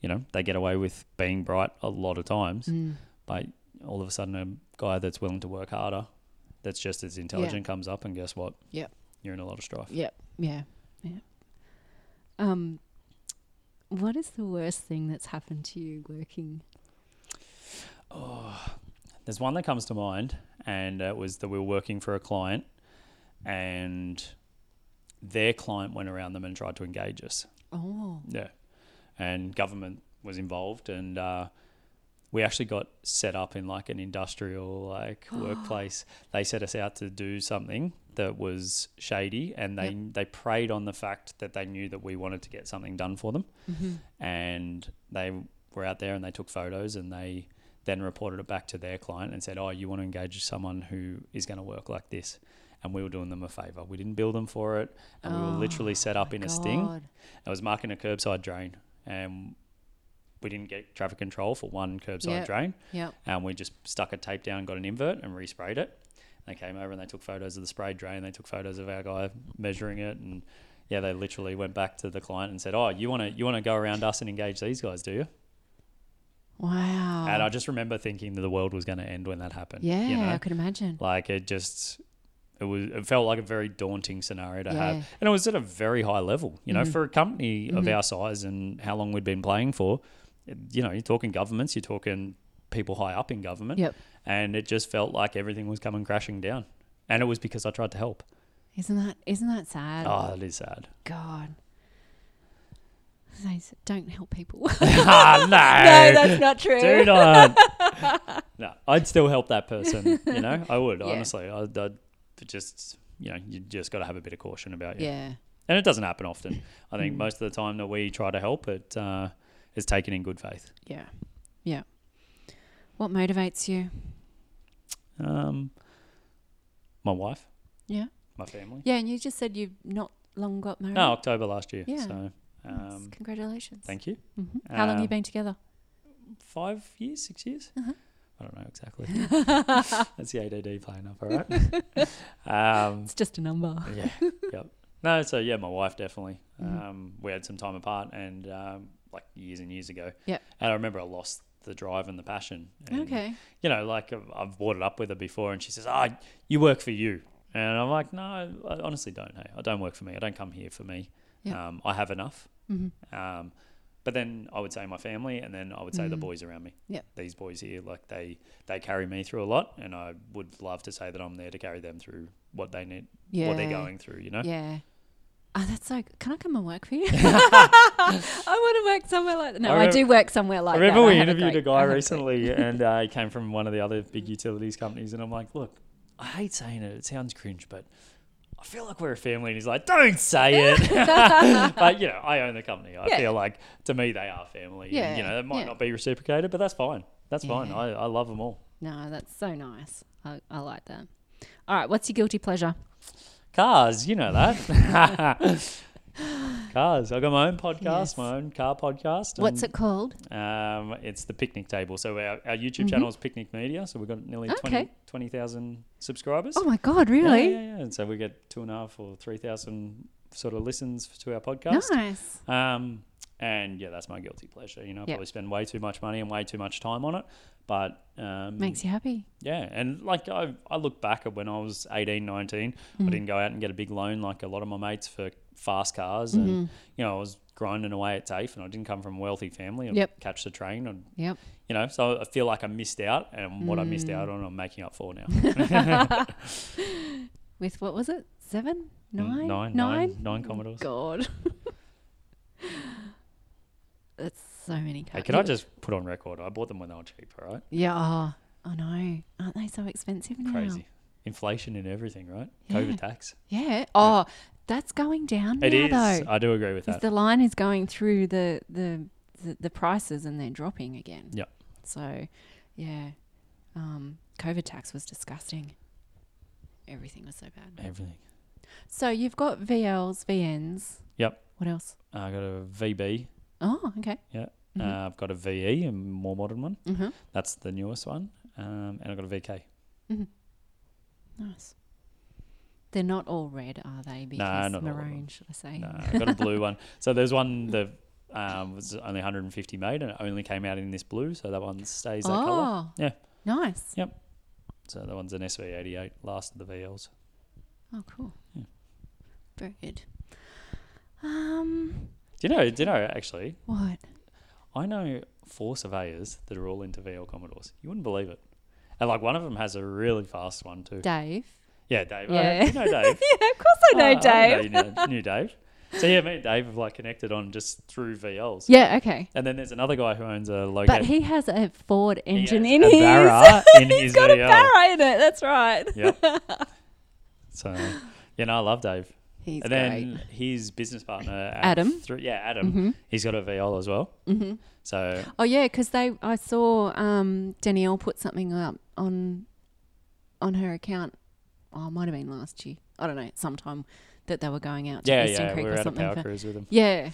D: you know, they get away with being bright a lot of times,
A: Mm.
D: but all of a sudden a guy that's willing to work harder, that's just as intelligent comes up and guess what?
A: Yep.
D: You're in a lot of strife.
A: Yep. Yeah. Yeah. Um, what is the worst thing that's happened to you working?
D: Oh, There's one that comes to mind, and it was that we were working for a client, and their client went around them and tried to engage us.
A: Oh.
D: Yeah. And government was involved and uh, we actually got set up in like an industrial like workplace. They set us out to do something that was shady and they they preyed on the fact that they knew that we wanted to get something done for them.
A: Mm-hmm.
D: And they were out there and they took photos and they then reported it back to their client and said, "Oh, you want to engage someone who is going to work like this." And we were doing them a favor. We didn't bill them for it, and we were literally set up in a sting.
A: Oh God.
D: I was marking a curbside drain, and we didn't get traffic control for one curbside
A: Yep.
D: drain,
A: Yep.
D: and Um, we just stuck a tape down, got an invert, and resprayed it. They came over and they took photos of the sprayed drain. They took photos of our guy measuring it, and yeah, they literally went back to the client and said, "Oh, you want to you want to go around us and engage these guys, do you?"
A: Wow.
D: And I just remember thinking that the world was going to end when that happened.
A: yeah,
D: you know?
A: I could imagine.
D: like it just it was it felt like a very daunting scenario to
A: Yeah. Mm-hmm.
D: have and it was at a very high level you know for a company of our size and how long we'd been playing for you know you're talking governments you're talking people high up in government
A: Yep.
D: and it just felt like everything was coming crashing down and it was because I tried to help
A: Isn't that isn't that sad?
D: oh that is sad (laughs)
A: God. They s- Don't help people. (laughs) no,
D: ah
A: (laughs)
D: no,
A: that's
D: (laughs)
A: not true.
D: do not
A: (laughs)
D: no I'd still help that person you know I would
A: Yeah.
D: honestly I, I'd just you know you just got to have a bit of caution about you
A: yeah. Mm.
D: and it doesn't happen often. I think most of the time that we try to help, it uh, is taken in good faith.
A: Yeah. Yeah. What motivates you?
D: Um, my wife,
A: Yeah.
D: my family.
A: Yeah, and you just said you've not long got married.
D: No, October last year.
A: Yeah.
D: So,
A: Nice.
D: Oh, um,
A: Congratulations.
D: thank you.
A: hmm How long have you
D: Um,
A: been together?
D: Five years, six years.
A: Uh-huh.
D: I don't know exactly.
A: (laughs)
D: That's the ADD playing up, all right? um,
A: It's just a number.
D: yeah, yep. No, so yeah, my wife definitely.
A: Mhm.
D: Um, we had some time apart, and um, like years and years ago.
A: Yep.
D: And I remember I lost the drive and the passion. And, You know, like I've- I've brought it up with her before, and she says, "Ah, you work for you," and I'm like, "No, I honestly don't. Hey, I don't work for me. I don't come here for me.
A: Yep.
D: Um, I have enough."
A: Mm-hmm.
D: Um, but then I would say my family, and then I would say the
A: Mm.
D: boys around me.
A: Yep.
D: These boys here, like they they carry me through a lot, and I would love to say that I'm there to carry them through what they need,
A: Yeah.
D: what they're going through. You know.
A: Yeah. Oh, that's like, can I come and work for
D: (laughs)
A: you? I want to work somewhere like that. No,
D: I
A: I,
D: remember-
A: do work somewhere like
D: I remember
A: that.
D: we
A: have
D: interviewed
A: great-
D: a
A: I
D: guy
A: have great-
D: recently,
A: (laughs)
D: and uh, he came from one of the other big utilities companies, and I'm like, look, I hate saying it; it sounds cringe, but I feel like we're a family. And he's like, don't say
A: (laughs)
D: it. (laughs) but you know, I own the company. I
A: Yeah.
D: feel like to me they are family. and,
A: Yeah,
D: you know, it might
A: yeah.
D: not be reciprocated, but that's fine. That's fine.
A: Yeah.
D: I, I love them all.
A: No, that's so nice. I, I like that. All right, what's your guilty pleasure?
D: Cars, you
A: (laughs)
D: know that. (laughs) Cars. I've got my own podcast,
A: Yes.
D: my own car podcast.
A: What's
D: and-
A: it called?
D: Um, it's the picnic table. So our, our YouTube channel is Picnic Media. So we've got nearly
A: Mm-hmm. Okay.
D: twenty twenty thousand 20,000 subscribers.
A: Oh my God,
D: Yeah,
A: really?
D: Yeah, yeah, And so we get two and a half or three thousand sort of listens to our podcast.
A: Nice.
D: Um, and yeah, that's my guilty pleasure. You know, I
A: Yeah.
D: probably spend way too much money and way too much time on it. But um,
A: Makes you happy.
D: yeah, and like I, I look back at when I was 18, 19,
A: Mm.
D: I didn't go out and get a big loan like a lot of my mates for fast cars.
A: Mm-hmm.
D: And, you know, I was grinding away at TAFE and I didn't come from a wealthy family. I'd
A: Yep.
D: catch the train and,
A: Yep.
D: you know, so I feel like I missed out and what I missed out
A: Mm.
D: on, I'm making
A: (laughs)
D: up for now.
A: With what was it? Seven? Nine?
D: Mm, nine, nine, nine Commodores.
A: God. (laughs) that's so many cars.
D: Hey, can I just put on record? I bought them when they were cheap, all right?
A: Yeah. Oh, I know. Aren't they so expensive now?
D: Crazy. Inflation and everything, right?
A: Yeah.
D: COVID tax.
A: Yeah. Oh, that's going down
D: It is.
A: now though.
D: I do agree with
A: 'Cause
D: that.
A: the line is going through the, the the the prices and they're dropping again.
D: Yep.
A: So, yeah, um, COVID tax was disgusting. Everything was so bad.
D: everything.
A: So you've got VLs, VNs.
D: Yep.
A: What else?
D: Uh, I got a VB.
A: Oh, okay. Mhm.
D: Uh, I've got a VE, a more modern one.
A: Mm-hmm.
D: That's the newest one. Um, and I've got a VK.
A: Nice. They're not all red, are they? Because
D: not all of
A: maroon,
D: them.
A: should I say?
D: No, Uh, I've got a
A: (laughs)
D: blue one. So there's one that um, was only 150 made and it only came out in this blue. So that one stays that colour.
A: oh,
D: Yeah.
A: Nice.
D: So that one's an SV88, last of the VLs.
A: Oh, cool.
D: Yeah.
A: Very good. Um,
D: Do you know, do you know, actually,
A: what?
D: I know four surveyors that are all into VL Commodores. You wouldn't believe it. And like one of them has a really fast one too.
A: Dave.
D: Yeah, Dave.
A: Yeah.
D: Yeah. You know Dave.
A: (laughs) yeah, of course I
D: Oh,
A: know
D: didn't
A: Dave.
D: you knew, knew Dave. So yeah, me and Dave have like connected on just through VLs.
A: Yeah, okay.
D: And then there's another guy who owns a located.
A: But he has a Ford
D: He
A: engine
D: has
A: in (laughs)
D: a
A: his.
D: Barra in his
A: He's got a
D: VL.
A: Barra in it. That's right.
D: Yep. (laughs) so, you know, I love Dave.
A: He's
D: and then his business partner, at
A: Adam. Mm-hmm.
D: thr- yeah, Adam, he's got a viola as well.
A: great. hmm
D: So,
A: Oh yeah, because they I saw um, Danielle put something up on on her account. Oh, it might have been last year. I don't know. Sometime that they were going out to
D: yeah,
A: Eastern
D: yeah, we
A: Creek
D: were
A: or
D: out a
A: something.
D: power
A: for-
D: cruise with him.
A: yeah.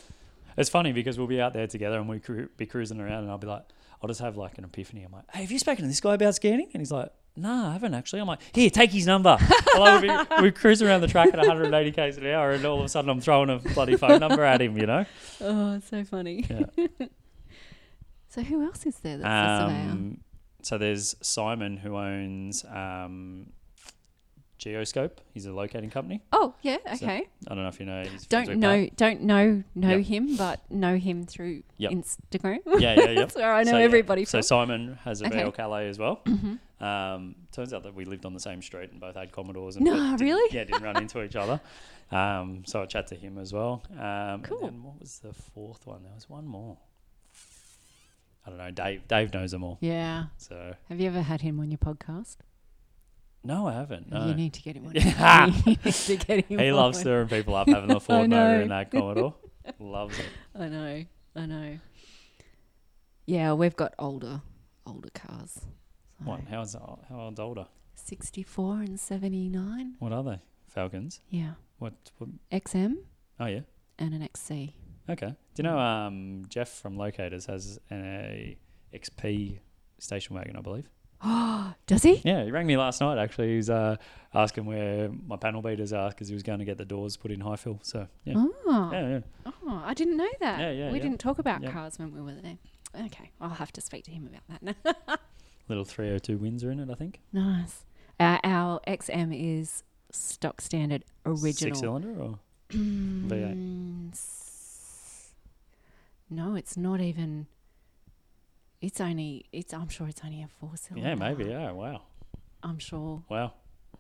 D: It's funny because we'll be out there together and we cru- be cruising around, and I'll be like, I'll just have like an epiphany. I'm like, hey, have you spoken to this guy about scanning? And he's like, nah, I haven't actually. I'm like, here, take his number.
A: (laughs)
D: well, we'll be, we cruise around the track at 180 k's an hour, and all of a sudden I'm throwing a bloody phone number at him, you know?
A: Oh, it's so funny.
D: Yeah.
A: (laughs) So who else is there that's a surveyor?
D: Um, so there's Simon who owns um, Geoscope. He's a locating company.
A: Oh yeah,
D: so-
A: okay.
D: I don't know if you know. He's friends
A: don't
D: with
A: know don't know know
D: Yep.
A: him, but know him through
D: Yep.
A: Instagram.
D: Pat. Yeah, yeah,
A: (laughs)
D: yeah.
A: That's where I know
D: So, yeah.
A: everybody
D: So
A: from.
D: Simon has a
A: Okay.
D: VL Calais as well.
A: Mhm.
D: Um, turns out that we lived on the same street and both had Commodores. And
A: No,
D: but didn't-
A: really?
D: Yeah, didn't run into each other. Um, so I chat to him as well. Um,
A: Cool.
D: And then what was the fourth one? There was one more. I don't know. Dave Dave knows them all.
A: Yeah.
D: So
A: Have you ever had him on your podcast?
D: no, I haven't. No.
A: You need to get
D: (laughs)
A: him on.
D: Yeah.
A: (laughs) You need to get him
D: Uh, He
A: on.
D: loves stirring people
A: (laughs)
D: up, having the Ford
A: know.
D: motor in
A: (laughs)
D: that Commodore. loves it.
A: I know. I know. Yeah, we've got older, older cars. So
D: What? How's how old's older?
A: Sixty-four and seventy-nine.
D: What are they? Falcons.
A: Yeah,
D: What? what
A: XM
D: oh yeah.
A: and an XC.
D: Okay. Do you know um, Jeff from Locators has an a XP station wagon, I believe.
A: Does he?
D: Yeah, he rang me last night actually. He was uh, asking where my panel beaters are because he was going to get the doors put in high fill. So yeah,
A: Oh.
D: yeah, yeah.
A: Oh, I didn't know that.
D: Yeah, yeah,
A: we
D: yeah.
A: didn't talk about
D: Yeah.
A: cars when we were there. Okay, I'll have to speak to him about (laughs) that.
D: Little 302 wins are in it, I think.
A: nice. Uh, our XM is stock standard original.
D: Six cylinder or V8.
A: Mm, s- No, it's not even. It's only. It's. I'm sure it's only a four cylinder.
D: Yeah, maybe. Yeah, wow,
A: I'm sure
D: wow,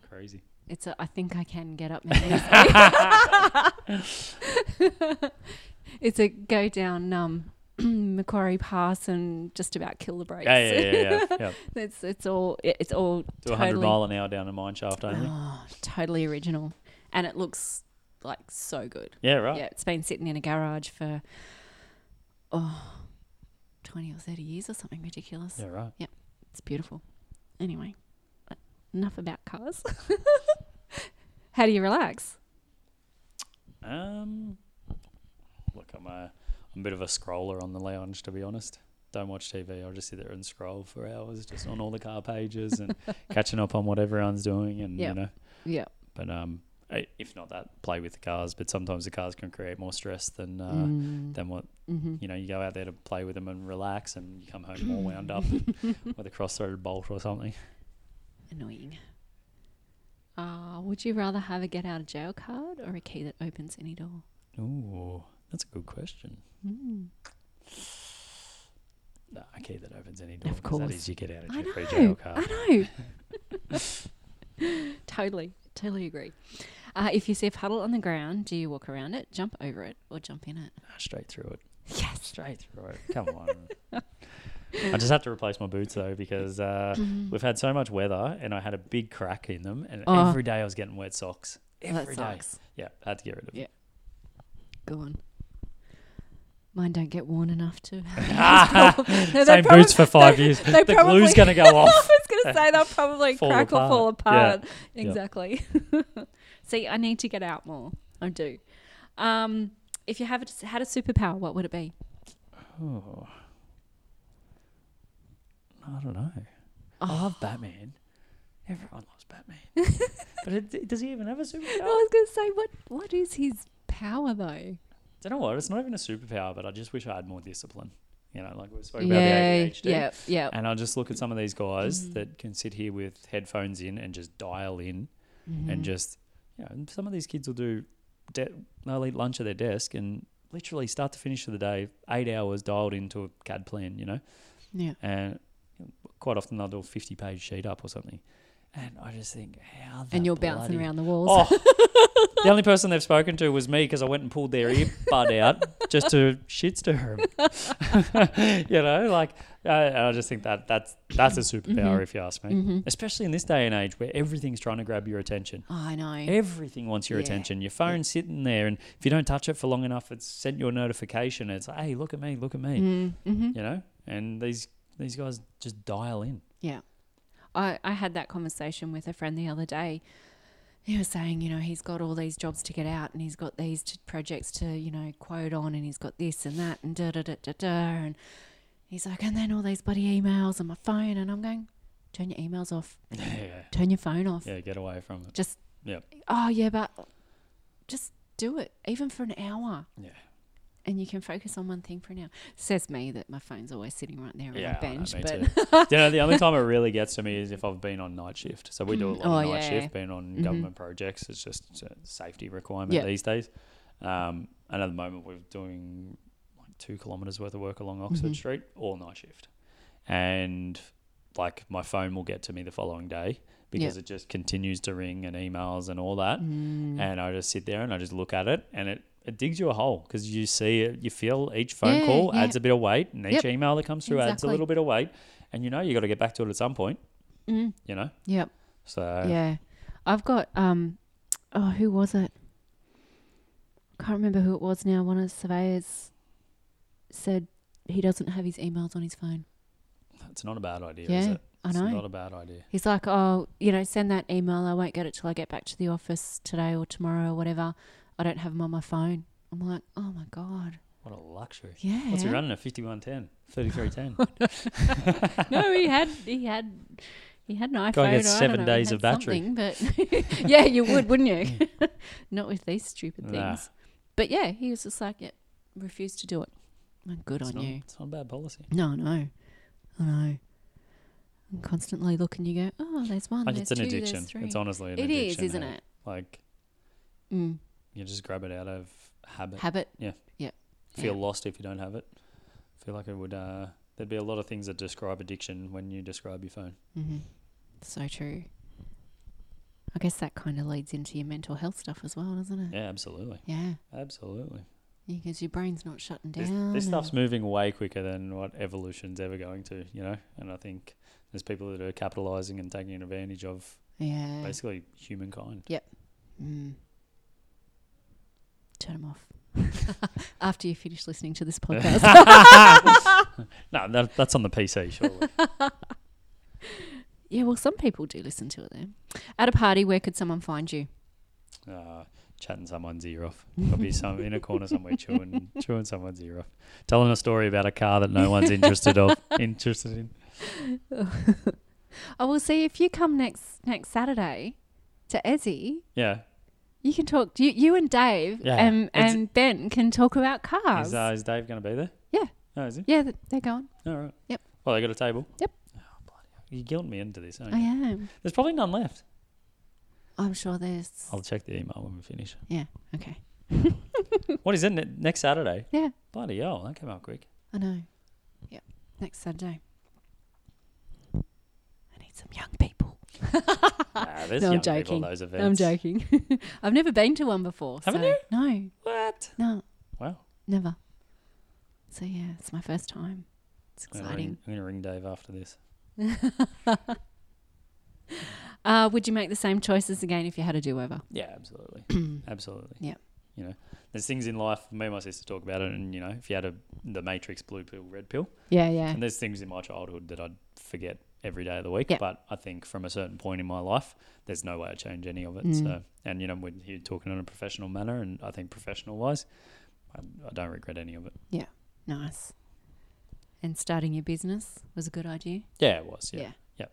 D: crazy.
A: it's. A, I think I can get up
D: (laughs)
A: now. easily. (laughs) it's a go down um, (clears throat) Macquarie Pass and just about kill the brakes.
D: Yeah, yeah, yeah, yeah. yeah. yeah.
A: (laughs) it's it's all it- it's all
D: Do 100
A: totally,
D: mile an hour down a mine shaft only.
A: oh, totally original, and it looks like so good.
D: yeah, right.
A: Yeah, it's been sitting in a garage for oh 20 or 30 years or something ridiculous.
D: Yeah, right.
A: It's beautiful. Anyway, but enough about cars. (laughs) How do you relax?
D: Um, look, I'm a, I'm a bit of a scroller on the lounge, to be honest. Don't watch TV. I'll just sit there and scroll for hours, just on all the car pages
A: (laughs)
D: and catching up on what everyone's doing, and
A: Yeah.
D: you know.
A: Yeah.
D: But um, i- if not that, play with the cars. But sometimes the cars can create more stress than uh,
A: Mm.
D: than what
A: hmm
D: you know. You go out there to play with them and relax, and you come home all
A: (laughs)
D: wound up with a cross-threaded bolt or something.
A: Annoying. Uh, would you rather have a get out of jail card or a key that opens any door?
D: Ooh, that's a good question.
A: Mm.
D: No, a key that opens any door.
A: Of
D: 'cause
A: course.
D: That is, you get out of
A: I
D: jail free
A: know,
D: jail card. (laughs)
A: I know. totally, totally agree. Uh, if you see a puddle on the ground, do you walk around it, jump over it, or jump in it?
D: Ah, Straight through it.
A: Yes.
D: Straight through it. (laughs) Come on.
A: (laughs)
D: I just have to replace my boots though because uh, we've had so much weather and I had a big crack in them and
A: Mm-hmm. Oh.
D: every day I was getting wet socks.
A: Oh, that
D: Every day.
A: sucks.
D: Yeah, I had to get rid of
A: Yeah. Go on. Mine don't get worn enough
D: (laughs)
A: to. (laughs)
D: it. Same boots for five years.
A: they
D: the
A: probably- (laughs)
D: glue's going to go
A: I
D: off.
A: was going to say
D: (laughs)
A: they'll probably
D: Fall
A: crack or fall
D: apart.
A: apart. Exactly. (laughs) See, I need to get out more. I do. Um, if you have a- had a superpower, what would it be?
D: Oh. I don't know. I love Batman. Everyone loves Batman.
A: (laughs)
D: but it, does he even have
A: Oh,
D: a
A: I
D: superpower?
A: was going to say, what what is his power though?
D: Do you know what? It's not even a superpower, but I just wish I had more discipline. You know, like we spoke about
A: Yeah,
D: the ADHD.
A: yeah, Mm-hmm. yeah.
D: And I just look at some of these guys that can sit here with headphones in and just dial in
A: Mm-hmm.
D: and just, you know, and some of these kids will do, de- they'll eat lunch at their desk and literally start to finish of the day, eight hours dialed into a CAD plan, you know?
A: Yeah.
D: And quite often they'll do a 50 page sheet up or something. And I just think, how the
A: And you're bouncing
D: bloody
A: around the walls.
D: Oh,
A: (laughs)
D: (laughs) the only person they've spoken to was me because I went and pulled their earbud out just to shit stir them. (laughs) you know, like uh, and I just think that that's that's a superpower
A: Mm-hmm.
D: if you ask me,
A: Mm.
D: especially in this day and age where everything's trying to grab your attention.
A: I know.
D: Everything wants your
A: Yeah.
D: attention. Your phone's sitting there, and if you don't touch it for long enough, it's sent you a notification. It's like, hey, look at me, look at me.
A: Mm-hmm.
D: You know, and these these guys just dial in. (laughs)
A: Yeah. I, I had that conversation with a friend the other day. He was saying, you know, he's got all these jobs to get out and he's got these t- projects to, you know, quote on and he's got this and that and da da da da da. And he's like, and then all these bloody emails and my phone. And I'm going, turn your emails off,
D: yeah,
A: turn your phone off.
D: yeah, get away from it.
A: Just,
D: Yeah,
A: oh, yeah, but just do it, even for an hour.
D: yeah.
A: and you can focus on one thing for now. Says me that my phone's always sitting right there on
D: Yeah,
A: the bench,
D: I know,
A: but
D: me
A: (laughs)
D: too. (laughs) you know, the only time it really gets to me is if I've been on night shift. So we do a lot of
A: Oh,
D: night
A: yeah.
D: shift, being on government projects. It's just it's a safety requirement
A: Yeah.
D: these days. Um, and at the moment, we're doing like two kilometres worth of work along Oxford
A: Mm-hmm.
D: Street, all night shift. And like my phone will get to me the following day because it just continues to ring and emails and all that.
A: Mm.
D: And I just sit there and I just look at it and it, it digs you a hole because you see it, you feel each phone
A: Yeah,
D: call
A: yeah.
D: adds a bit of weight and each
A: Yep.
D: email that comes through adds a
A: Exactly.
D: little bit of weight and you know you got to get back to it at some point
A: Mm.
D: you know
A: yep,
D: so
A: yeah. I've got um, oh, who was it? I can't remember who it was now. One of the surveyors said he doesn't have his emails on his phone.
D: it's not a bad idea is
A: Yeah,
D: it
A: I
D: it's
A: know.
D: not a bad idea
A: He's like, oh, you know, send that email. I won't get it till I get back to the office today or tomorrow or whatever. I don't have them on my phone. I'm like, oh my god,
D: What a luxury.
A: Yeah.
D: What's he running at? 5110,
A: (laughs)
D: 3310.
A: no, he had he had he had an iPhone.
D: Guy
A: or
D: gets
A: I
D: seven
A: don't know, he
D: days
A: had
D: of battery.
A: something, But (laughs) yeah, you would, wouldn't you? (laughs) Not with these stupid things.
D: Nah.
A: But yeah, he was just like, yeah, refused to do it. Well, Good
D: it's,
A: on
D: not,
A: you.
D: it's not a bad policy.
A: No, no, I know. I'm constantly looking. You go, oh, there's one.
D: Like,
A: There's
D: it's an
A: two,
D: addiction.
A: There's three.
D: It's honestly an
A: It
D: addiction. eh?
A: is, isn't
D: hey.
A: it?
D: Like,
A: Mm.
D: you just grab it out of habit.
A: Habit.
D: Feel
A: yeah.
D: lost if you don't have it. feel like it would, uh, there'd be a lot of things that describe addiction when you describe your phone.
A: hmm So true. I guess that kind of leads into your mental health stuff as well, doesn't it?
D: Yeah, absolutely.
A: Yeah,
D: Absolutely.
A: because your brain's not shutting
D: This,
A: down.
D: this
A: and-
D: stuff's moving way quicker than what evolution's ever going to, you know? And I think there's people that are capitalizing and taking advantage of
A: Yeah.
D: basically humankind.
A: Mm. Turn them off (laughs) after you finish listening to
D: (laughs)
A: this (laughs) podcast.
D: No, that, that's on the PC, surely.
A: yeah, well, some people do listen to it then. At a party, where could someone find you?
D: uh, chatting someone's ear off. Probably some in a corner somewhere chewing chewing someone's ear off. Telling a story about a car that no one's interested
A: (laughs)
D: of interested in.
A: (laughs) I will see if you come next next Saturday to Ezzy.
D: Yeah.
A: You can talk. You, you and Dave
D: Yeah,
A: and
D: it's-
A: and Ben can talk about
D: Is,
A: cars.
D: uh, is Dave gonna be there?
A: Yeah.
D: Oh, is he?
A: yeah, th- they're going.
D: All right.
A: Yep.
D: Well, they got a table.
A: Yep.
D: Oh, bloody hell. You guilt me into this, aren't
A: I
D: you?
A: am.
D: There's probably none left.
A: I'm sure there's.
D: I'll check the email when
A: (laughs)
D: we finish.
A: Yeah. Okay.
D: What is it? Ne- next Saturday?
A: Yeah.
D: Bloody hell, that came out quick.
A: I know. Yep. Next Saturday. I need some young people.
D: Nah,
A: (laughs)
D: there's
A: No, I'm
D: young people at
A: joking.
D: those
A: (laughs)
D: events.
A: I'm joking. (laughs) I've never been to one before.
D: Haven't
A: so-
D: you?
A: No,
D: What?
A: no,
D: Wow.
A: never. So yeah, it's my first time. It's
D: I'm gonna, ring,
A: exciting.
D: I'm gonna ring Dave after this.
A: Uh, would you make the same choices again if you had a do-over?
D: Yeah,
A: (clears throat)
D: absolutely. absolutely.
A: Yeah.
D: You know, there's things in life. Me and my sister talk about it, and you know, if you had a the Matrix blue pill, red pill,
A: Yeah, yeah,
D: and there's things in my childhood that I'd forget every day of the week.
A: Yeah.
D: But I think from a certain point in my life, there's no way I change any of it.
A: Mm.
D: So, and you know, we're here talking on a professional manner, and I think professional wise, I, I don't regret any of it.
A: nice. And starting your business was a good idea.
D: Yeah, it was. Yeah.
A: Yeah.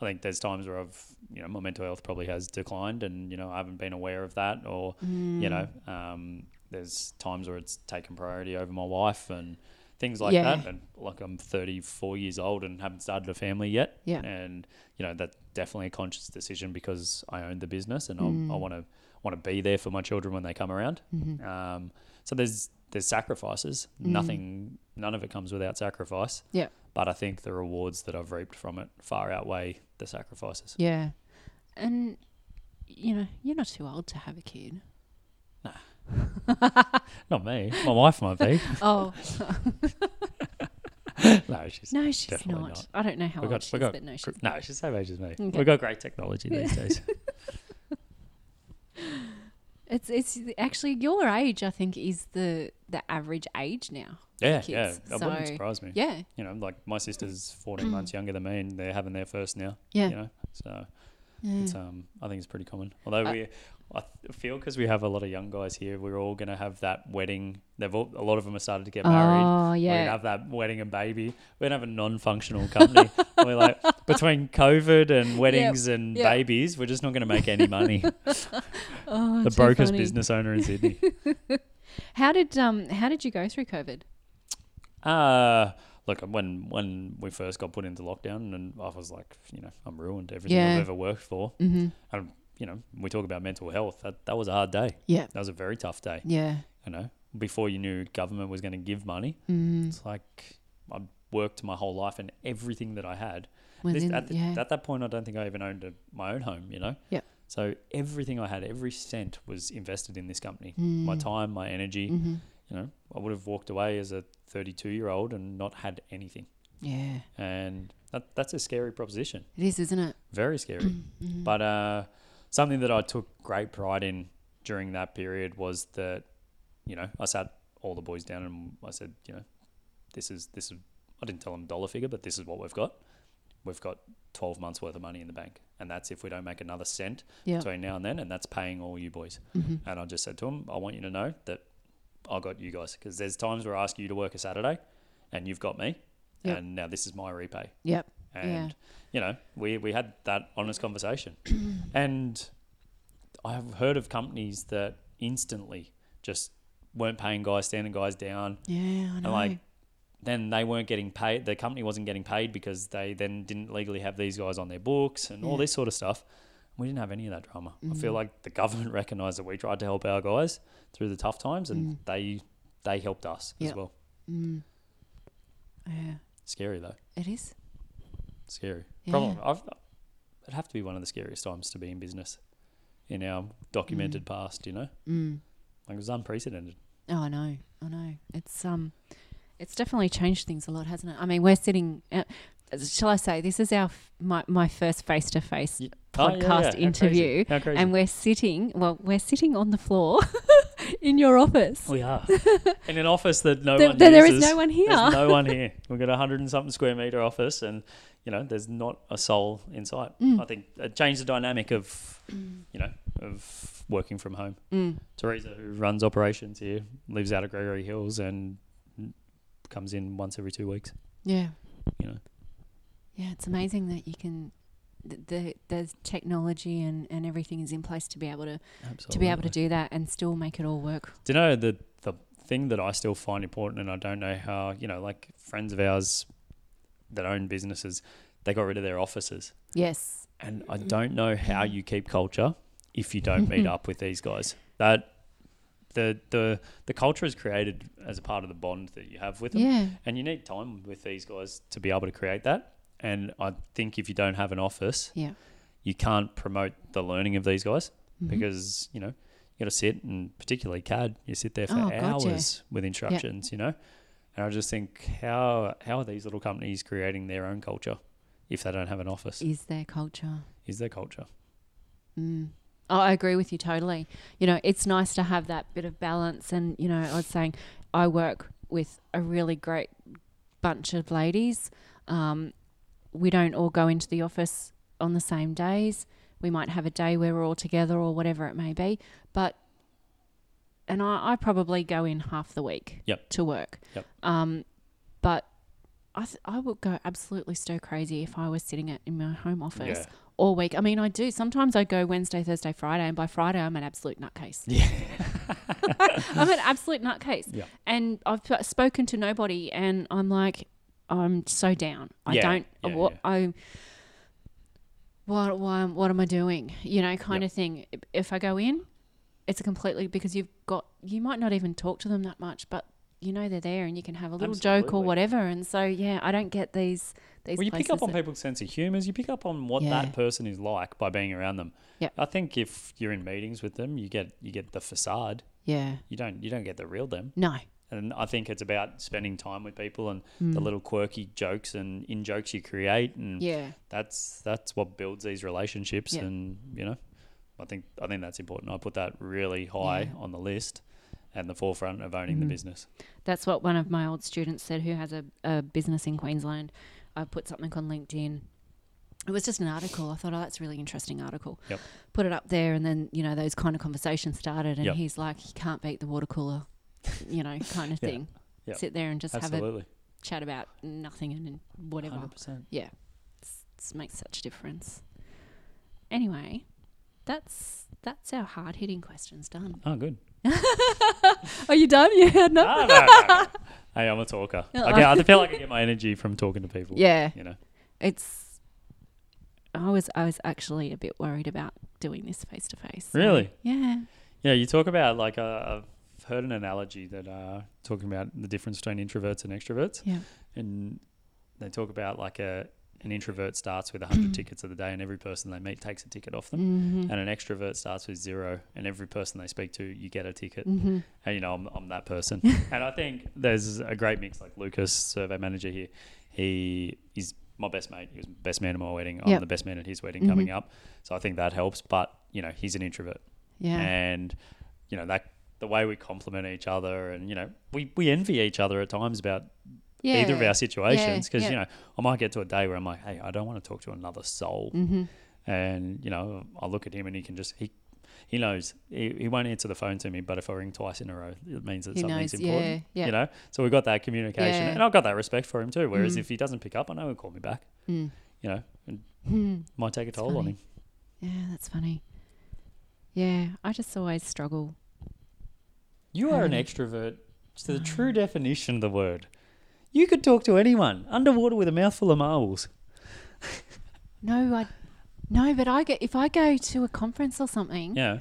D: I think there's times where I've, you know, my mental health probably has declined, and you know, I haven't been aware of that, or
A: Mm.
D: you know um, there's times where it's taken priority over my wife and things like
A: Yeah.
D: that and like i'm 34 years old and haven't started a family yet
A: Yeah.
D: and you know that's definitely a conscious decision because i own the business and
A: Mm.
D: i want to want to be there for my children when they come around
A: Mhm.
D: um, so there's there's sacrifices
A: Mm.
D: nothing none of it comes without sacrifice
A: Yeah.
D: but i think the rewards that i've reaped from it far outweigh the sacrifices
A: Yeah, and you know you're not too old to have a kid.
D: not me my wife might be
A: (laughs) Oh
D: no she's (laughs)
A: no, she's
D: Definitely
A: not.
D: not.
A: I don't know how
D: We
A: old
D: got-
A: she
D: we
A: is,
D: got
A: but no,
D: Gr-
A: she's
D: No, she's the same age as me.
A: Okay.
D: We've got great
A: (laughs)
D: technology these days.
A: It's it's actually your age. I think is the the average age now.
D: yeah,
A: Kids,
D: yeah. That wouldn't
A: so-
D: surprise me.
A: Yeah, Mm.
D: You know, like my sister's 14 months younger than me and they're having their first now.
A: yeah. Mm.
D: You know, so
A: yeah.
D: it's, um, I think it's pretty common. Although
A: I-
D: we, I th- feel because we have a lot of young guys here, we're all going to have that wedding. They've all, a lot of them have started to get married.
A: Oh
D: We're
A: yeah.
D: gonna have that wedding and baby. We're gonna have a
A: (laughs)
D: non-functional company. we're like between COVID and weddings and
A: yep.
D: babies, we're just not gonna make
A: (laughs)
D: any money.
A: oh,
D: the
A: too
D: brokest
A: funny.
D: business owner
A: (laughs)
D: in Sydney.
A: How did um How did you go through COVID?
D: Uh look, when when we first got put into lockdown, and I was like, you know, I'm ruined. Everything
A: Yeah.
D: I've ever worked for,
A: Mm-hmm.
D: and you know, we talk about mental health. That that was a hard day.
A: Yeah.
D: That was a very tough day.
A: Yeah.
D: You know, before you knew government was going to give money,
A: Mm.
D: it's like I worked my whole life and everything that I had. This-
A: Within,
D: at, the-
A: yeah.
D: at that point, I don't think I even owned a, my own home. You know.
A: Yep.
D: So everything I had, every cent was invested in this company.
A: Mm.
D: My time, my energy.
A: Mm-hmm.
D: You know, I would have walked away as a 32 year old and not had anything.
A: Yeah.
D: and that, that's a scary proposition
A: It is, isn't
D: (coughs)
A: it?
D: very scary
A: Mhm.
D: but uh, something that i took great pride in during that period was that you know i sat all the boys down and i said you know this is this is i didn't tell them dollar figure but this is what we've got we've got 12 months worth of money in the bank and that's if we don't make another cent
A: Yeah.
D: between now and then and that's paying all you boys
A: Mhm.
D: and i just said to them i want you to know that I got you guys because there's times where I ask you to work a Saturday, and you've got me,
A: Yep.
D: and now this is my repay.
A: Yep.
D: And
A: Yeah.
D: you know, we we had that honest
A: (clears throat)
D: conversation, and I have heard of companies that instantly just weren't paying guys, standing guys down,
A: Yeah, I know.
D: and like then they weren't getting paid the company wasn't getting paid because they then didn't legally have these guys on their books and all
A: Yeah. Mm.
D: this sort of stuff we didn't have any of that drama i feel like the government (laughs) recognized that we tried to help our guys through the tough times and
A: Mm.
D: they they helped us
A: Yep.
D: as well
A: mm. Yeah,
D: scary though
A: it is.
D: scary
A: Yeah.
D: Probably, I've, it'd have to be one of the scariest times to be in business in our documented past you know
A: Mm.
D: like it was unprecedented
A: Oh, I know, I know. It's um, it's definitely changed things a lot, hasn't it? I mean, we're sitting. Uh, shall I say this is our f- my my first face to face
D: Yeah. Oh, yeah,
A: podcast
D: yeah. How crazy.
A: interview,
D: how crazy
A: and we're sitting. Well, we're sitting on the floor (laughs) in your office. (laughs)
D: we are in an office that no
A: There-
D: one
A: there- there is
D: uses.
A: no one here. (laughs)
D: There's no one here. We've got a hundred and something square meter office, and you know, there's not a soul in sight.
A: Mm. Hmm.
D: I think it changed the dynamic of, you know, of working from home.
A: Mm.
D: Teresa, who runs operations here, lives out of Gregory Hills and comes in once every two weeks.
A: Yeah,
D: You know,
A: yeah. It's amazing that you can. The, the there's technology and, and everything is in place to be able to
D: absolutely.
A: to be able to do that and still make it all work.
D: Do you know the the thing that I still find important, and I don't know how you know, like friends of ours that own businesses, they got rid of their offices.
A: Yes.
D: And I don't know how you keep culture if you
A: (laughs)
D: don't meet up with these guys. That the the the culture is created as a part of the bond that you have with them.
A: Yeah.
D: And you need time with these guys to be able to create that. And I think if you don't have an office,
A: Yeah.
D: you can't promote the learning of these guys
A: Mm-hmm.
D: because, you know, you got to sit and particularly CAD, you sit there for
A: Oh, God, yeah.
D: hours with instructions, you know. And I just think how how are these little companies creating their own culture if they don't have an office?
A: Is their culture.
D: Is their culture?
A: Mm. Oh, I agree with you totally. You know, it's nice to have that bit of balance. And, you know, I was saying I work with a really great bunch of ladies. Um, we don't all go into the office on the same days. We might have a day where we're all together or whatever it may be. But, and I, I probably go in half the week
D: Yep.
A: to work.
D: Yep.
A: Um, but I, th- I would go absolutely stir crazy if I was sitting at, in my home office
D: Yeah.
A: all week. I mean, I do. Sometimes I go Wednesday, Thursday, Friday, and by Friday, I'm an absolute
D: (laughs)
A: nutcase.
D: Yeah.
A: I'm an absolute nutcase.
D: Yeah.
A: And I've p- spoken to nobody, and I'm like, I'm so down. I
D: Yeah,
A: don't.
D: yeah,
A: what
D: yeah.
A: I. What, why, what am I doing? You know, kind
D: Yep.
A: of thing. If- If I go in, it's a completely because you've got you might not even talk to them that much, but you know they're there and you can have a little joke or
D: Absolutely.
A: whatever. And so yeah, I don't get these (laughs) these.
D: Well, you pick up
A: places
D: on
A: that-
D: people's sense of humours. You pick up on what
A: Yeah.
D: that person is like by being around them.
A: Yep.
D: I think if you're in meetings with them, you get you get the facade.
A: Yeah.
D: You don't you don't get the real them.
A: No.
D: And I think it's about spending time with people and the little quirky jokes and in jokes you create, and
A: Mm. Yeah.
D: that's that's what builds these relationships.
A: Yeah.
D: And you know, I think I think that's important. I put that really high
A: Yeah. Mm-hmm.
D: on the list and the forefront of owning the business.
A: That's what one of my old students said who has a, a business in Queensland. I put something on LinkedIn. It was just an article. I thought, oh, that's a really interesting article.
D: Yep.
A: Put it up there, and then, you know, those kind of conversations started. And
D: Yep.
A: he's like, you can't beat the water cooler, (laughs) you know, kind of
D: Yeah.
A: thing.
D: Yep.
A: Sit there and just have
D: Absolutely,
A: a chat about nothing and, and whatever.
D: hundred percent.
A: Yeah. It's, it's makes such a difference. Anyway, that's that's our hard hitting questions done.
D: Oh, good.
A: Are you done? (laughs) You had nothing?
D: No, no, no, (laughs) no. hey, I'm a talker. I, get, I feel like I get my energy from talking to people.
A: Yeah.
D: You know,
A: it's I was I was actually a bit worried about doing this face to face.
D: really.
A: Yeah.
D: Yeah, you talk about like uh, I've heard an analogy that uh, talking about the difference between introverts and extroverts,
A: Yeah.
D: and they talk about like a an introvert starts with (clears throat) 100 tickets of the day, and every person they meet takes a ticket off them.
A: Mm-hmm.
D: And an extrovert starts with zero, and every person they speak to, you get a ticket.
A: Mm-hmm.
D: And you know, I'm, I'm
A: (laughs)
D: that person. and I think there's a great mix. Like Lucas, survey manager here, he is my best mate. He was best man at my wedding.
A: Yep. Mm-hmm.
D: I'm the best man at his wedding coming up. So I think that helps. But you know, he's an introvert,
A: Yeah.
D: and you know that the way we complement each other, and you know, we we envy each other at times about
A: yeah.
D: either of our situations because
A: yeah.
D: you know I might get to a day where I'm like,
A: Mm-hmm.
D: hey, I don't want to talk to another soul, and you know I look at him and he can just he he knows he, he won't answer the phone to me, but if I ring twice in a row, it means that
A: He
D: something's
A: knows,
D: important.
A: yeah, yeah.
D: You know, so we got that communication,
A: Yeah.
D: and I've got that respect for him too. Whereas
A: Mm.
D: if he doesn't pick up, I know he'll call me back.
A: Mm.
D: You know, and
A: Hmm.
D: might take a toll on
A: funny.
D: him.
A: Yeah, that's funny. Yeah, I just always struggle.
D: You are an
A: Having-
D: extrovert
A: (sighs)
D: to the true definition of the word. You could talk to anyone underwater with a mouthful of marbles.
A: No, I no, but I get if I go to a conference or something.
D: Yeah.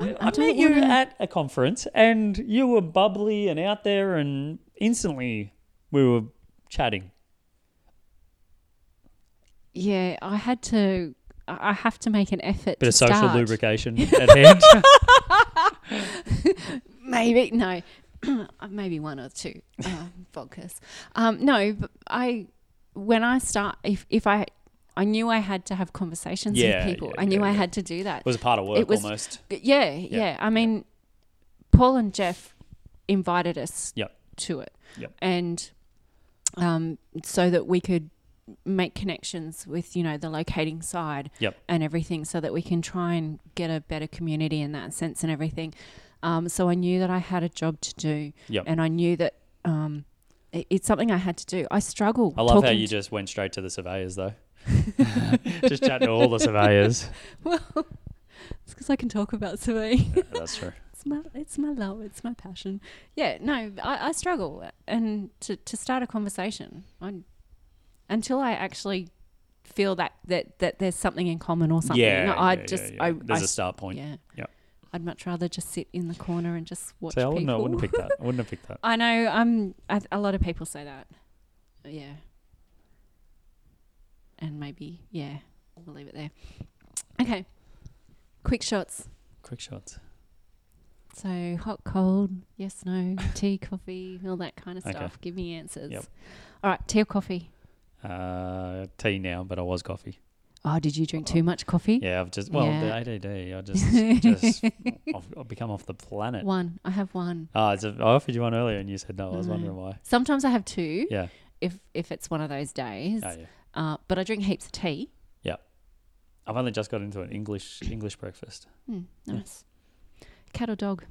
A: I-
D: I,
A: Mm. I
D: met
A: don't
D: you
A: wanna-
D: at a conference and you were bubbly and out there, and instantly we were chatting.
A: Yeah, I had to. I I have to make an effort.
D: Bit
A: to
D: of social
A: start.
D: lubrication
A: (laughs)
D: at hand.
A: Maybe no, (clears throat) Uh, maybe one or two
D: (laughs)
A: um, vodkas. Um, no, but I when I start if if I I knew I had to have conversations
D: Yeah,
A: with people.
D: yeah,
A: I knew
D: yeah,
A: I
D: yeah.
A: had to do that.
D: It was a part of work
A: was-
D: almost.
A: But yeah, yeah, I mean, Paul and Jeff invited us
D: Yep.
A: to it,
D: Yep.
A: and um, so that we could make connections with you know the locating side
D: Yep.
A: and everything, so that we can try and get a better community in that sense and everything. Um, so I knew that I had a job to do,
D: Yep.
A: and I knew that um, it, it's something I had to do. I struggle.
D: I love how
A: talking
D: you
A: to-
D: just went straight to the surveyors, though. just chat to all
A: (laughs)
D: the surveyors.
A: (laughs) well, it's because I can talk about surveying.
D: That's true.
A: it's my it's my love it's my passion yeah no i, I struggle and to, to start a conversation i until i actually feel that, that that there's something in common or something
D: Yeah,
A: i
D: yeah, yeah,
A: just
D: yeah.
A: i
D: There's
A: I-
D: a start point.
A: yeah
D: Yeah.
A: i'd much rather just sit in the corner and just watch
D: See, I wouldn't, I
A: people
D: wouldn't pick that. I wouldn't have picked that.
A: (laughs) i know i'm I, a lot of people say that yeah and maybe yeah we'll leave it there okay quick shots
D: Quick shots.
A: So hot, cold, yes,
D: (laughs)
A: no, tea, coffee, all that kind of
D: Okay.
A: stuff. Give me answers.
D: Yep.
A: All right, tea or coffee?
D: Uh, tea now, but I was coffee.
A: Oh, did you drink too much coffee?
D: Yeah, I've just well
A: Yeah.
D: the ADD.
A: (laughs)
D: I just just I've, I've become off the planet.
A: One. I have one.
D: Ah, it's a, I offered you one earlier and you said no. I was
A: No.
D: wondering why.
A: Sometimes I have two
D: Yeah.
A: if if it's one of those days.
D: Oh, yeah.
A: Uh, but I drink heaps of tea.
D: I've only just got into an English English breakfast.
A: Mm,
D: Yeah.
A: nice. Cat or dog?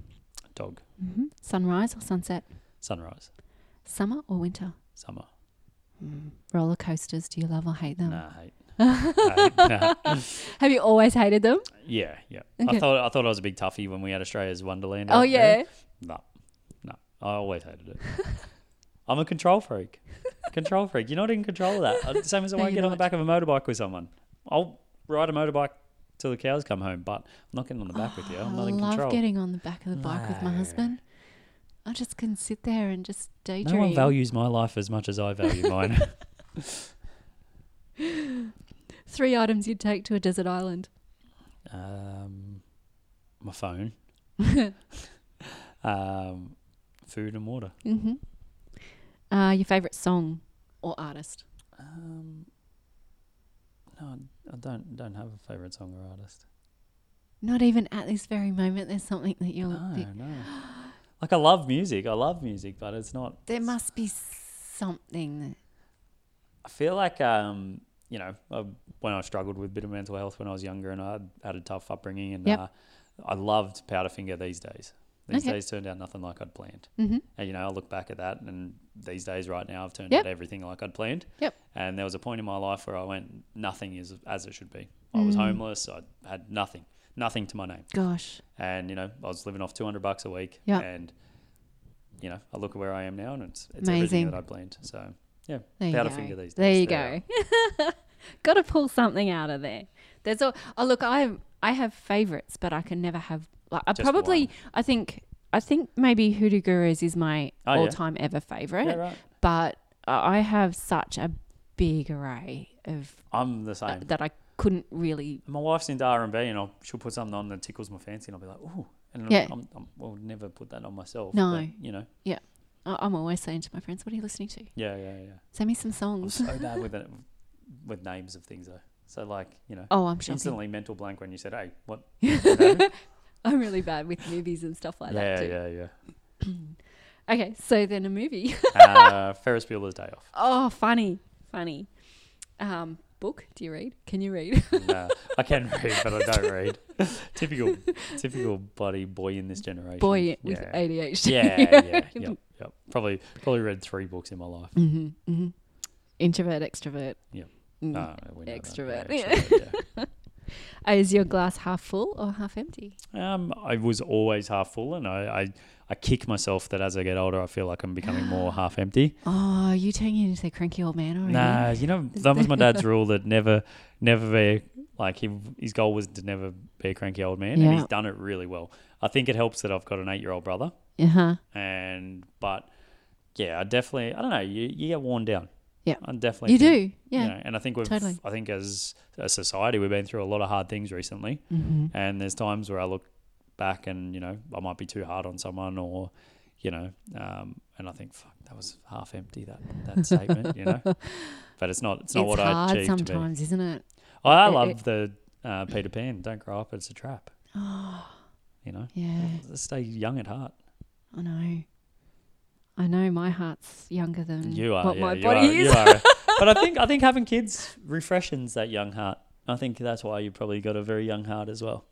D: Dog.
A: hmm Sunrise or sunset?
D: Sunrise.
A: Summer or winter?
D: Summer.
A: Mm. Roller coasters? Do you love or hate them?
D: Nah, I hate. I hate- (laughs) nah.
A: Have you always hated them?
D: Yeah, yeah.
A: Okay.
D: I thought I thought I was a big toughie when we had Australia's Wonderland.
A: oh
D: out there.
A: yeah.
D: No, no. I always hated it. I'm a control freak. Control freak. You're not in control of that. Uh, Same as I
A: No,
D: won't
A: you're
D: get on the
A: not.
D: back of a motorbike with someone. I'll ride a motorbike till the cows come home, but I'm not getting on the back with you. I'm
A: Oh, I
D: not in
A: love
D: control.
A: getting on the back of the bike with my
D: No.
A: husband. I just can sit there and just
D: no
A: daydream.
D: one values my life as much as I
A: (laughs)
D: value mine.
A: Three items you'd take to a desert island.
D: um,
A: (laughs)
D: my phone, um, food and water.
A: hmm Uh, your favorite song or artist?
D: Um, no, I- I don't don't have a favorite song or artist.
A: Not even at this very moment. There's something that you're.
D: No,
A: that- (gasps)
D: no. Like I love music. I love music, but it's not.
A: there must be something. That,
D: I feel like um, you know I, when I struggled with a bit of mental health when I was younger, and I had, had a tough upbringing, and
A: Yep.
D: uh, I loved Powderfinger. These days, these
A: Okay.
D: days turned out nothing like I'd planned.
A: Mhm.
D: And you know, I look back at that, and these days, right now, I've turned
A: Yep.
D: out everything like I'd planned.
A: Yep.
D: And there was a point in my life where I went, nothing is as it should be. I was
A: Mm.
D: homeless. I had nothing, nothing to my name.
A: Gosh.
D: and you know I was living off 200 bucks a week
A: Yeah.
D: and you know I look at where I am now and it's, it's
A: Amazing.
D: everything that I planned so yeah
A: There you
D: powder
A: go.
D: finger these days
A: There you
D: They are.
A: go. (laughs) Got to pull something out of there. There's all. Oh look, I I have favorites, but I can never have. Like, I
D: Just
A: probably.
D: one.
A: I think. I think maybe Hoodoo Gurus is my
D: Oh, yeah.
A: all-time ever favorite,
D: yeah right
A: but I I have such a big array of
D: I'm the same
A: uh, that I couldn't really.
D: my wife's into R&B and I'll, she'll put something on that tickles my fancy and I'll be like ooh and
A: Yeah.
D: I'm, I'm, I would never put that on myself
A: No.
D: but, you know
A: I- I'm always saying to my friends, "What are you listening to?
D: yeah yeah yeah
A: Send me some
D: I'm
A: songs."
D: so
A: (laughs)
D: bad with it with names of things though so like you know
A: Oh, I'm shopping.
D: instantly mental blank when you said hey what
A: (laughs) I'm really bad with movies and stuff like
D: yeah
A: that too.
D: yeah yeah
A: Okay, so then a movie.
D: uh, Ferris Bueller's Day Off
A: oh, funny, funny. Um, Book? Do you read? Can you read?
D: Nah,
A: (laughs)
D: I can read, but I don't read. (laughs) typical, typical bloody boy in this generation.
A: Boy with
D: yeah.
A: (laughs) ADHD.
D: Yeah, yeah, yep, yep. Probably, probably read three books in
A: (laughs)
D: my life.
A: hmm hmm Introvert, extrovert.
D: Yep.
A: Mm.
D: Ah, we know that.
A: Extrovert,
D: Yeah,
A: yeah.
D: extrovert, yeah.
A: Oh, Is your glass half full or half empty? (laughs)
D: Um, I was always half full, and I, I, I kick myself that as I get older, I feel like I'm becoming
A: (gasps)
D: more half empty.
A: Oh, you turning into the cranky old man already?
D: Nah, you know
A: (laughs)
D: that was my dad's rule that never, never be like he, his goal was to never be a cranky old man, and
A: Yeah.
D: he's done it really well. I think it helps that I've got an eight-year-old brother,
A: Uh huh.
D: and but yeah, I definitely, I don't know, you, you get worn down.
A: Yeah.
D: I definitely.
A: You
D: think-
A: do. Yeah.
D: you know, and I think we've,
A: totally.
D: I think as a society, we've been through a lot of hard things recently.
A: Mhm.
D: And there's times where I look back and, you know, I might be too hard on someone or, you know, um, and I think, fuck, that was half empty, that,
A: (laughs)
D: that statement, you know. But it's not, it's not
A: it's
D: what I
A: hard
D: achieved to be.
A: sometimes, isn't it? (gasps)
D: Oh, I
A: It-
D: love the uh, Peter Pan, don't grow up, it's a trap,
A: Oh,
D: you know.
A: yeah.
D: Stay young at heart.
A: I know. I know my heart's younger than
D: You are,
A: what
D: yeah,
A: my
D: you
A: body
D: are,
A: is.
D: you
A: (laughs)
D: are. But I think I think having kids refreshens that young heart. I think that's why you probably got a very young heart as well.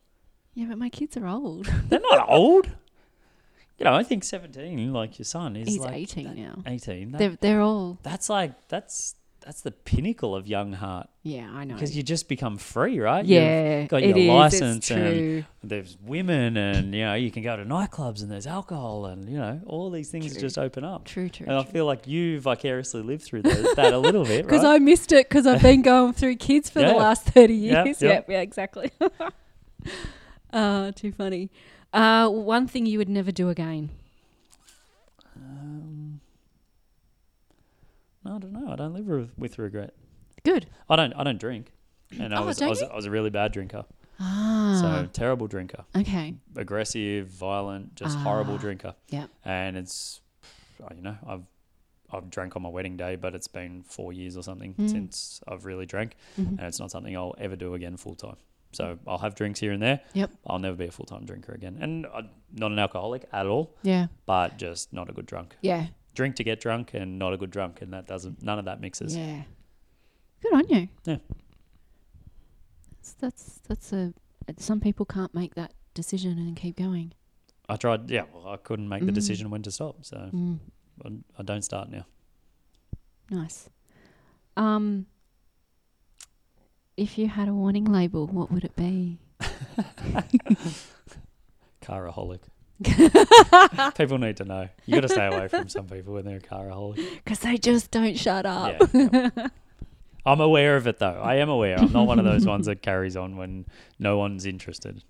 A: Yeah, but my kids are old.
D: They're
A: (laughs)
D: not old. You know, I think 17, like your son, is
A: He's
D: like
A: 18 now.
D: 18. That-
A: They're, they're all.
D: that's like, that's that's the pinnacle of young heart
A: Yeah, I know.
D: because you just become free, right? You've
A: yeah,
D: got
A: it
D: your
A: is, It's
D: license and
A: true.
D: there's women and, you know, you can go to nightclubs and there's alcohol and, you know, all these things
A: True.
D: just open up.
A: True, true.
D: And I feel like you vicariously lived through the, that a little
A: (laughs)
D: bit,
A: Because
D: right?
A: I missed it because I've been going through kids for
D: Yeah.
A: the last 30
D: Yeah,
A: years.
D: yeah.
A: Yeah, yeah, exactly. (laughs) uh, too funny. Uh, one thing you would never do again.
D: Um, I don't know. I don't live with, with regret.
A: Good.
D: I don't. I don't drink, and I
A: Oh,
D: was I
A: don't
D: was,
A: you?
D: I was a really bad drinker.
A: Ah,
D: So terrible drinker,
A: okay.
D: aggressive, violent, just horrible
A: Ah,
D: drinker.
A: yep.
D: And it's, you know, I've I've drank on my wedding day, but it's been four years or something
A: Mm.
D: since I've really drank,
A: Mhm.
D: and it's not something I'll ever do again full time. So I'll have drinks here and there.
A: Yep.
D: I'll never be a full time drinker again, and i not an alcoholic at all,
A: Yeah.
D: but just not a good drunk.
A: Yeah.
D: Drink to get drunk, and not a good drunk, and that doesn't none of that mixes.
A: Yeah. Good on you.
D: Yeah.
A: That's that's, that's a. Some people can't make that decision and keep going.
D: I tried. Yeah, well, I couldn't make the
A: Mm.
D: decision when to stop, so
A: Mm,
D: I, I don't start now.
A: nice. Um. If you had a warning label, what would it be?
D: Caraholic. people need to know. You got to stay away from some people when they're a caraholic.
A: (laughs) Because they just don't shut up.
D: Yeah, yeah. I'm aware of it though. I am aware. I'm not one of those ones that carries on when no one's interested.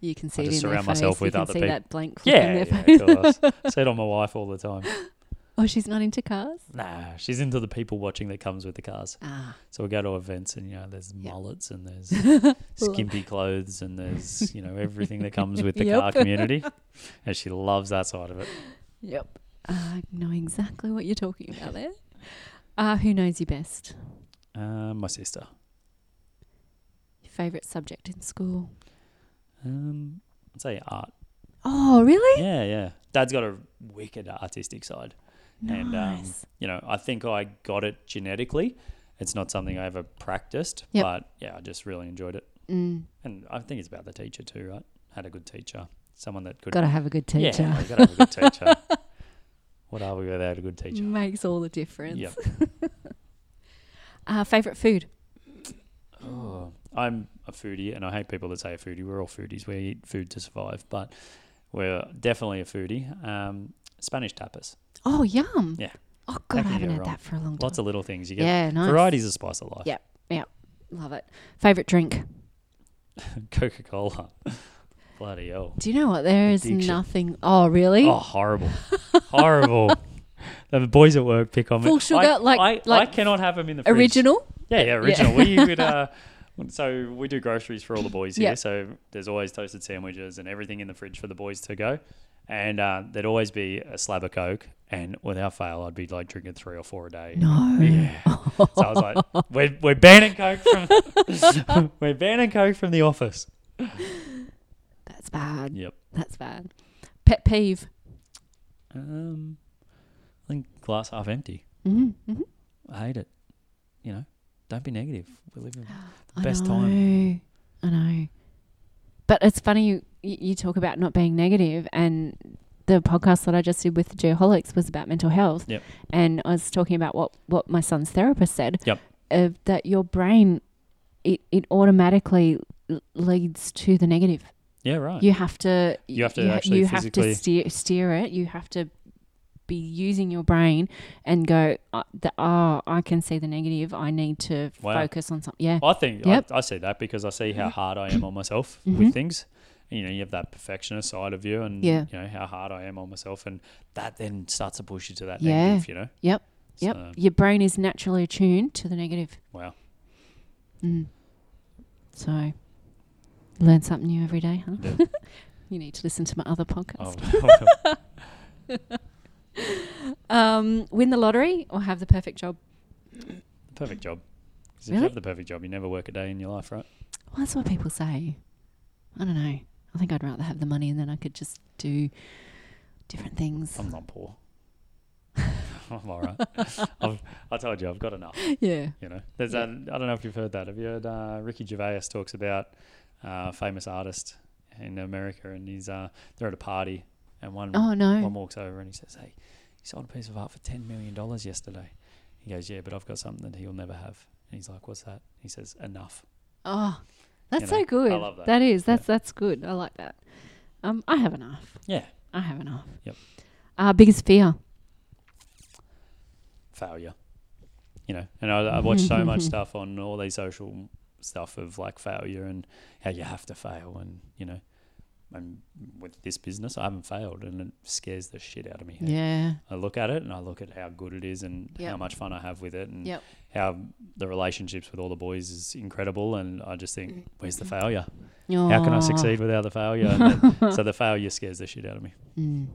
A: You can see it
D: just
A: in their
D: surround
A: face.
D: myself
A: you
D: with
A: can
D: other
A: see
D: peop-
A: that blank look in
D: Yeah,
A: their
D: yeah,
A: face.
D: of course. Say it on my wife all the time.
A: Oh, she's not into cars?
D: Nah, she's into the people watching that comes with the cars.
A: Ah.
D: So we go to events and you know there's
A: Yeah.
D: mullets and there's
A: (laughs)
D: skimpy clothes and there's you know everything that comes with the
A: Yep. (laughs)
D: car community, and she loves that side of it.
A: Yep. I Uh, know exactly what you're talking about there. Uh, who knows you best?
D: Uh, my sister.
A: Your favourite subject in school?
D: Um, I'd say art.
A: Oh, really?
D: Yeah, yeah. Dad's got a wicked artistic side. And, um,
A: Nice.
D: You know, I think I got it genetically. It's not something I ever practiced,
A: Yep.
D: but yeah, I just really enjoyed it.
A: Mm.
D: And um, I think it's about the teacher too, right? Had a good teacher, someone that could.
A: Got to have a good
D: yeah,
A: teacher.
D: you gotta have a good teacher.
A: (laughs)
D: what are we without a good teacher?
A: Makes all the difference.
D: Yep.
A: (laughs) Uh, favorite food?
D: Oh, I'm a foodie, and I hate people that say a foodie. We're all foodies. We eat food to survive, but we're definitely a foodie. Um, Spanish tapas.
A: Oh, yum.
D: Yeah.
A: Oh god,
D: How
A: I
D: can you
A: haven't
D: go
A: had
D: wrong?
A: that for a long time.
D: Lots of little things. You get
A: yeah, nice.
D: varieties of spice of life. (laughs)
A: Yeah. Love it. Favorite drink?
D: Coca Cola. (laughs) Bloody hell.
A: Do you know what? There is
D: Addiction.
A: nothing. Oh, really?
D: Oh, horrible.
A: (laughs)
D: horrible. The boys at work pick on me.
A: Full sugar,
D: I,
A: like-
D: I,
A: like
D: I cannot have them in the fridge.
A: Original?
D: Yeah, yeah, original.
A: (laughs)
D: we would, uh, so we do groceries for all the boys here.
A: Yeah.
D: So there's always toasted sandwiches and everything in the fridge for the boys to go. And uh, there'd always be a slab of Coke. And without fail, I'd be like drinking three or four a day.
A: No.
D: Yeah. so I was like, we're, we're banning Coke from (laughs) we're banning Coke from the office.
A: That's bad.
D: Yep.
A: That's bad. Pet peeve.
D: Um, I think glass half empty.
A: Mm-hmm.
D: I hate it. You know, Don't be negative. We're
A: (gasps)
D: living.
A: I
D: Best
A: know. I know. But it's funny you, you you talk about not being negative and the podcast that I just did with the Geoholics was about mental health.
D: Yep.
A: And I was talking about what, what my son's therapist said.
D: Yep.
A: Of that your brain it, it automatically l- leads to the negative.
D: Yeah, right.
A: You have to
D: You have to
A: ha-
D: actually
A: you have to
D: physically-
A: steer steer it. You have to be using your brain and go uh, the, oh I can see the negative. I need to
D: Wow.
A: focus on something. Yeah.
D: I think
A: Yep. Mm-hmm.
D: I, I see that because I see how hard I am on myself
A: Mhm.
D: with things. You know, you have that perfectionist side of you, and
A: Yeah.
D: you know how hard I am on myself, and that then starts to push you to that
A: Yeah.
D: negative. You know,
A: Yep. Yep.
D: So,
A: Your brain is naturally attuned to the negative.
D: wow.
A: Mm. So, learn something new every day, huh?
D: Yeah.
A: (laughs) you need to listen to my other
D: (laughs) Oh, (laughs)
A: podcast.
D: Oh.
A: Um, win the lottery or have the perfect job.
D: perfect job. 'Cause If
A: Really?
D: you have the perfect job, you never work a day in your life, right?
A: Well, that's what people say. I don't know. I think I'd rather have the money and then I could just do different things.
D: I'm
A: (laughs)
D: not poor. (laughs) I'm all right. (laughs) I've, I told you, I've got enough.
A: yeah.
D: You know, there's
A: Yeah.
D: that. I don't know if you've heard that. Have you heard uh, Ricky Gervais talks about uh, famous artist in America, and he's uh, they're at a party, and one
A: Oh
D: Mm. one
A: no.
D: walks over and he says, "Hey, he sold a piece of art for ten million dollars yesterday." He goes, "Yeah, but I've got something that he'll never have." And he's like, "What's that?" He says, "Enough."
A: Oh, that's
D: know,
A: so
D: I
A: good.
D: love that.
A: That is. That's that's good. I like that. Um, I have enough.
D: Yeah,
A: I have enough.
D: Yep.
A: Uh, biggest fear.
D: failure. You know, and I, I watch
A: (laughs)
D: so much stuff on all these social stuff of like failure and how you have to fail, and you know, and with this business, I haven't failed, and it scares the shit out of me.
A: Yeah.
D: I look at it and I look at how good it is and how
A: Yep.
D: much fun I have with it and
A: Yep.
D: how the relationships with all the boys is incredible. And I just think,
A: Mm-hmm.
D: where's the failure?
A: Oh.
D: How can I succeed without the failure? And
A: (laughs)
D: then- so the failure scares the shit out of me.
A: Mm.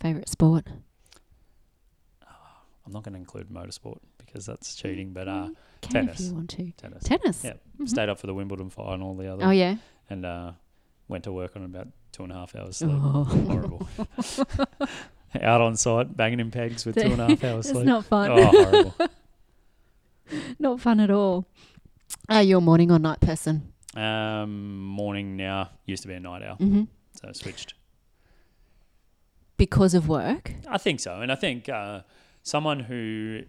A: Favorite sport?
D: I'm not going to include motorsport because that's cheating, but uh,
A: Mm, Can
D: tennis.
A: if you want to.
D: tennis.
A: Tennis.
D: Yeah.
A: Mhm.
D: Stayed up for the Wimbledon final and all the other,
A: Oh yeah.
D: and uh, went to work on about two and a half hours sleep.
A: Oh. (laughs)
D: Horrible. Out on site, banging in pegs with two and a half hours
A: It's
D: sleep.
A: not fun.
D: Oh, horrible.
A: (laughs) Not fun at all. Are you a morning or night person?
D: Um, morning now used to be a night owl,
A: Mm-hmm.
D: so I switched.
A: Because of work.
D: I think so, and I think uh, someone who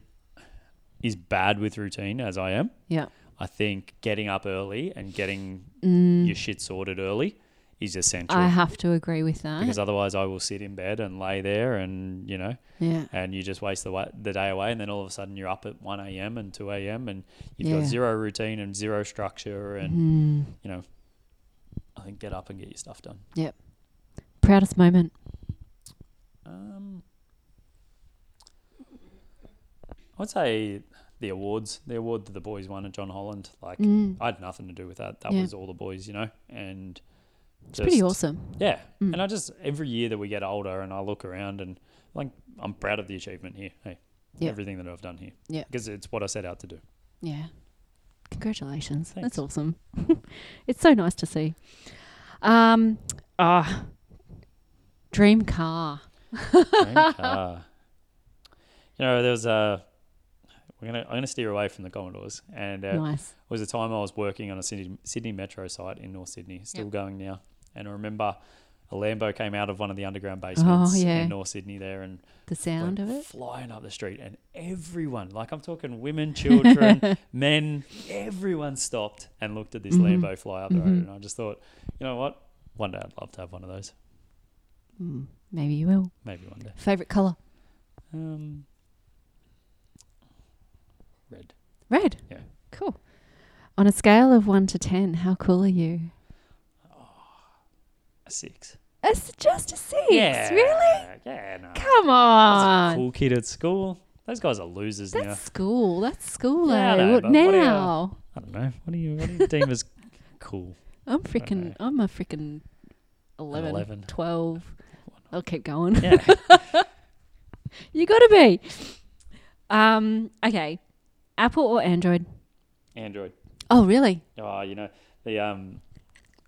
D: is bad with routine, as I am,
A: Yeah.
D: I think getting up early and getting
A: Mm, Uh-huh.
D: your shit sorted early is essential.
A: I have to agree with that.
D: because otherwise, I will sit in bed and lay there, and you know,
A: Yeah.
D: and you just waste the wa- the day away, and then all of a sudden you're up at one a.m. and two a.m. and you've
A: Yeah.
D: got zero routine and zero structure, and
A: Mm.
D: you know, I think get up and get your stuff done.
A: Proudest moment.
D: Um, I'd say the awards, the award that the boys won at John Holland. Like
A: Mm.
D: I had nothing to do with that. That
A: Yeah.
D: was all the boys, you know. And
A: It's pretty
D: just-
A: awesome.
D: Yeah,
A: Mm.
D: and I just every year that we get older, and I look around and like I'm proud of the achievement here. Hey,
A: Yeah.
D: everything that I've done here.
A: Yeah.
D: because it's what I set out to
A: (laughs)
D: do.
A: Yeah. Congratulations.
D: Thanks.
A: That's awesome. (laughs) it's so nice to see. Um. Ah. dream car.
D: Drink, uh, you know, there was a. We're gonna. I'm gonna steer away from the Commodores, and uh,
A: Nice.
D: was a time I was working on a Sydney, Sydney metro site in North Sydney, still going now. And I remember a Lambo came out of one of the underground basements
A: Oh, yeah.
D: in North Sydney there and
A: The sound of
D: went
A: it.
D: flying up the street. And everyone, like I'm talking
A: (laughs)
D: women, children, men, everyone stopped and looked at this
A: Mhm.
D: Lambo fly up the road.
A: Mhm.
D: And I just thought, you know what? One day I'd love to have one of those.
A: Mm, maybe you will.
D: Maybe one day.
A: Favorite color?
D: Um, red.
A: Red.
D: Yeah.
A: Cool. On a scale of one to ten, how cool are you?
D: A six.
A: It's just a six.
D: Yeah.
A: Really?
D: Yeah, no.
A: Come
D: I was a
A: on.
D: cool kid at school. Those guys are losers
A: Ah. That's
D: now.
A: school. That's school.
D: Yeah, I
A: though.
D: know,
A: What
D: but what do you-
A: now?
D: I don't know. What do you, what do you deem as cool? (laughs)
A: I'm freaking.
D: know.
A: I'm a freaking 11,
D: 11.
A: 12. I'll keep going. (laughs)
D: Yeah.
A: You gotta be. Um. Okay. Apple or Android?
D: Android.
A: Oh, really?
E: Mm-hmm.
A: (laughs)
D: Oh, you know the um,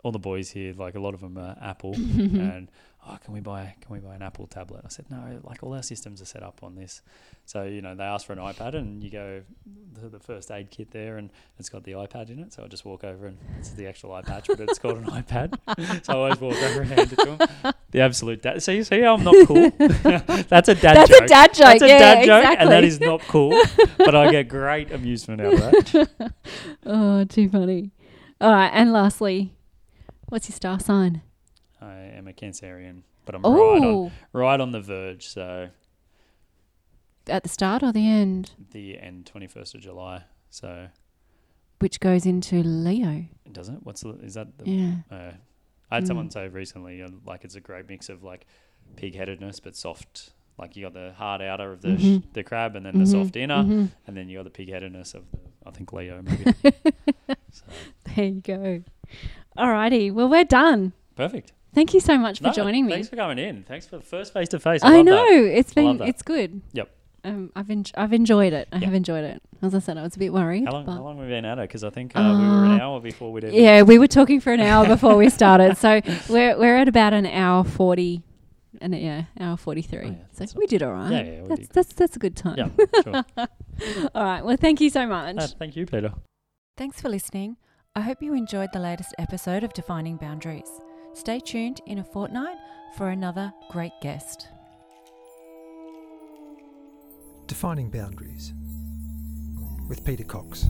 D: all the boys here, like a lot of them are Apple, and oh, can we buy can we buy an Apple tablet? I said, no, like all our systems are set up on this. So you know, they asked for an iPad, and you go to the first aid kit there, and it's got the iPad in it. So I just walk over, and it's the actual iPad, but it's called
E: (laughs)
D: an iPad. So I always walk over and hand it to them. The absolute dad. See, see, how I'm
E: (laughs)
D: not cool. That's a dad
E: That's
D: joke.
E: a dad joke.
D: That's a
E: yeah,
D: dad joke,
E: exactly.
D: and that is not cool.
A: (laughs)
D: but I get great amusement out
E: (laughs)
D: of that.
A: Oh, too funny. All right, and lastly, what's your star sign?
D: I am a Cancerian, but I'm right on
A: Oh,
D: right on the verge. So
A: at the start or the end,
D: the end, twenty first of July. So
A: which goes into Leo.
D: it doesn't. What's the, is that? The,
A: Yeah.
D: uh, I had
A: Mm.
D: someone say recently, uh, like it's a great mix of like pig-headedness but soft. Like you got the hard outer of the sh-
A: Mhm.
D: the crab, and then
A: Mhm,
D: the soft inner,
A: mhm.
D: and then you got the pig-headedness of the I think
A: (laughs)
D: Leo. Maybe. so,
A: There you go. All righty. Well, we're done.
D: perfect.
A: Thank you so much for
D: No,
A: joining me.
D: Thanks for coming in. Thanks for the first face to face.
A: I, know it's
D: I
A: been
D: love that.
A: it's good.
D: Yep.
A: Um, I've en- I've enjoyed it. I
D: Yeah.
A: have enjoyed it. As I said, I was a bit worried.
D: How long,
A: but-
D: how long have we been at it? Because I think uh, we were an
A: Uh,
D: hour before we'd even
A: yeah, we were talking for an hour before we started,
D: (laughs)
A: so we're we're at about an hour forty, and yeah, hour forty three.
D: Oh, yeah,
A: so
D: that's
A: we did all right.
D: Yeah, yeah, we
A: that's
D: did.
A: that's that's a good time.
D: Yeah, sure.
A: (laughs) all right. Well, thank you so much.
D: Uh, thank you, Peter.
E: Thanks for listening. I hope you enjoyed the latest episode of Defining Boundaries. Stay tuned in a fortnight for another great guest.
B: Defining Boundaries with Peter Cox.